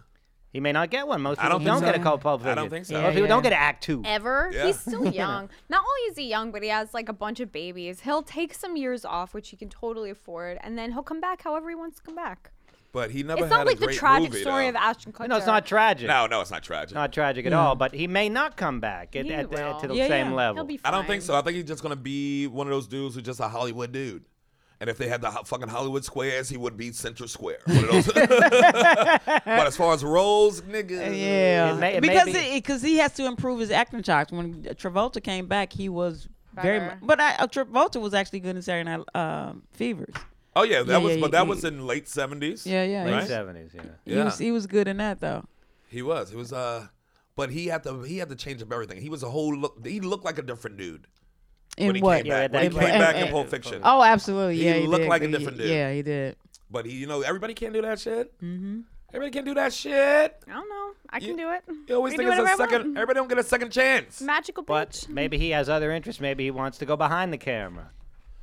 [SPEAKER 7] He may not get one. Most
[SPEAKER 2] I don't
[SPEAKER 7] people don't,
[SPEAKER 2] think so.
[SPEAKER 7] get a cold pulp
[SPEAKER 2] I
[SPEAKER 7] vision.
[SPEAKER 2] don't think so.
[SPEAKER 7] Most
[SPEAKER 2] Yeah,
[SPEAKER 7] people
[SPEAKER 8] yeah.
[SPEAKER 7] don't get an act two.
[SPEAKER 6] ever.
[SPEAKER 2] Yeah. (laughs)
[SPEAKER 6] He's still young. Not only is he young, but he has like a bunch of babies. He'll take some years off, which he can totally afford, and then he'll come back however he wants to come back.
[SPEAKER 2] But he never
[SPEAKER 6] it's
[SPEAKER 2] had
[SPEAKER 6] not
[SPEAKER 2] a
[SPEAKER 6] like the
[SPEAKER 2] great
[SPEAKER 6] tragic
[SPEAKER 2] movie,
[SPEAKER 6] story
[SPEAKER 2] though.
[SPEAKER 6] of Ashton Kutcher.
[SPEAKER 7] No, it's not tragic.
[SPEAKER 2] No, no, it's not tragic.
[SPEAKER 7] Not tragic at all. But he may not come back at,
[SPEAKER 6] He
[SPEAKER 7] at,
[SPEAKER 6] will.
[SPEAKER 7] at- to the
[SPEAKER 8] Yeah,
[SPEAKER 7] same
[SPEAKER 8] yeah.
[SPEAKER 7] level.
[SPEAKER 6] He'll be
[SPEAKER 2] I
[SPEAKER 6] fine.
[SPEAKER 2] don't think so. I think he's just gonna be one of those dudes who's just a Hollywood dude. And if they had the ho- fucking Hollywood squares, he would be Central Square. One of those. (laughs) but as far as roles, nigga,
[SPEAKER 8] Uh, Yeah.
[SPEAKER 7] It may- it may
[SPEAKER 8] because
[SPEAKER 7] be-
[SPEAKER 8] because he has to improve his acting chops. When Travolta came back, he was very
[SPEAKER 6] Better.
[SPEAKER 8] much. But I, uh, Travolta was actually good in Saturday Night um, Fevers.
[SPEAKER 2] Oh yeah, that
[SPEAKER 8] Yeah,
[SPEAKER 2] was,
[SPEAKER 8] yeah,
[SPEAKER 2] but that
[SPEAKER 8] yeah.
[SPEAKER 2] was in late seventies.
[SPEAKER 8] Yeah, yeah.
[SPEAKER 7] Late
[SPEAKER 2] Right?
[SPEAKER 7] seventies. Yeah.
[SPEAKER 8] He,
[SPEAKER 2] Yeah.
[SPEAKER 8] was, he was good in that, though.
[SPEAKER 2] He was. He was. Uh, but he had to. He had to change up everything. He was a whole look. He looked like a different dude
[SPEAKER 8] In
[SPEAKER 2] when he
[SPEAKER 8] what?
[SPEAKER 2] came back. when he
[SPEAKER 7] that-
[SPEAKER 2] came
[SPEAKER 8] and-
[SPEAKER 2] back in
[SPEAKER 8] and-
[SPEAKER 2] Pulp Fiction.
[SPEAKER 8] Oh, absolutely.
[SPEAKER 2] He
[SPEAKER 8] yeah, he
[SPEAKER 2] looked
[SPEAKER 8] did.
[SPEAKER 2] like a
[SPEAKER 8] He-
[SPEAKER 2] different dude.
[SPEAKER 8] Yeah, he did.
[SPEAKER 2] But he, you know, everybody can't do that shit. Mm-hmm. Everybody can't do that shit.
[SPEAKER 6] I don't know. I can
[SPEAKER 2] You-
[SPEAKER 6] do it.
[SPEAKER 2] You always
[SPEAKER 6] I can
[SPEAKER 2] think
[SPEAKER 6] do
[SPEAKER 2] it's a
[SPEAKER 6] whatever I
[SPEAKER 2] second. (laughs)
[SPEAKER 6] want.
[SPEAKER 2] Everybody don't get a second chance.
[SPEAKER 6] magical
[SPEAKER 7] But
[SPEAKER 6] bitch.
[SPEAKER 7] maybe he has other interests. Maybe he wants to go behind the camera.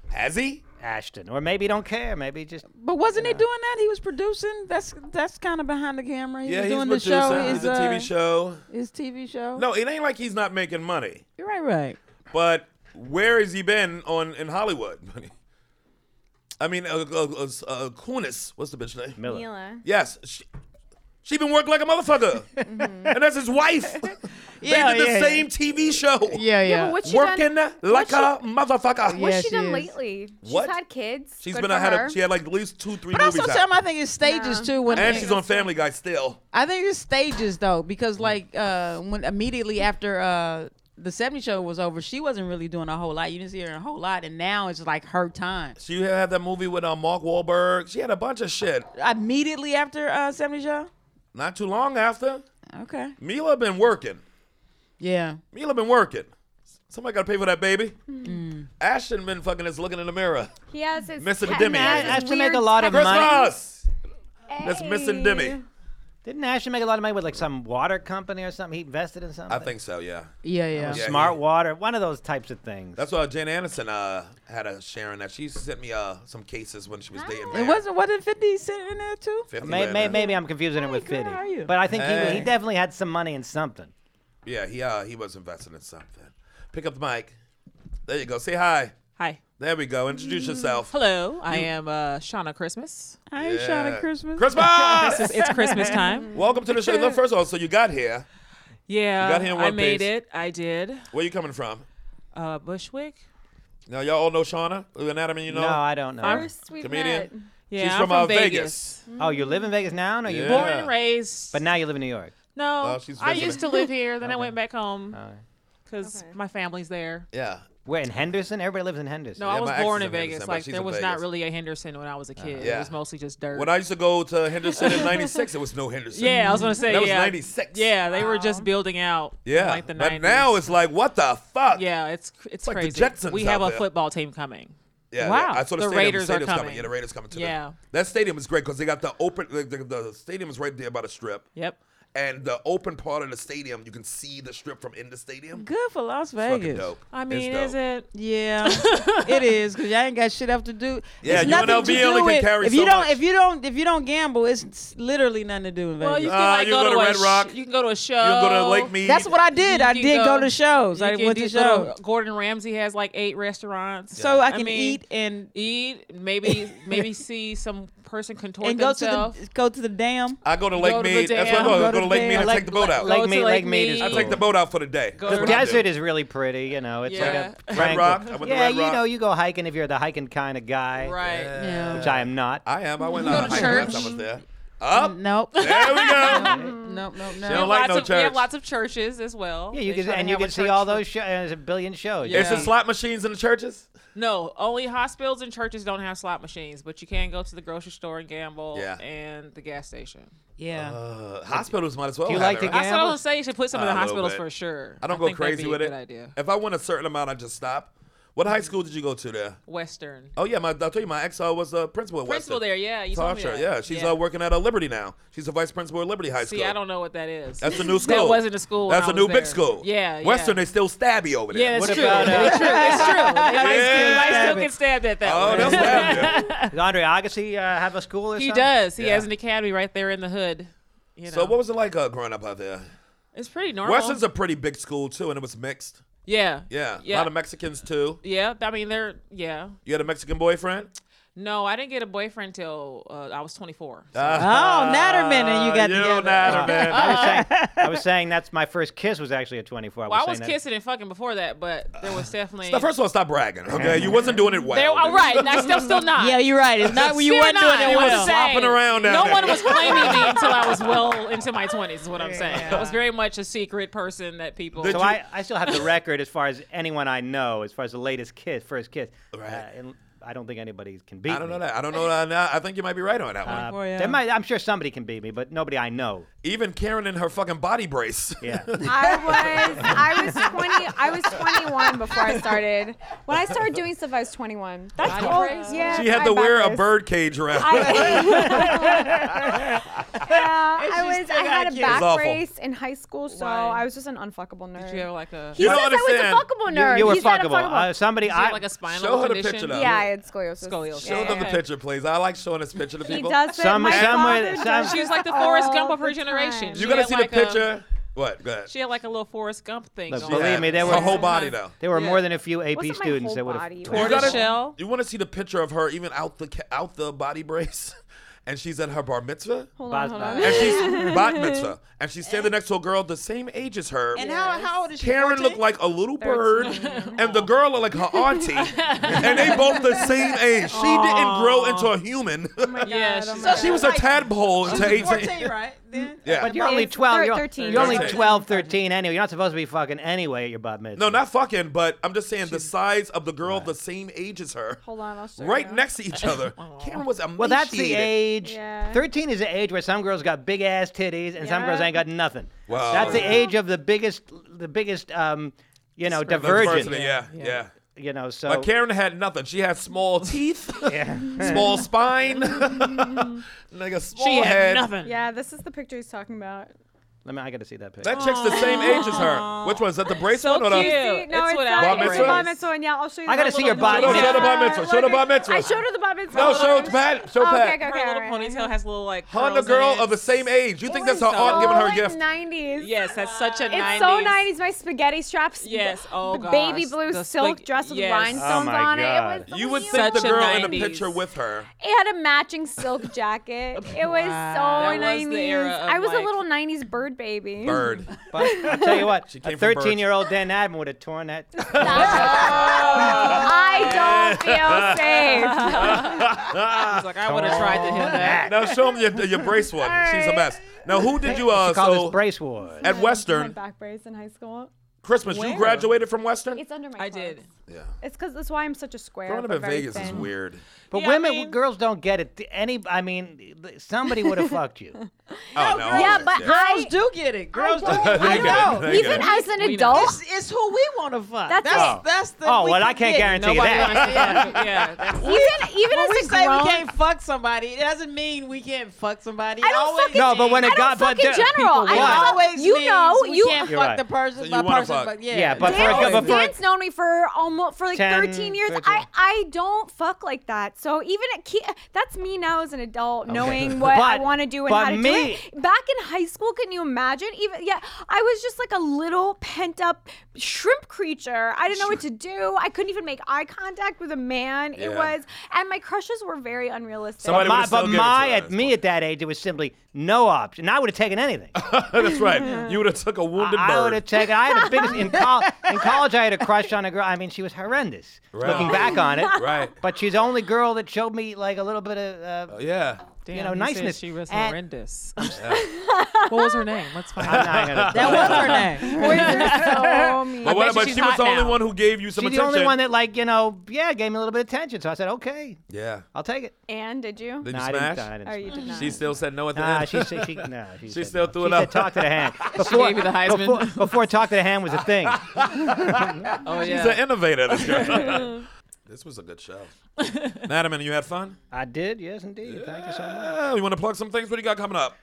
[SPEAKER 2] Has he?
[SPEAKER 7] Ashton, or maybe he don't care. Maybe he just
[SPEAKER 8] But wasn't he doing that? He was producing. That's that's kind of behind the camera. He
[SPEAKER 2] Yeah,
[SPEAKER 8] was
[SPEAKER 2] he's
[SPEAKER 8] doing the
[SPEAKER 2] producing.
[SPEAKER 8] show.
[SPEAKER 2] he's
[SPEAKER 8] his,
[SPEAKER 2] a TV
[SPEAKER 8] uh,
[SPEAKER 2] show.
[SPEAKER 8] His TV show.
[SPEAKER 2] No, it ain't like he's not making money.
[SPEAKER 8] you're right. Right.
[SPEAKER 2] But where has he been on in Hollywood? I mean, uh, uh, uh, uh, Kunis, what's the bitch name?
[SPEAKER 7] Miller.
[SPEAKER 6] Mila.
[SPEAKER 2] Yes, she, she been working like a motherfucker, and that's his wife. they
[SPEAKER 8] Yeah,
[SPEAKER 2] did the
[SPEAKER 8] yeah, yeah.
[SPEAKER 2] same TV show.
[SPEAKER 8] Yeah. Yeah.
[SPEAKER 6] Yeah, but what's she
[SPEAKER 2] Working
[SPEAKER 6] done?
[SPEAKER 2] like
[SPEAKER 6] she-
[SPEAKER 2] a motherfucker.
[SPEAKER 6] What's
[SPEAKER 8] Yeah,
[SPEAKER 6] she
[SPEAKER 8] she
[SPEAKER 6] done
[SPEAKER 8] is.
[SPEAKER 6] lately?
[SPEAKER 2] What?
[SPEAKER 6] She's had kids.
[SPEAKER 2] She's
[SPEAKER 6] Good
[SPEAKER 2] been
[SPEAKER 6] for
[SPEAKER 2] I had
[SPEAKER 6] her.
[SPEAKER 2] a, she had like at least two, three
[SPEAKER 8] But
[SPEAKER 2] movies
[SPEAKER 8] also,
[SPEAKER 2] out.
[SPEAKER 8] Sam, I think it's stages
[SPEAKER 6] Yeah.
[SPEAKER 8] too. When
[SPEAKER 2] and she's Mm. on Family Guy still.
[SPEAKER 8] I think it's stages though, because like uh, when immediately after uh, the '70 show was over, she wasn't really doing a whole lot. You didn't see her in a whole lot, and now it's like her time.
[SPEAKER 2] She had that movie with uh, Mark Wahlberg. She had a bunch of shit.
[SPEAKER 8] Immediately after uh, '70 show.
[SPEAKER 2] Not too long after,
[SPEAKER 8] Okay.
[SPEAKER 2] Mila been working.
[SPEAKER 8] Yeah.
[SPEAKER 2] Mila been working. Somebody got to pay for that baby.
[SPEAKER 7] Mm.
[SPEAKER 2] Ashton been fucking just looking in the mirror.
[SPEAKER 6] He has his
[SPEAKER 2] Missing
[SPEAKER 6] cat-
[SPEAKER 2] Demi.
[SPEAKER 6] he has his
[SPEAKER 7] Ashton make
[SPEAKER 6] weird
[SPEAKER 7] a lot of
[SPEAKER 6] cat-
[SPEAKER 7] money.
[SPEAKER 2] Christmas. That's missing Demi.
[SPEAKER 7] Didn't Ashton make a lot of money with like some water company or something? He invested in something.
[SPEAKER 2] I think so. Yeah.
[SPEAKER 8] Yeah. Yeah.
[SPEAKER 2] Yeah.
[SPEAKER 7] Smart Water, one of those types of things.
[SPEAKER 2] That's why Jen Anderson uh, had a sharing that. She sent me uh, some cases when she was dating.
[SPEAKER 8] It
[SPEAKER 2] Man.
[SPEAKER 8] wasn't wasn't Fifty Cent in there too?
[SPEAKER 2] 50
[SPEAKER 7] May,
[SPEAKER 2] laying
[SPEAKER 7] may,
[SPEAKER 2] there.
[SPEAKER 7] maybe I'm confusing it with
[SPEAKER 8] girl,
[SPEAKER 7] Fiddy.
[SPEAKER 8] how are you?
[SPEAKER 7] But I think he,
[SPEAKER 2] Hey.
[SPEAKER 7] he definitely had some money in something.
[SPEAKER 2] Yeah, he uh, he was investing in something. Pick up the mic. There you go. Say hi.
[SPEAKER 4] Hi.
[SPEAKER 2] There we go.
[SPEAKER 7] Mm.
[SPEAKER 2] Introduce yourself.
[SPEAKER 4] Hello. I am uh, Shauna Christmas.
[SPEAKER 8] I ain't shot
[SPEAKER 2] Yeah.
[SPEAKER 8] at Christmas.
[SPEAKER 2] Christmas.
[SPEAKER 4] (laughs) It's, it's Christmas time.
[SPEAKER 2] Welcome to the show. Look, first of all, so you got here. (laughs)
[SPEAKER 4] Yeah.
[SPEAKER 2] You got here in
[SPEAKER 4] I
[SPEAKER 2] one
[SPEAKER 4] made
[SPEAKER 2] piece.
[SPEAKER 4] it. I did.
[SPEAKER 2] Where you coming from?
[SPEAKER 4] Uh, Bushwick.
[SPEAKER 2] Now y'all all know Shauna, anatomy. You know.
[SPEAKER 7] No, I don't know.
[SPEAKER 6] First we've
[SPEAKER 2] Comedian.
[SPEAKER 6] met.
[SPEAKER 4] Yeah.
[SPEAKER 2] She's
[SPEAKER 4] I'm
[SPEAKER 2] from, uh,
[SPEAKER 4] Vegas.
[SPEAKER 7] oh, you live in Vegas now? No, you.
[SPEAKER 2] Yeah.
[SPEAKER 4] Born and raised.
[SPEAKER 7] But now you live in New York.
[SPEAKER 4] no,
[SPEAKER 2] Oh, she's
[SPEAKER 4] I
[SPEAKER 2] visiting.
[SPEAKER 4] used to live here. Then I went back home
[SPEAKER 7] right.
[SPEAKER 4] because
[SPEAKER 6] Okay.
[SPEAKER 4] my family's there.
[SPEAKER 2] Yeah.
[SPEAKER 7] Where in Henderson? Everybody lives in Henderson.
[SPEAKER 4] No,
[SPEAKER 2] Yeah,
[SPEAKER 4] I was
[SPEAKER 2] my ex
[SPEAKER 4] born
[SPEAKER 2] is
[SPEAKER 4] in
[SPEAKER 2] in
[SPEAKER 4] Vegas.
[SPEAKER 2] Henderson, but
[SPEAKER 4] like
[SPEAKER 2] she's
[SPEAKER 4] there
[SPEAKER 2] in
[SPEAKER 4] was not
[SPEAKER 2] Vegas. Uh,
[SPEAKER 4] really a Henderson when I was a kid.
[SPEAKER 2] Yeah.
[SPEAKER 4] It was mostly just dirt.
[SPEAKER 2] When I used to go to
[SPEAKER 4] (laughs)
[SPEAKER 2] Henderson in '96, it was no Henderson.
[SPEAKER 4] yeah, I was gonna say
[SPEAKER 2] That was
[SPEAKER 4] yeah.
[SPEAKER 2] 96.
[SPEAKER 4] Yeah, they were just building out. in,
[SPEAKER 2] Yeah.
[SPEAKER 4] like the
[SPEAKER 2] but
[SPEAKER 4] 90s.
[SPEAKER 2] now it's like, what the fuck?
[SPEAKER 4] yeah, it's it's
[SPEAKER 2] like the
[SPEAKER 4] crazy.
[SPEAKER 2] Jetsons
[SPEAKER 4] we
[SPEAKER 2] out
[SPEAKER 4] have a
[SPEAKER 2] there.
[SPEAKER 4] football team coming.
[SPEAKER 2] Yeah,
[SPEAKER 4] Wow.
[SPEAKER 2] yeah. I saw the,
[SPEAKER 4] The
[SPEAKER 2] stadium.
[SPEAKER 4] Raiders
[SPEAKER 2] the
[SPEAKER 4] are
[SPEAKER 2] stadium's coming.
[SPEAKER 4] coming.
[SPEAKER 2] Yeah, the Raiders coming too.
[SPEAKER 4] Yeah.
[SPEAKER 2] That stadium is great because they got the open. The, the, the stadium is right there by the strip.
[SPEAKER 4] Yep.
[SPEAKER 2] And the open part of the stadium, you can see the strip from in the stadium.
[SPEAKER 8] Good for Las
[SPEAKER 2] Fucking
[SPEAKER 8] Vegas.
[SPEAKER 2] dope.
[SPEAKER 4] I
[SPEAKER 2] It's
[SPEAKER 4] mean,
[SPEAKER 2] dope.
[SPEAKER 4] is it? (laughs)
[SPEAKER 8] Yeah, it is because y'all ain't got shit else to do.
[SPEAKER 2] Yeah,
[SPEAKER 8] It's nothing
[SPEAKER 2] UNLV
[SPEAKER 8] to do
[SPEAKER 2] only can
[SPEAKER 8] with-
[SPEAKER 2] carry
[SPEAKER 8] If you
[SPEAKER 2] so
[SPEAKER 8] don't,
[SPEAKER 2] much.
[SPEAKER 8] if you don't, if you don't gamble, it's literally nothing to do in Vegas.
[SPEAKER 4] Well, you can
[SPEAKER 2] Uh,
[SPEAKER 4] like
[SPEAKER 2] you
[SPEAKER 4] go,
[SPEAKER 2] go to
[SPEAKER 4] a
[SPEAKER 2] Red
[SPEAKER 4] sh-
[SPEAKER 2] Rock.
[SPEAKER 4] You can go to a show.
[SPEAKER 2] You can go to
[SPEAKER 4] Oh.
[SPEAKER 2] Lake Mead.
[SPEAKER 8] That's what I did. I
[SPEAKER 4] You
[SPEAKER 8] did
[SPEAKER 4] can
[SPEAKER 8] go, to shows.
[SPEAKER 4] you
[SPEAKER 8] I
[SPEAKER 4] can
[SPEAKER 8] went
[SPEAKER 4] do
[SPEAKER 8] to
[SPEAKER 4] go
[SPEAKER 8] shows.
[SPEAKER 4] Gordon Ramsay has like eight restaurants.
[SPEAKER 8] So I can
[SPEAKER 4] mean,
[SPEAKER 8] eat and
[SPEAKER 4] eat, maybe maybe see some person contort
[SPEAKER 8] and go to
[SPEAKER 4] themself.
[SPEAKER 8] the go to the dam.
[SPEAKER 2] I go to Lake
[SPEAKER 4] to the
[SPEAKER 2] Mead. That's where I
[SPEAKER 4] dam.
[SPEAKER 2] go.
[SPEAKER 8] Go
[SPEAKER 2] I go
[SPEAKER 8] to
[SPEAKER 2] to
[SPEAKER 8] the
[SPEAKER 2] Lake Mead
[SPEAKER 8] dam.
[SPEAKER 2] and take the boat out.
[SPEAKER 4] Go
[SPEAKER 7] Lake
[SPEAKER 4] to
[SPEAKER 7] Mead- Lake Mead is
[SPEAKER 2] I
[SPEAKER 7] cool.
[SPEAKER 2] take the boat out for the day.
[SPEAKER 4] Go
[SPEAKER 2] That's
[SPEAKER 4] to
[SPEAKER 7] The
[SPEAKER 2] what I do.
[SPEAKER 7] desert is really pretty, you know. It's
[SPEAKER 4] Yeah.
[SPEAKER 7] like a Frank-
[SPEAKER 2] Rock. I went to
[SPEAKER 7] yeah,
[SPEAKER 2] Red
[SPEAKER 7] you
[SPEAKER 2] Rock.
[SPEAKER 7] know, you go hiking if you're the hiking kind of guy,
[SPEAKER 4] Right.
[SPEAKER 8] Yeah.
[SPEAKER 7] which I am not.
[SPEAKER 2] I am. I went
[SPEAKER 4] go
[SPEAKER 2] out
[SPEAKER 4] to
[SPEAKER 2] hiking
[SPEAKER 4] church.
[SPEAKER 2] last time I was there. Up. (laughs)
[SPEAKER 8] Nope.
[SPEAKER 2] There we go.
[SPEAKER 8] nope. Nope.
[SPEAKER 2] I don't
[SPEAKER 8] Nope.
[SPEAKER 2] like
[SPEAKER 4] lots
[SPEAKER 2] no
[SPEAKER 4] of, We
[SPEAKER 2] church.
[SPEAKER 4] have lots of churches as well.
[SPEAKER 7] yeah, you
[SPEAKER 4] They
[SPEAKER 7] can,
[SPEAKER 4] try to
[SPEAKER 7] and you
[SPEAKER 4] have a
[SPEAKER 7] can see
[SPEAKER 4] church
[SPEAKER 7] all
[SPEAKER 4] for-
[SPEAKER 7] those shows. There's a billion shows.
[SPEAKER 4] (laughs) Yeah.
[SPEAKER 2] Is there slot machines in the churches?
[SPEAKER 4] No, only hospitals and churches don't have slot machines, but you can go to the grocery store and gamble.
[SPEAKER 2] Yeah.
[SPEAKER 4] And the gas station.
[SPEAKER 8] Yeah.
[SPEAKER 2] Uh, hospitals might as well.
[SPEAKER 7] Do you
[SPEAKER 2] have
[SPEAKER 7] like
[SPEAKER 2] it,
[SPEAKER 7] to
[SPEAKER 2] right?
[SPEAKER 4] I saw
[SPEAKER 7] Gamble?
[SPEAKER 4] them say you should put some in
[SPEAKER 2] A
[SPEAKER 4] the
[SPEAKER 2] little
[SPEAKER 4] hospitals
[SPEAKER 2] bit.
[SPEAKER 4] for sure.
[SPEAKER 2] I don't go
[SPEAKER 4] think that'd
[SPEAKER 2] crazy
[SPEAKER 4] be a
[SPEAKER 2] with it.
[SPEAKER 4] Good idea.
[SPEAKER 2] If I win a certain amount, I just stop. What high school did you go to there?
[SPEAKER 4] Western.
[SPEAKER 2] Oh yeah, my I told you my ex uh, was a principal at
[SPEAKER 4] Principal
[SPEAKER 2] Western.
[SPEAKER 4] there, yeah. You told me
[SPEAKER 2] Tasha,
[SPEAKER 4] that.
[SPEAKER 2] yeah, she's Uh, working at uh, Liberty now. She's a vice principal at Liberty High School.
[SPEAKER 4] See, I don't know what that is.
[SPEAKER 2] That's the new school.
[SPEAKER 4] (laughs) That wasn't a school when
[SPEAKER 2] That's
[SPEAKER 4] I
[SPEAKER 2] a
[SPEAKER 4] was
[SPEAKER 2] new
[SPEAKER 4] there.
[SPEAKER 2] big school.
[SPEAKER 4] Yeah, yeah.
[SPEAKER 2] Western, they still stabby over there.
[SPEAKER 4] yeah, that's
[SPEAKER 7] What
[SPEAKER 4] true.
[SPEAKER 7] about, uh,
[SPEAKER 4] it's true. It's (laughs) true. I
[SPEAKER 2] Yeah.
[SPEAKER 4] still, I
[SPEAKER 7] Stab
[SPEAKER 4] still
[SPEAKER 7] it.
[SPEAKER 4] get stabbed at that.
[SPEAKER 2] Oh,
[SPEAKER 4] (laughs) one.
[SPEAKER 2] they'll stab you.
[SPEAKER 7] Does Andre Agassi uh, have a school or
[SPEAKER 4] he
[SPEAKER 7] something?
[SPEAKER 4] does. He
[SPEAKER 2] Yeah.
[SPEAKER 4] has an academy right there in the hood. You know.
[SPEAKER 2] So what was it like uh, growing up out there?
[SPEAKER 4] It's pretty normal.
[SPEAKER 2] Western's a pretty big school too, and it was mixed.
[SPEAKER 4] yeah.
[SPEAKER 2] Yeah, a
[SPEAKER 4] Yeah.
[SPEAKER 2] lot of Mexicans too.
[SPEAKER 4] yeah. I mean, they're yeah.
[SPEAKER 2] You had a Mexican boyfriend?
[SPEAKER 4] No, I didn't get a boyfriend till uh, I was 24.
[SPEAKER 2] Ah,
[SPEAKER 8] Oh, Natterman and you
[SPEAKER 2] (laughs)
[SPEAKER 8] got
[SPEAKER 2] you
[SPEAKER 8] together.
[SPEAKER 2] Natterman.
[SPEAKER 7] I was, saying, I was saying that's my first kiss was actually at 24.
[SPEAKER 4] well, I
[SPEAKER 7] saying
[SPEAKER 4] was
[SPEAKER 7] that.
[SPEAKER 4] kissing and fucking before that, but there
[SPEAKER 2] (sighs)
[SPEAKER 4] was definitely.
[SPEAKER 2] Now, first of all, stop bragging. Okay, you wasn't doing it well.
[SPEAKER 4] there, all right, I'm still, still
[SPEAKER 8] (laughs)
[SPEAKER 4] not.
[SPEAKER 8] Yeah, you're right. It's
[SPEAKER 4] (laughs)
[SPEAKER 8] not you
[SPEAKER 4] Still
[SPEAKER 8] weren't doing
[SPEAKER 4] not.
[SPEAKER 8] it
[SPEAKER 4] It was
[SPEAKER 8] well.
[SPEAKER 4] sad.
[SPEAKER 2] Flopping around down
[SPEAKER 4] No
[SPEAKER 2] there.
[SPEAKER 4] one was
[SPEAKER 8] (laughs)
[SPEAKER 4] claiming me until I was well into my 20s, is what I'm saying. I was very much a secret person that people.
[SPEAKER 2] Did
[SPEAKER 7] So
[SPEAKER 2] you-
[SPEAKER 7] I, I still have the record as far as anyone I know, as far as the latest kiss, first kiss.
[SPEAKER 2] Right.
[SPEAKER 7] Uh, and I don't think anybody can beat
[SPEAKER 2] (laughs)
[SPEAKER 7] me.
[SPEAKER 2] I don't know that. I don't know that. I I think you might be right on that one.
[SPEAKER 7] Uh,
[SPEAKER 4] Oh,
[SPEAKER 8] Boy, Oh, yeah.
[SPEAKER 7] there might, I'm sure somebody can beat me, but nobody I know.
[SPEAKER 2] Even Karen in her fucking body brace.
[SPEAKER 7] Yeah.
[SPEAKER 6] I was I was twenty I was twenty one before I started. When I started doing stuff, I was twenty one. That's all. Yeah,
[SPEAKER 2] (laughs) she had
[SPEAKER 6] I
[SPEAKER 2] to wear a
[SPEAKER 6] backwards.
[SPEAKER 2] bird cage around. (laughs)
[SPEAKER 6] I, yeah,
[SPEAKER 4] (laughs)
[SPEAKER 6] I was. I had a
[SPEAKER 2] It's
[SPEAKER 6] back
[SPEAKER 2] awful.
[SPEAKER 6] race in high school, so
[SPEAKER 4] Why?
[SPEAKER 6] I was just an unfuckable nerd.
[SPEAKER 4] Did you have like a.
[SPEAKER 6] he
[SPEAKER 2] You don't
[SPEAKER 6] says I was a
[SPEAKER 2] understand.
[SPEAKER 6] fuckable
[SPEAKER 7] you,
[SPEAKER 6] nerd.
[SPEAKER 7] you were
[SPEAKER 6] He's not a
[SPEAKER 7] fuckable. Uh, somebody,
[SPEAKER 4] Did you
[SPEAKER 7] I,
[SPEAKER 4] have like a spinal
[SPEAKER 2] Show her the
[SPEAKER 4] condition?
[SPEAKER 2] picture though.
[SPEAKER 6] yeah, I had scoliosis.
[SPEAKER 4] Scoliosis.
[SPEAKER 2] Show them the
[SPEAKER 4] Okay.
[SPEAKER 2] picture, please. I like showing this picture to
[SPEAKER 6] He
[SPEAKER 2] people.
[SPEAKER 6] does it.
[SPEAKER 7] Some-
[SPEAKER 6] My
[SPEAKER 7] some
[SPEAKER 6] father
[SPEAKER 7] would- some-
[SPEAKER 6] does
[SPEAKER 4] She's
[SPEAKER 6] this
[SPEAKER 4] like the Forrest Gump
[SPEAKER 6] all
[SPEAKER 4] of her
[SPEAKER 6] the
[SPEAKER 4] generation.
[SPEAKER 6] time.
[SPEAKER 2] You're
[SPEAKER 4] She
[SPEAKER 2] gonna
[SPEAKER 4] had
[SPEAKER 2] see
[SPEAKER 4] like
[SPEAKER 2] the
[SPEAKER 4] a-
[SPEAKER 2] picture. what? Go ahead.
[SPEAKER 4] She had like a little Forrest Gump thing.
[SPEAKER 7] Look,
[SPEAKER 4] going
[SPEAKER 7] believe
[SPEAKER 4] on.
[SPEAKER 7] me, there
[SPEAKER 2] Her
[SPEAKER 7] were-
[SPEAKER 2] whole body though.
[SPEAKER 7] There were
[SPEAKER 4] Yeah.
[SPEAKER 7] more than a few AP
[SPEAKER 6] Wasn't my
[SPEAKER 7] students
[SPEAKER 6] whole
[SPEAKER 7] that would
[SPEAKER 6] body,
[SPEAKER 7] have.
[SPEAKER 6] but- You
[SPEAKER 2] gotta-
[SPEAKER 4] Tortoiseshell.
[SPEAKER 2] You want to see the picture of her even out the ca- out the body brace, (laughs) and she's at her bar mitzvah.
[SPEAKER 6] Hold on, hold on.
[SPEAKER 2] And she's bat mitzvah, and she's standing next to a girl the same age as her.
[SPEAKER 8] And how, how old is she?
[SPEAKER 2] Karen
[SPEAKER 8] 14?
[SPEAKER 2] looked like a little bird, and the girl looked like her auntie, and they both the same age. She didn't grow into a human. (laughs)
[SPEAKER 4] Yeah, she-
[SPEAKER 8] So
[SPEAKER 2] she was a
[SPEAKER 8] like-
[SPEAKER 2] tadpole
[SPEAKER 8] She
[SPEAKER 2] into
[SPEAKER 8] was
[SPEAKER 2] 18.
[SPEAKER 8] 14, right? Then?
[SPEAKER 2] Yeah.
[SPEAKER 8] (laughs)
[SPEAKER 7] But you're only
[SPEAKER 6] It's
[SPEAKER 7] 12.
[SPEAKER 6] thir-
[SPEAKER 7] You're,
[SPEAKER 6] 13.
[SPEAKER 7] you're only
[SPEAKER 2] 13.
[SPEAKER 7] 12, 13 anyway. You're not supposed to be fucking anyway at your bat mitzvah.
[SPEAKER 2] No, not fucking, but I'm just saying the size of the girl the same age as her.
[SPEAKER 6] Hold on, I'll show
[SPEAKER 2] Right
[SPEAKER 6] you.
[SPEAKER 2] next to each other. Karen was emaciated.
[SPEAKER 7] Well, that's the age.
[SPEAKER 6] Yeah.
[SPEAKER 7] 13 is the age where some girls got big ass titties and some girls
[SPEAKER 6] Yeah.
[SPEAKER 7] ain't got nothing.
[SPEAKER 2] Wow.
[SPEAKER 7] That's the age of the biggest, the biggest, um, you know,
[SPEAKER 2] The
[SPEAKER 7] divergence.
[SPEAKER 2] diversity, Yeah, yeah.
[SPEAKER 7] You know, so.
[SPEAKER 2] But Karen had nothing. She had small teeth,
[SPEAKER 7] Oh. Yeah.
[SPEAKER 2] small spine, like a small
[SPEAKER 4] she had
[SPEAKER 2] head.
[SPEAKER 4] nothing.
[SPEAKER 6] Yeah, this is the picture he's talking about.
[SPEAKER 7] Let me, I gotta see that picture.
[SPEAKER 2] That chick's the same age as her. Which one? Is that the brace
[SPEAKER 4] So
[SPEAKER 2] one or the?
[SPEAKER 4] cute.
[SPEAKER 6] See, no,
[SPEAKER 4] It's
[SPEAKER 6] it's,
[SPEAKER 4] what
[SPEAKER 6] not.
[SPEAKER 2] Bar
[SPEAKER 6] It's the
[SPEAKER 2] mitzvah.
[SPEAKER 6] bar mitzvah, and yeah, I'll show you.
[SPEAKER 7] I
[SPEAKER 6] the
[SPEAKER 7] gotta see your
[SPEAKER 6] little-
[SPEAKER 7] body
[SPEAKER 6] little-
[SPEAKER 7] No, show the
[SPEAKER 2] bar
[SPEAKER 6] Yeah,
[SPEAKER 2] mitzvah, show the bar mitzvah.
[SPEAKER 6] I showed her the bar mitzvah.
[SPEAKER 2] No,
[SPEAKER 6] Hold on.
[SPEAKER 2] show Pat. Show
[SPEAKER 6] Okay,
[SPEAKER 2] Pat.
[SPEAKER 6] okay, okay.
[SPEAKER 4] Her little
[SPEAKER 6] all right.
[SPEAKER 4] ponytail has little like
[SPEAKER 2] Honda
[SPEAKER 4] curls in
[SPEAKER 2] girl
[SPEAKER 4] it.
[SPEAKER 2] of the same age. You think
[SPEAKER 4] was
[SPEAKER 2] that's her aunt giving her a
[SPEAKER 6] Oh,
[SPEAKER 2] gift?
[SPEAKER 6] 90s.
[SPEAKER 4] Yes, that's such a
[SPEAKER 6] It's
[SPEAKER 4] 90s.
[SPEAKER 6] so 90s. My spaghetti straps.
[SPEAKER 4] Yes, oh
[SPEAKER 6] The baby
[SPEAKER 4] gosh,
[SPEAKER 6] blue
[SPEAKER 4] the
[SPEAKER 6] silk
[SPEAKER 4] spag-
[SPEAKER 6] dress with
[SPEAKER 4] yes.
[SPEAKER 6] rhinestones
[SPEAKER 7] Oh, my
[SPEAKER 6] on
[SPEAKER 7] God.
[SPEAKER 6] it. It was
[SPEAKER 2] You would
[SPEAKER 6] so
[SPEAKER 2] think the
[SPEAKER 4] Such a
[SPEAKER 2] girl in the
[SPEAKER 4] 90s.
[SPEAKER 2] picture with her.
[SPEAKER 6] It had a matching
[SPEAKER 4] (laughs)
[SPEAKER 6] silk jacket. It was
[SPEAKER 4] That
[SPEAKER 6] so
[SPEAKER 4] was the
[SPEAKER 6] 90s.
[SPEAKER 4] era of,
[SPEAKER 6] I was
[SPEAKER 4] like-
[SPEAKER 6] a little 90s bird baby. (laughs)
[SPEAKER 2] Bird.
[SPEAKER 7] But I'll tell you what,
[SPEAKER 2] came
[SPEAKER 7] a
[SPEAKER 2] from birth.
[SPEAKER 7] 13 year old Dan Adam would have
[SPEAKER 2] (laughs)
[SPEAKER 7] torn that.
[SPEAKER 4] Oh.
[SPEAKER 2] (laughs)
[SPEAKER 4] (laughs)
[SPEAKER 6] I don't feel safe.
[SPEAKER 4] It's like I would have tried to hit that.
[SPEAKER 2] Now show him your, your brace one. She's a mess. Now who did you uh
[SPEAKER 7] They call
[SPEAKER 2] so
[SPEAKER 7] this brace wars.
[SPEAKER 2] at
[SPEAKER 6] I had
[SPEAKER 2] Western
[SPEAKER 6] back brace in high school.
[SPEAKER 2] Christmas? You
[SPEAKER 4] Where?
[SPEAKER 2] graduated from Western.
[SPEAKER 6] It's under my.
[SPEAKER 4] I
[SPEAKER 6] clothes.
[SPEAKER 4] did.
[SPEAKER 2] yeah.
[SPEAKER 6] It's because that's why I'm such a square.
[SPEAKER 2] Growing up
[SPEAKER 6] but
[SPEAKER 2] in
[SPEAKER 6] very
[SPEAKER 2] Vegas is
[SPEAKER 6] thin.
[SPEAKER 2] weird.
[SPEAKER 7] But
[SPEAKER 4] Yeah, I
[SPEAKER 7] women,
[SPEAKER 4] mean-
[SPEAKER 7] girls don't get it. Any, I mean, somebody would have fucked you.
[SPEAKER 2] Oh no.
[SPEAKER 6] Yeah,
[SPEAKER 2] always,
[SPEAKER 6] but I.
[SPEAKER 8] Girls do get it. Girls do. I
[SPEAKER 2] They get it. (laughs)
[SPEAKER 8] know.
[SPEAKER 2] They get
[SPEAKER 6] Even
[SPEAKER 2] it.
[SPEAKER 6] as an
[SPEAKER 4] know.
[SPEAKER 6] adult,
[SPEAKER 8] It's, it's who we want to fuck.
[SPEAKER 6] That's
[SPEAKER 8] That's that's,
[SPEAKER 6] it.
[SPEAKER 8] the.
[SPEAKER 7] Oh,
[SPEAKER 8] we
[SPEAKER 7] well, I
[SPEAKER 8] can
[SPEAKER 7] can't
[SPEAKER 8] get.
[SPEAKER 7] guarantee
[SPEAKER 4] Nobody
[SPEAKER 7] you
[SPEAKER 4] wants
[SPEAKER 7] that.
[SPEAKER 4] to. Yeah,
[SPEAKER 7] (laughs)
[SPEAKER 4] yeah. that's-
[SPEAKER 6] even even as
[SPEAKER 8] When we
[SPEAKER 6] a
[SPEAKER 8] say
[SPEAKER 6] grown,
[SPEAKER 8] we can't fuck somebody, it doesn't mean we can't fuck somebody.
[SPEAKER 6] I don't
[SPEAKER 8] always,
[SPEAKER 6] fucking-
[SPEAKER 7] No, but when
[SPEAKER 6] I
[SPEAKER 7] it
[SPEAKER 6] don't
[SPEAKER 7] got,
[SPEAKER 6] fuck
[SPEAKER 7] but
[SPEAKER 6] in
[SPEAKER 7] there-
[SPEAKER 6] general. I
[SPEAKER 7] people would.
[SPEAKER 8] it
[SPEAKER 6] don't fuck-
[SPEAKER 8] always
[SPEAKER 6] You
[SPEAKER 8] means
[SPEAKER 6] know,
[SPEAKER 8] we
[SPEAKER 6] you-
[SPEAKER 8] can't
[SPEAKER 7] You're
[SPEAKER 8] fuck
[SPEAKER 7] right.
[SPEAKER 8] the person.
[SPEAKER 2] So you
[SPEAKER 8] my
[SPEAKER 2] wanna
[SPEAKER 8] person,
[SPEAKER 2] fuck.
[SPEAKER 8] but yeah,
[SPEAKER 7] Yeah, but for a-
[SPEAKER 6] Dan's,
[SPEAKER 7] but for a-
[SPEAKER 6] Dan's known me for almost for like
[SPEAKER 7] 10,
[SPEAKER 6] 13 years.
[SPEAKER 7] 13.
[SPEAKER 6] I I don't fuck like that. So even at key, that's me now as an adult, knowing what I
[SPEAKER 7] But-
[SPEAKER 6] want to do and
[SPEAKER 7] but
[SPEAKER 6] how to do
[SPEAKER 7] me-
[SPEAKER 6] it. Back in high school, can you imagine? Even yeah, I was just like a little pent up shrimp creature. I didn't know what to do. I couldn't even make eye contact with a man. It
[SPEAKER 2] Yeah.
[SPEAKER 6] was, and my crushes were very unrealistic.
[SPEAKER 2] Somebody-
[SPEAKER 7] My,
[SPEAKER 2] would've still
[SPEAKER 7] but
[SPEAKER 2] given it to
[SPEAKER 7] my,
[SPEAKER 2] her,
[SPEAKER 7] at
[SPEAKER 2] that's
[SPEAKER 7] me at that age, it was simply no option. I would have taken anything.
[SPEAKER 2] (laughs) That's right. You would have took a wounded
[SPEAKER 7] I would
[SPEAKER 2] bird.
[SPEAKER 7] have taken. I had a biggest
[SPEAKER 2] (laughs)
[SPEAKER 7] in, col- in college. I had a crush on a girl. I mean, she was horrendous.
[SPEAKER 2] Right.
[SPEAKER 7] Looking back on it,
[SPEAKER 2] right.
[SPEAKER 7] But she's the only girl that showed me like a little bit of. Uh,
[SPEAKER 2] Yeah.
[SPEAKER 4] Damn,
[SPEAKER 7] You know,
[SPEAKER 4] he said
[SPEAKER 7] niceness.
[SPEAKER 4] She was
[SPEAKER 7] And-
[SPEAKER 4] horrendous. (laughs) what was her name? Let's find
[SPEAKER 7] I'm
[SPEAKER 4] out.
[SPEAKER 7] not gonna-
[SPEAKER 8] that was her name.
[SPEAKER 6] Boys are so (laughs) mean.
[SPEAKER 2] But, what,
[SPEAKER 4] bet you
[SPEAKER 2] but
[SPEAKER 4] she's
[SPEAKER 2] she was
[SPEAKER 4] hot
[SPEAKER 2] the only
[SPEAKER 4] now.
[SPEAKER 2] one who gave you some
[SPEAKER 7] She's the
[SPEAKER 2] attention.
[SPEAKER 7] only one that like you know yeah gave me a little bit of attention. So I said okay,
[SPEAKER 2] yeah.
[SPEAKER 7] I'll take it.
[SPEAKER 6] And did you?
[SPEAKER 2] Did
[SPEAKER 7] No,
[SPEAKER 2] you
[SPEAKER 7] I didn't.
[SPEAKER 2] smash?
[SPEAKER 7] I didn't
[SPEAKER 6] Or
[SPEAKER 7] smash.
[SPEAKER 6] you did not?
[SPEAKER 2] She still said no at the
[SPEAKER 7] Nah,
[SPEAKER 2] end. (laughs)
[SPEAKER 7] she, she, she, no, she, said
[SPEAKER 2] still
[SPEAKER 7] no.
[SPEAKER 2] threw it
[SPEAKER 7] she
[SPEAKER 2] up.
[SPEAKER 7] Said, talk to the
[SPEAKER 2] (laughs)
[SPEAKER 7] hand. Before,
[SPEAKER 4] gave you (laughs) the Heisman.
[SPEAKER 7] Before, (laughs) before talk to the hand was a thing.
[SPEAKER 4] Oh
[SPEAKER 2] She's
[SPEAKER 4] yeah.
[SPEAKER 2] an innovator. This girl. this was a good (laughs) show. Nataman, you had fun.
[SPEAKER 7] I did, yes, indeed. Thank you so much.
[SPEAKER 2] Yeah, Uh, you want to plug some things? What do you got coming up?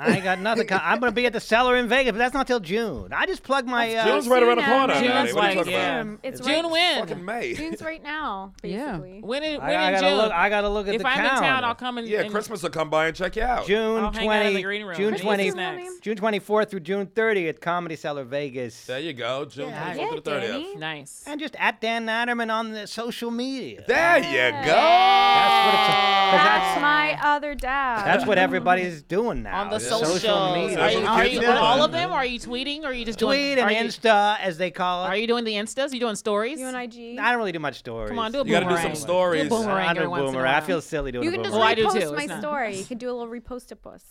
[SPEAKER 7] I ain't
[SPEAKER 2] (laughs)
[SPEAKER 7] got nothing. co- I'm going to be at the cellar in Vegas, but that's not till June. I just plugged my. Uh,
[SPEAKER 2] June's right around the
[SPEAKER 6] June,
[SPEAKER 2] corner.
[SPEAKER 6] June's
[SPEAKER 2] Natalie. What are you
[SPEAKER 4] like,
[SPEAKER 2] talking
[SPEAKER 4] yeah.
[SPEAKER 2] about?
[SPEAKER 6] It's
[SPEAKER 4] June
[SPEAKER 6] right,
[SPEAKER 2] Fucking
[SPEAKER 4] when?
[SPEAKER 2] May.
[SPEAKER 6] June's right now,
[SPEAKER 8] Yeah.
[SPEAKER 6] basically.
[SPEAKER 4] When (laughs) in, when
[SPEAKER 7] I, I
[SPEAKER 4] in
[SPEAKER 7] gotta
[SPEAKER 4] June?
[SPEAKER 7] look. I gotta look at
[SPEAKER 4] if
[SPEAKER 7] the
[SPEAKER 4] I'm
[SPEAKER 7] calendar.
[SPEAKER 4] in town, I'll come and
[SPEAKER 2] Yeah,
[SPEAKER 4] and-
[SPEAKER 2] Christmas will come by and check you out.
[SPEAKER 7] June
[SPEAKER 4] I'll
[SPEAKER 7] 20,
[SPEAKER 4] hang out in the green room.
[SPEAKER 7] June
[SPEAKER 4] Christmas
[SPEAKER 7] 20,
[SPEAKER 4] is next.
[SPEAKER 7] June 24th through June 30th at Comedy Cellar Vegas,
[SPEAKER 2] There you go. June 24th
[SPEAKER 6] Yeah,
[SPEAKER 2] to the 30th.
[SPEAKER 6] Danny.
[SPEAKER 4] Nice.
[SPEAKER 7] and just at Dan Natterman on the social media.
[SPEAKER 2] There you go.
[SPEAKER 7] That's what it's. 'cause
[SPEAKER 6] That's
[SPEAKER 7] That's,
[SPEAKER 6] my other dad.
[SPEAKER 7] that's what everybody's doing now.
[SPEAKER 4] on
[SPEAKER 7] is
[SPEAKER 4] the socials.
[SPEAKER 7] media.
[SPEAKER 4] Are you,
[SPEAKER 2] Social
[SPEAKER 4] are
[SPEAKER 2] kids
[SPEAKER 4] you
[SPEAKER 2] now.
[SPEAKER 4] all of them? Are you tweeting? Or are you just
[SPEAKER 7] Tweet
[SPEAKER 4] doing,
[SPEAKER 7] and
[SPEAKER 4] are you,
[SPEAKER 7] Insta, as they call it.
[SPEAKER 4] Are you doing the instas? you doing stories?
[SPEAKER 6] you and IG.
[SPEAKER 7] I don't really do much stories.
[SPEAKER 4] Come on, do a
[SPEAKER 2] You gotta do
[SPEAKER 4] boomerang.
[SPEAKER 2] some stories.
[SPEAKER 4] Do a boomerang
[SPEAKER 7] I
[SPEAKER 4] every
[SPEAKER 7] do
[SPEAKER 4] once in a
[SPEAKER 7] boomerang. I
[SPEAKER 4] while.
[SPEAKER 7] feel silly doing
[SPEAKER 6] You
[SPEAKER 7] a
[SPEAKER 6] can just
[SPEAKER 4] Oh, I
[SPEAKER 7] boomerang.
[SPEAKER 4] do
[SPEAKER 6] repost
[SPEAKER 4] too.
[SPEAKER 6] my
[SPEAKER 4] It's not- (laughs)
[SPEAKER 6] story. You could do a little repost to puss.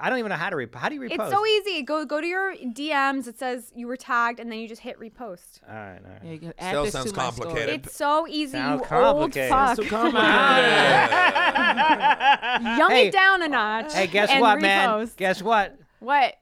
[SPEAKER 7] I don't even know how to repost. How do you repost?
[SPEAKER 6] It's so e- easy. Go go to your DMs. It says you were tagged, and then you just hit repost.
[SPEAKER 7] All right, all right.
[SPEAKER 4] Yeah, you can add
[SPEAKER 2] Still
[SPEAKER 4] this
[SPEAKER 2] sounds
[SPEAKER 4] to my story.
[SPEAKER 2] complicated.
[SPEAKER 6] It's so easy.
[SPEAKER 7] Sounds
[SPEAKER 6] you old
[SPEAKER 7] complicated.
[SPEAKER 6] fuck.
[SPEAKER 4] Come on.
[SPEAKER 6] (laughs) Young
[SPEAKER 7] Hey.
[SPEAKER 6] it down a notch.
[SPEAKER 7] Hey, guess
[SPEAKER 6] and
[SPEAKER 7] what,
[SPEAKER 6] repost.
[SPEAKER 7] man? Guess what?
[SPEAKER 4] (laughs)
[SPEAKER 6] What?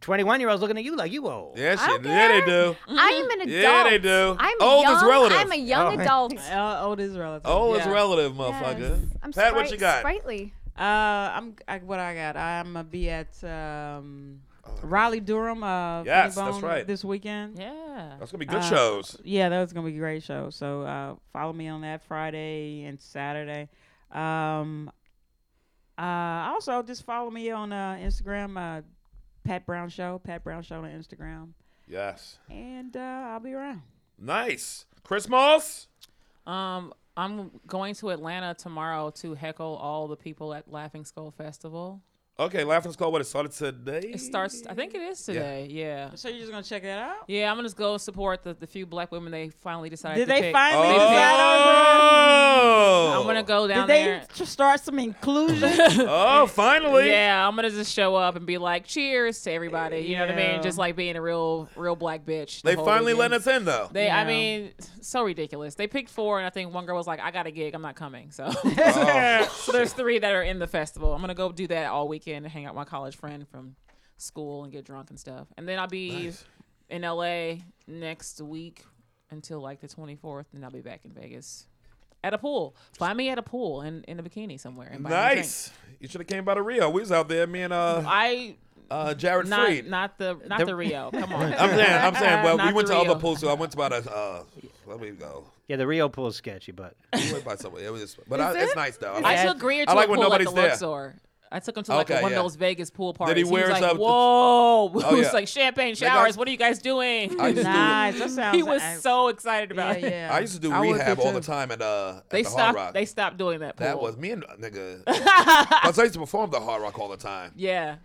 [SPEAKER 7] 21 year olds looking at you like you old.
[SPEAKER 2] Yeah,
[SPEAKER 6] I
[SPEAKER 2] shit.
[SPEAKER 6] don't
[SPEAKER 2] Yeah, they
[SPEAKER 6] care.
[SPEAKER 2] do.
[SPEAKER 6] I am an adult.
[SPEAKER 2] Yeah, they do.
[SPEAKER 6] I'm
[SPEAKER 2] Old
[SPEAKER 6] young.
[SPEAKER 2] is relative.
[SPEAKER 6] I'm a young adult.
[SPEAKER 8] Uh, old is relative.
[SPEAKER 2] Oh, it's
[SPEAKER 4] Yeah.
[SPEAKER 2] relative,
[SPEAKER 6] Yes.
[SPEAKER 2] motherfucker.
[SPEAKER 6] I'm
[SPEAKER 2] Pat, what
[SPEAKER 6] spri-
[SPEAKER 2] you got?
[SPEAKER 6] Sprightly.
[SPEAKER 8] Uh, I'm I, what I got. I'm gonna be at um, Raleigh Durham. Uh, Funny
[SPEAKER 2] Oh, Yes, that's
[SPEAKER 8] Bone
[SPEAKER 2] right.
[SPEAKER 8] This weekend.
[SPEAKER 4] Yeah. Yeah.
[SPEAKER 2] That's gonna be
[SPEAKER 4] Uh,
[SPEAKER 2] good shows.
[SPEAKER 8] Yeah, that was gonna be a great show. So uh, follow me on that Friday and Saturday. Um, uh, also, just follow me on uh, Instagram, uh, Pat Brown Show, Pat Brown Show on Instagram,
[SPEAKER 2] Yes.
[SPEAKER 8] and uh, I'll be around.
[SPEAKER 2] Nice. Chris Moss.
[SPEAKER 4] Um, I'm going to Atlanta tomorrow to heckle all the people at Laughing Skull Festival.
[SPEAKER 2] Okay, Laughing Skull. What it started today?
[SPEAKER 4] It starts, I think it is today. Yeah.
[SPEAKER 8] So you're just gonna check that out?
[SPEAKER 4] Yeah, I'm gonna just go support the, the few black women they finally decided
[SPEAKER 8] Did
[SPEAKER 4] to
[SPEAKER 8] they
[SPEAKER 4] pick.
[SPEAKER 8] finally
[SPEAKER 4] They picked-
[SPEAKER 8] decide
[SPEAKER 2] Oh.
[SPEAKER 4] I'm gonna go
[SPEAKER 8] Did
[SPEAKER 4] down
[SPEAKER 8] they
[SPEAKER 4] there.
[SPEAKER 8] tr- start some inclusion?
[SPEAKER 2] Oh, finally.
[SPEAKER 4] Yeah, I'm gonna just show up and be like, "Cheers" to everybody. You know what I
[SPEAKER 8] Yeah.
[SPEAKER 4] mean? Just like being a real, real black bitch. the
[SPEAKER 2] They
[SPEAKER 4] whole
[SPEAKER 2] finally let
[SPEAKER 4] weekend.
[SPEAKER 2] us in though.
[SPEAKER 4] They, I
[SPEAKER 8] Yeah.
[SPEAKER 4] mean, so ridiculous. They picked four, and I think one girl was like, "I got a gig, I'm not coming."
[SPEAKER 8] (laughs)
[SPEAKER 4] So,
[SPEAKER 2] Oh,
[SPEAKER 4] so there's three that are in the festival. I'm gonna go do that all weekend and hang out with my college friend from school and get drunk and stuff. And then I'll be in LA next week until like the 24th, and I'll be back in Vegas at a pool. Find me at a pool in, in a bikini somewhere. And buy me a drink.
[SPEAKER 2] Nice. You should have came by to Rio. We was out there. Me and uh,
[SPEAKER 4] I
[SPEAKER 2] uh Jared
[SPEAKER 4] not
[SPEAKER 2] Freed.
[SPEAKER 4] not the not the, Rio. Come on.
[SPEAKER 2] I'm saying.
[SPEAKER 4] (laughs)
[SPEAKER 2] I'm saying. Well,
[SPEAKER 4] Not
[SPEAKER 2] we went
[SPEAKER 4] the
[SPEAKER 2] to other
[SPEAKER 4] Rio.
[SPEAKER 2] pools. So I went to about a. Uh, let me go.
[SPEAKER 7] Yeah, the Rio pool's sketchy, but
[SPEAKER 2] We went by somewhere. It was, but I, it's nice though.
[SPEAKER 4] I took Greer to
[SPEAKER 2] I like
[SPEAKER 4] a
[SPEAKER 2] when
[SPEAKER 4] pool at the
[SPEAKER 2] nobody's there.
[SPEAKER 4] Luxor. I took him to like
[SPEAKER 2] Okay,
[SPEAKER 4] one
[SPEAKER 2] yeah.
[SPEAKER 4] of those Vegas pool parties.
[SPEAKER 2] he
[SPEAKER 4] was
[SPEAKER 2] wears
[SPEAKER 4] like,
[SPEAKER 2] up the-
[SPEAKER 4] "Whoa!" (laughs) it was
[SPEAKER 2] yeah.
[SPEAKER 4] like champagne
[SPEAKER 2] They got-
[SPEAKER 4] showers. what are you guys doing? (laughs)
[SPEAKER 2] I used to do-
[SPEAKER 8] nice. That sounds.
[SPEAKER 4] he was
[SPEAKER 8] I-
[SPEAKER 4] so excited
[SPEAKER 8] Yeah,
[SPEAKER 4] about it.
[SPEAKER 8] yeah.
[SPEAKER 2] I used to do
[SPEAKER 8] I would
[SPEAKER 2] rehab
[SPEAKER 8] be
[SPEAKER 2] all
[SPEAKER 8] too.
[SPEAKER 2] the time at uh at
[SPEAKER 4] They
[SPEAKER 2] the Hard Rock.
[SPEAKER 4] stopped. They stopped doing that. Pool.
[SPEAKER 2] that was me and uh,
[SPEAKER 4] (laughs)
[SPEAKER 2] nigga. 'Cause I used to perform the Hard Rock all the time,
[SPEAKER 4] Yeah.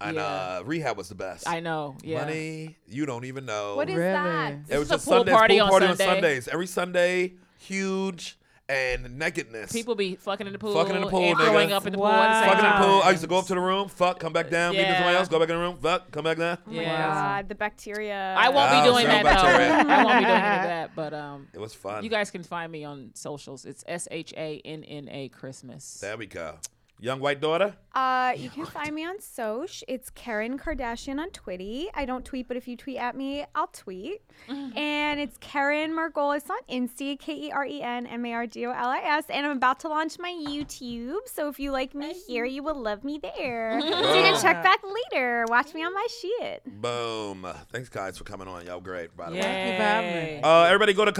[SPEAKER 2] and
[SPEAKER 4] yeah.
[SPEAKER 2] uh rehab was the best.
[SPEAKER 4] I know. Yeah.
[SPEAKER 2] Money, you don't even know.
[SPEAKER 6] What is
[SPEAKER 8] Really?
[SPEAKER 6] that?
[SPEAKER 2] it was
[SPEAKER 4] is a
[SPEAKER 2] just
[SPEAKER 4] pool
[SPEAKER 2] Sundays,
[SPEAKER 4] party
[SPEAKER 2] pool
[SPEAKER 4] on
[SPEAKER 2] party
[SPEAKER 4] Sunday.
[SPEAKER 2] on Sundays. Every Sunday, huge and nakedness.
[SPEAKER 4] People be fucking in the pool.
[SPEAKER 2] Fucking in the pool,
[SPEAKER 4] and
[SPEAKER 2] nigga.
[SPEAKER 4] throwing up in the pool. At the same
[SPEAKER 2] fucking in the
[SPEAKER 4] time.
[SPEAKER 2] pool. I used to go up to the room, fuck, come back down, meet with
[SPEAKER 4] Yeah.
[SPEAKER 2] somebody else, go back in the room, fuck, come back down.
[SPEAKER 4] Yeah.
[SPEAKER 6] God, the bacteria.
[SPEAKER 4] I won't
[SPEAKER 2] Wow,
[SPEAKER 4] be doing
[SPEAKER 2] sound
[SPEAKER 4] that
[SPEAKER 2] bacteria.
[SPEAKER 4] though. I won't be doing any of that. But um,
[SPEAKER 2] It was fun.
[SPEAKER 4] you guys can find me on socials. It's S H A N N A Christmas.
[SPEAKER 2] there we go. Young white daughter.
[SPEAKER 6] Uh, you can find me on Soch. It's Karen Kardashian on Twitty. I don't tweet, but if you tweet at me, I'll tweet. and it's Karen Margolis on Insta, K E R E N M A R G O L I S. And I'm about to launch my YouTube. So if you like me here, you will love me there. so you can check back later. Watch me on my shit.
[SPEAKER 2] Boom. Thanks, guys, for coming on. Y'all great, by the way.
[SPEAKER 8] Thank you for having me.
[SPEAKER 2] Uh, everybody go to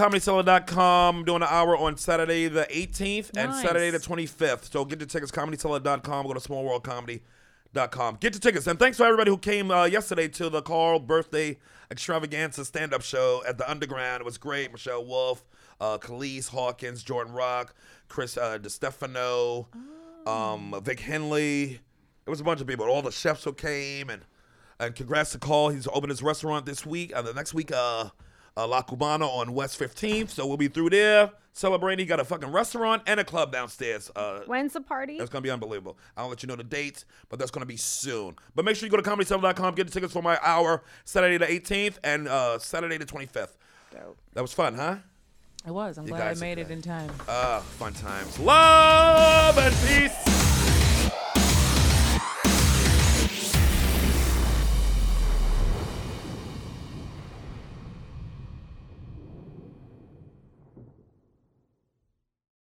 [SPEAKER 2] comedyseller.com. Doing an hour on Saturday the 18th and
[SPEAKER 4] Nice.
[SPEAKER 2] Saturday the 25th. So get your tickets, comedyseller.com. Go to smallworldcomedy.com. Get your tickets. And thanks for everybody who came uh, yesterday to the Carl birthday extravaganza stand up show at the Underground. It was great. Michelle Wolf, uh, Khalees Hawkins, Jordan Rock, Chris uh, DeStefano, um, Vic Henley. It was a bunch of people. All the chefs who came and and congrats to Carl. He's opening his restaurant this week. Uh, the next week, uh, uh, La Cubana on West 15th. So we'll be through there celebrating. He got a fucking restaurant and a club downstairs. Uh,
[SPEAKER 6] When's the party?
[SPEAKER 2] that's going to be unbelievable. I'll let you know the dates, but that's going to be soon. But make sure you go to comedycentral.com, get the tickets for my hour, Saturday the 18th and uh, Saturday the 25th. That was fun, huh?
[SPEAKER 4] It was. I'm
[SPEAKER 2] You
[SPEAKER 4] glad I
[SPEAKER 2] guys are
[SPEAKER 4] made it
[SPEAKER 2] good.
[SPEAKER 4] in time.
[SPEAKER 2] Uh, fun times. Love and peace.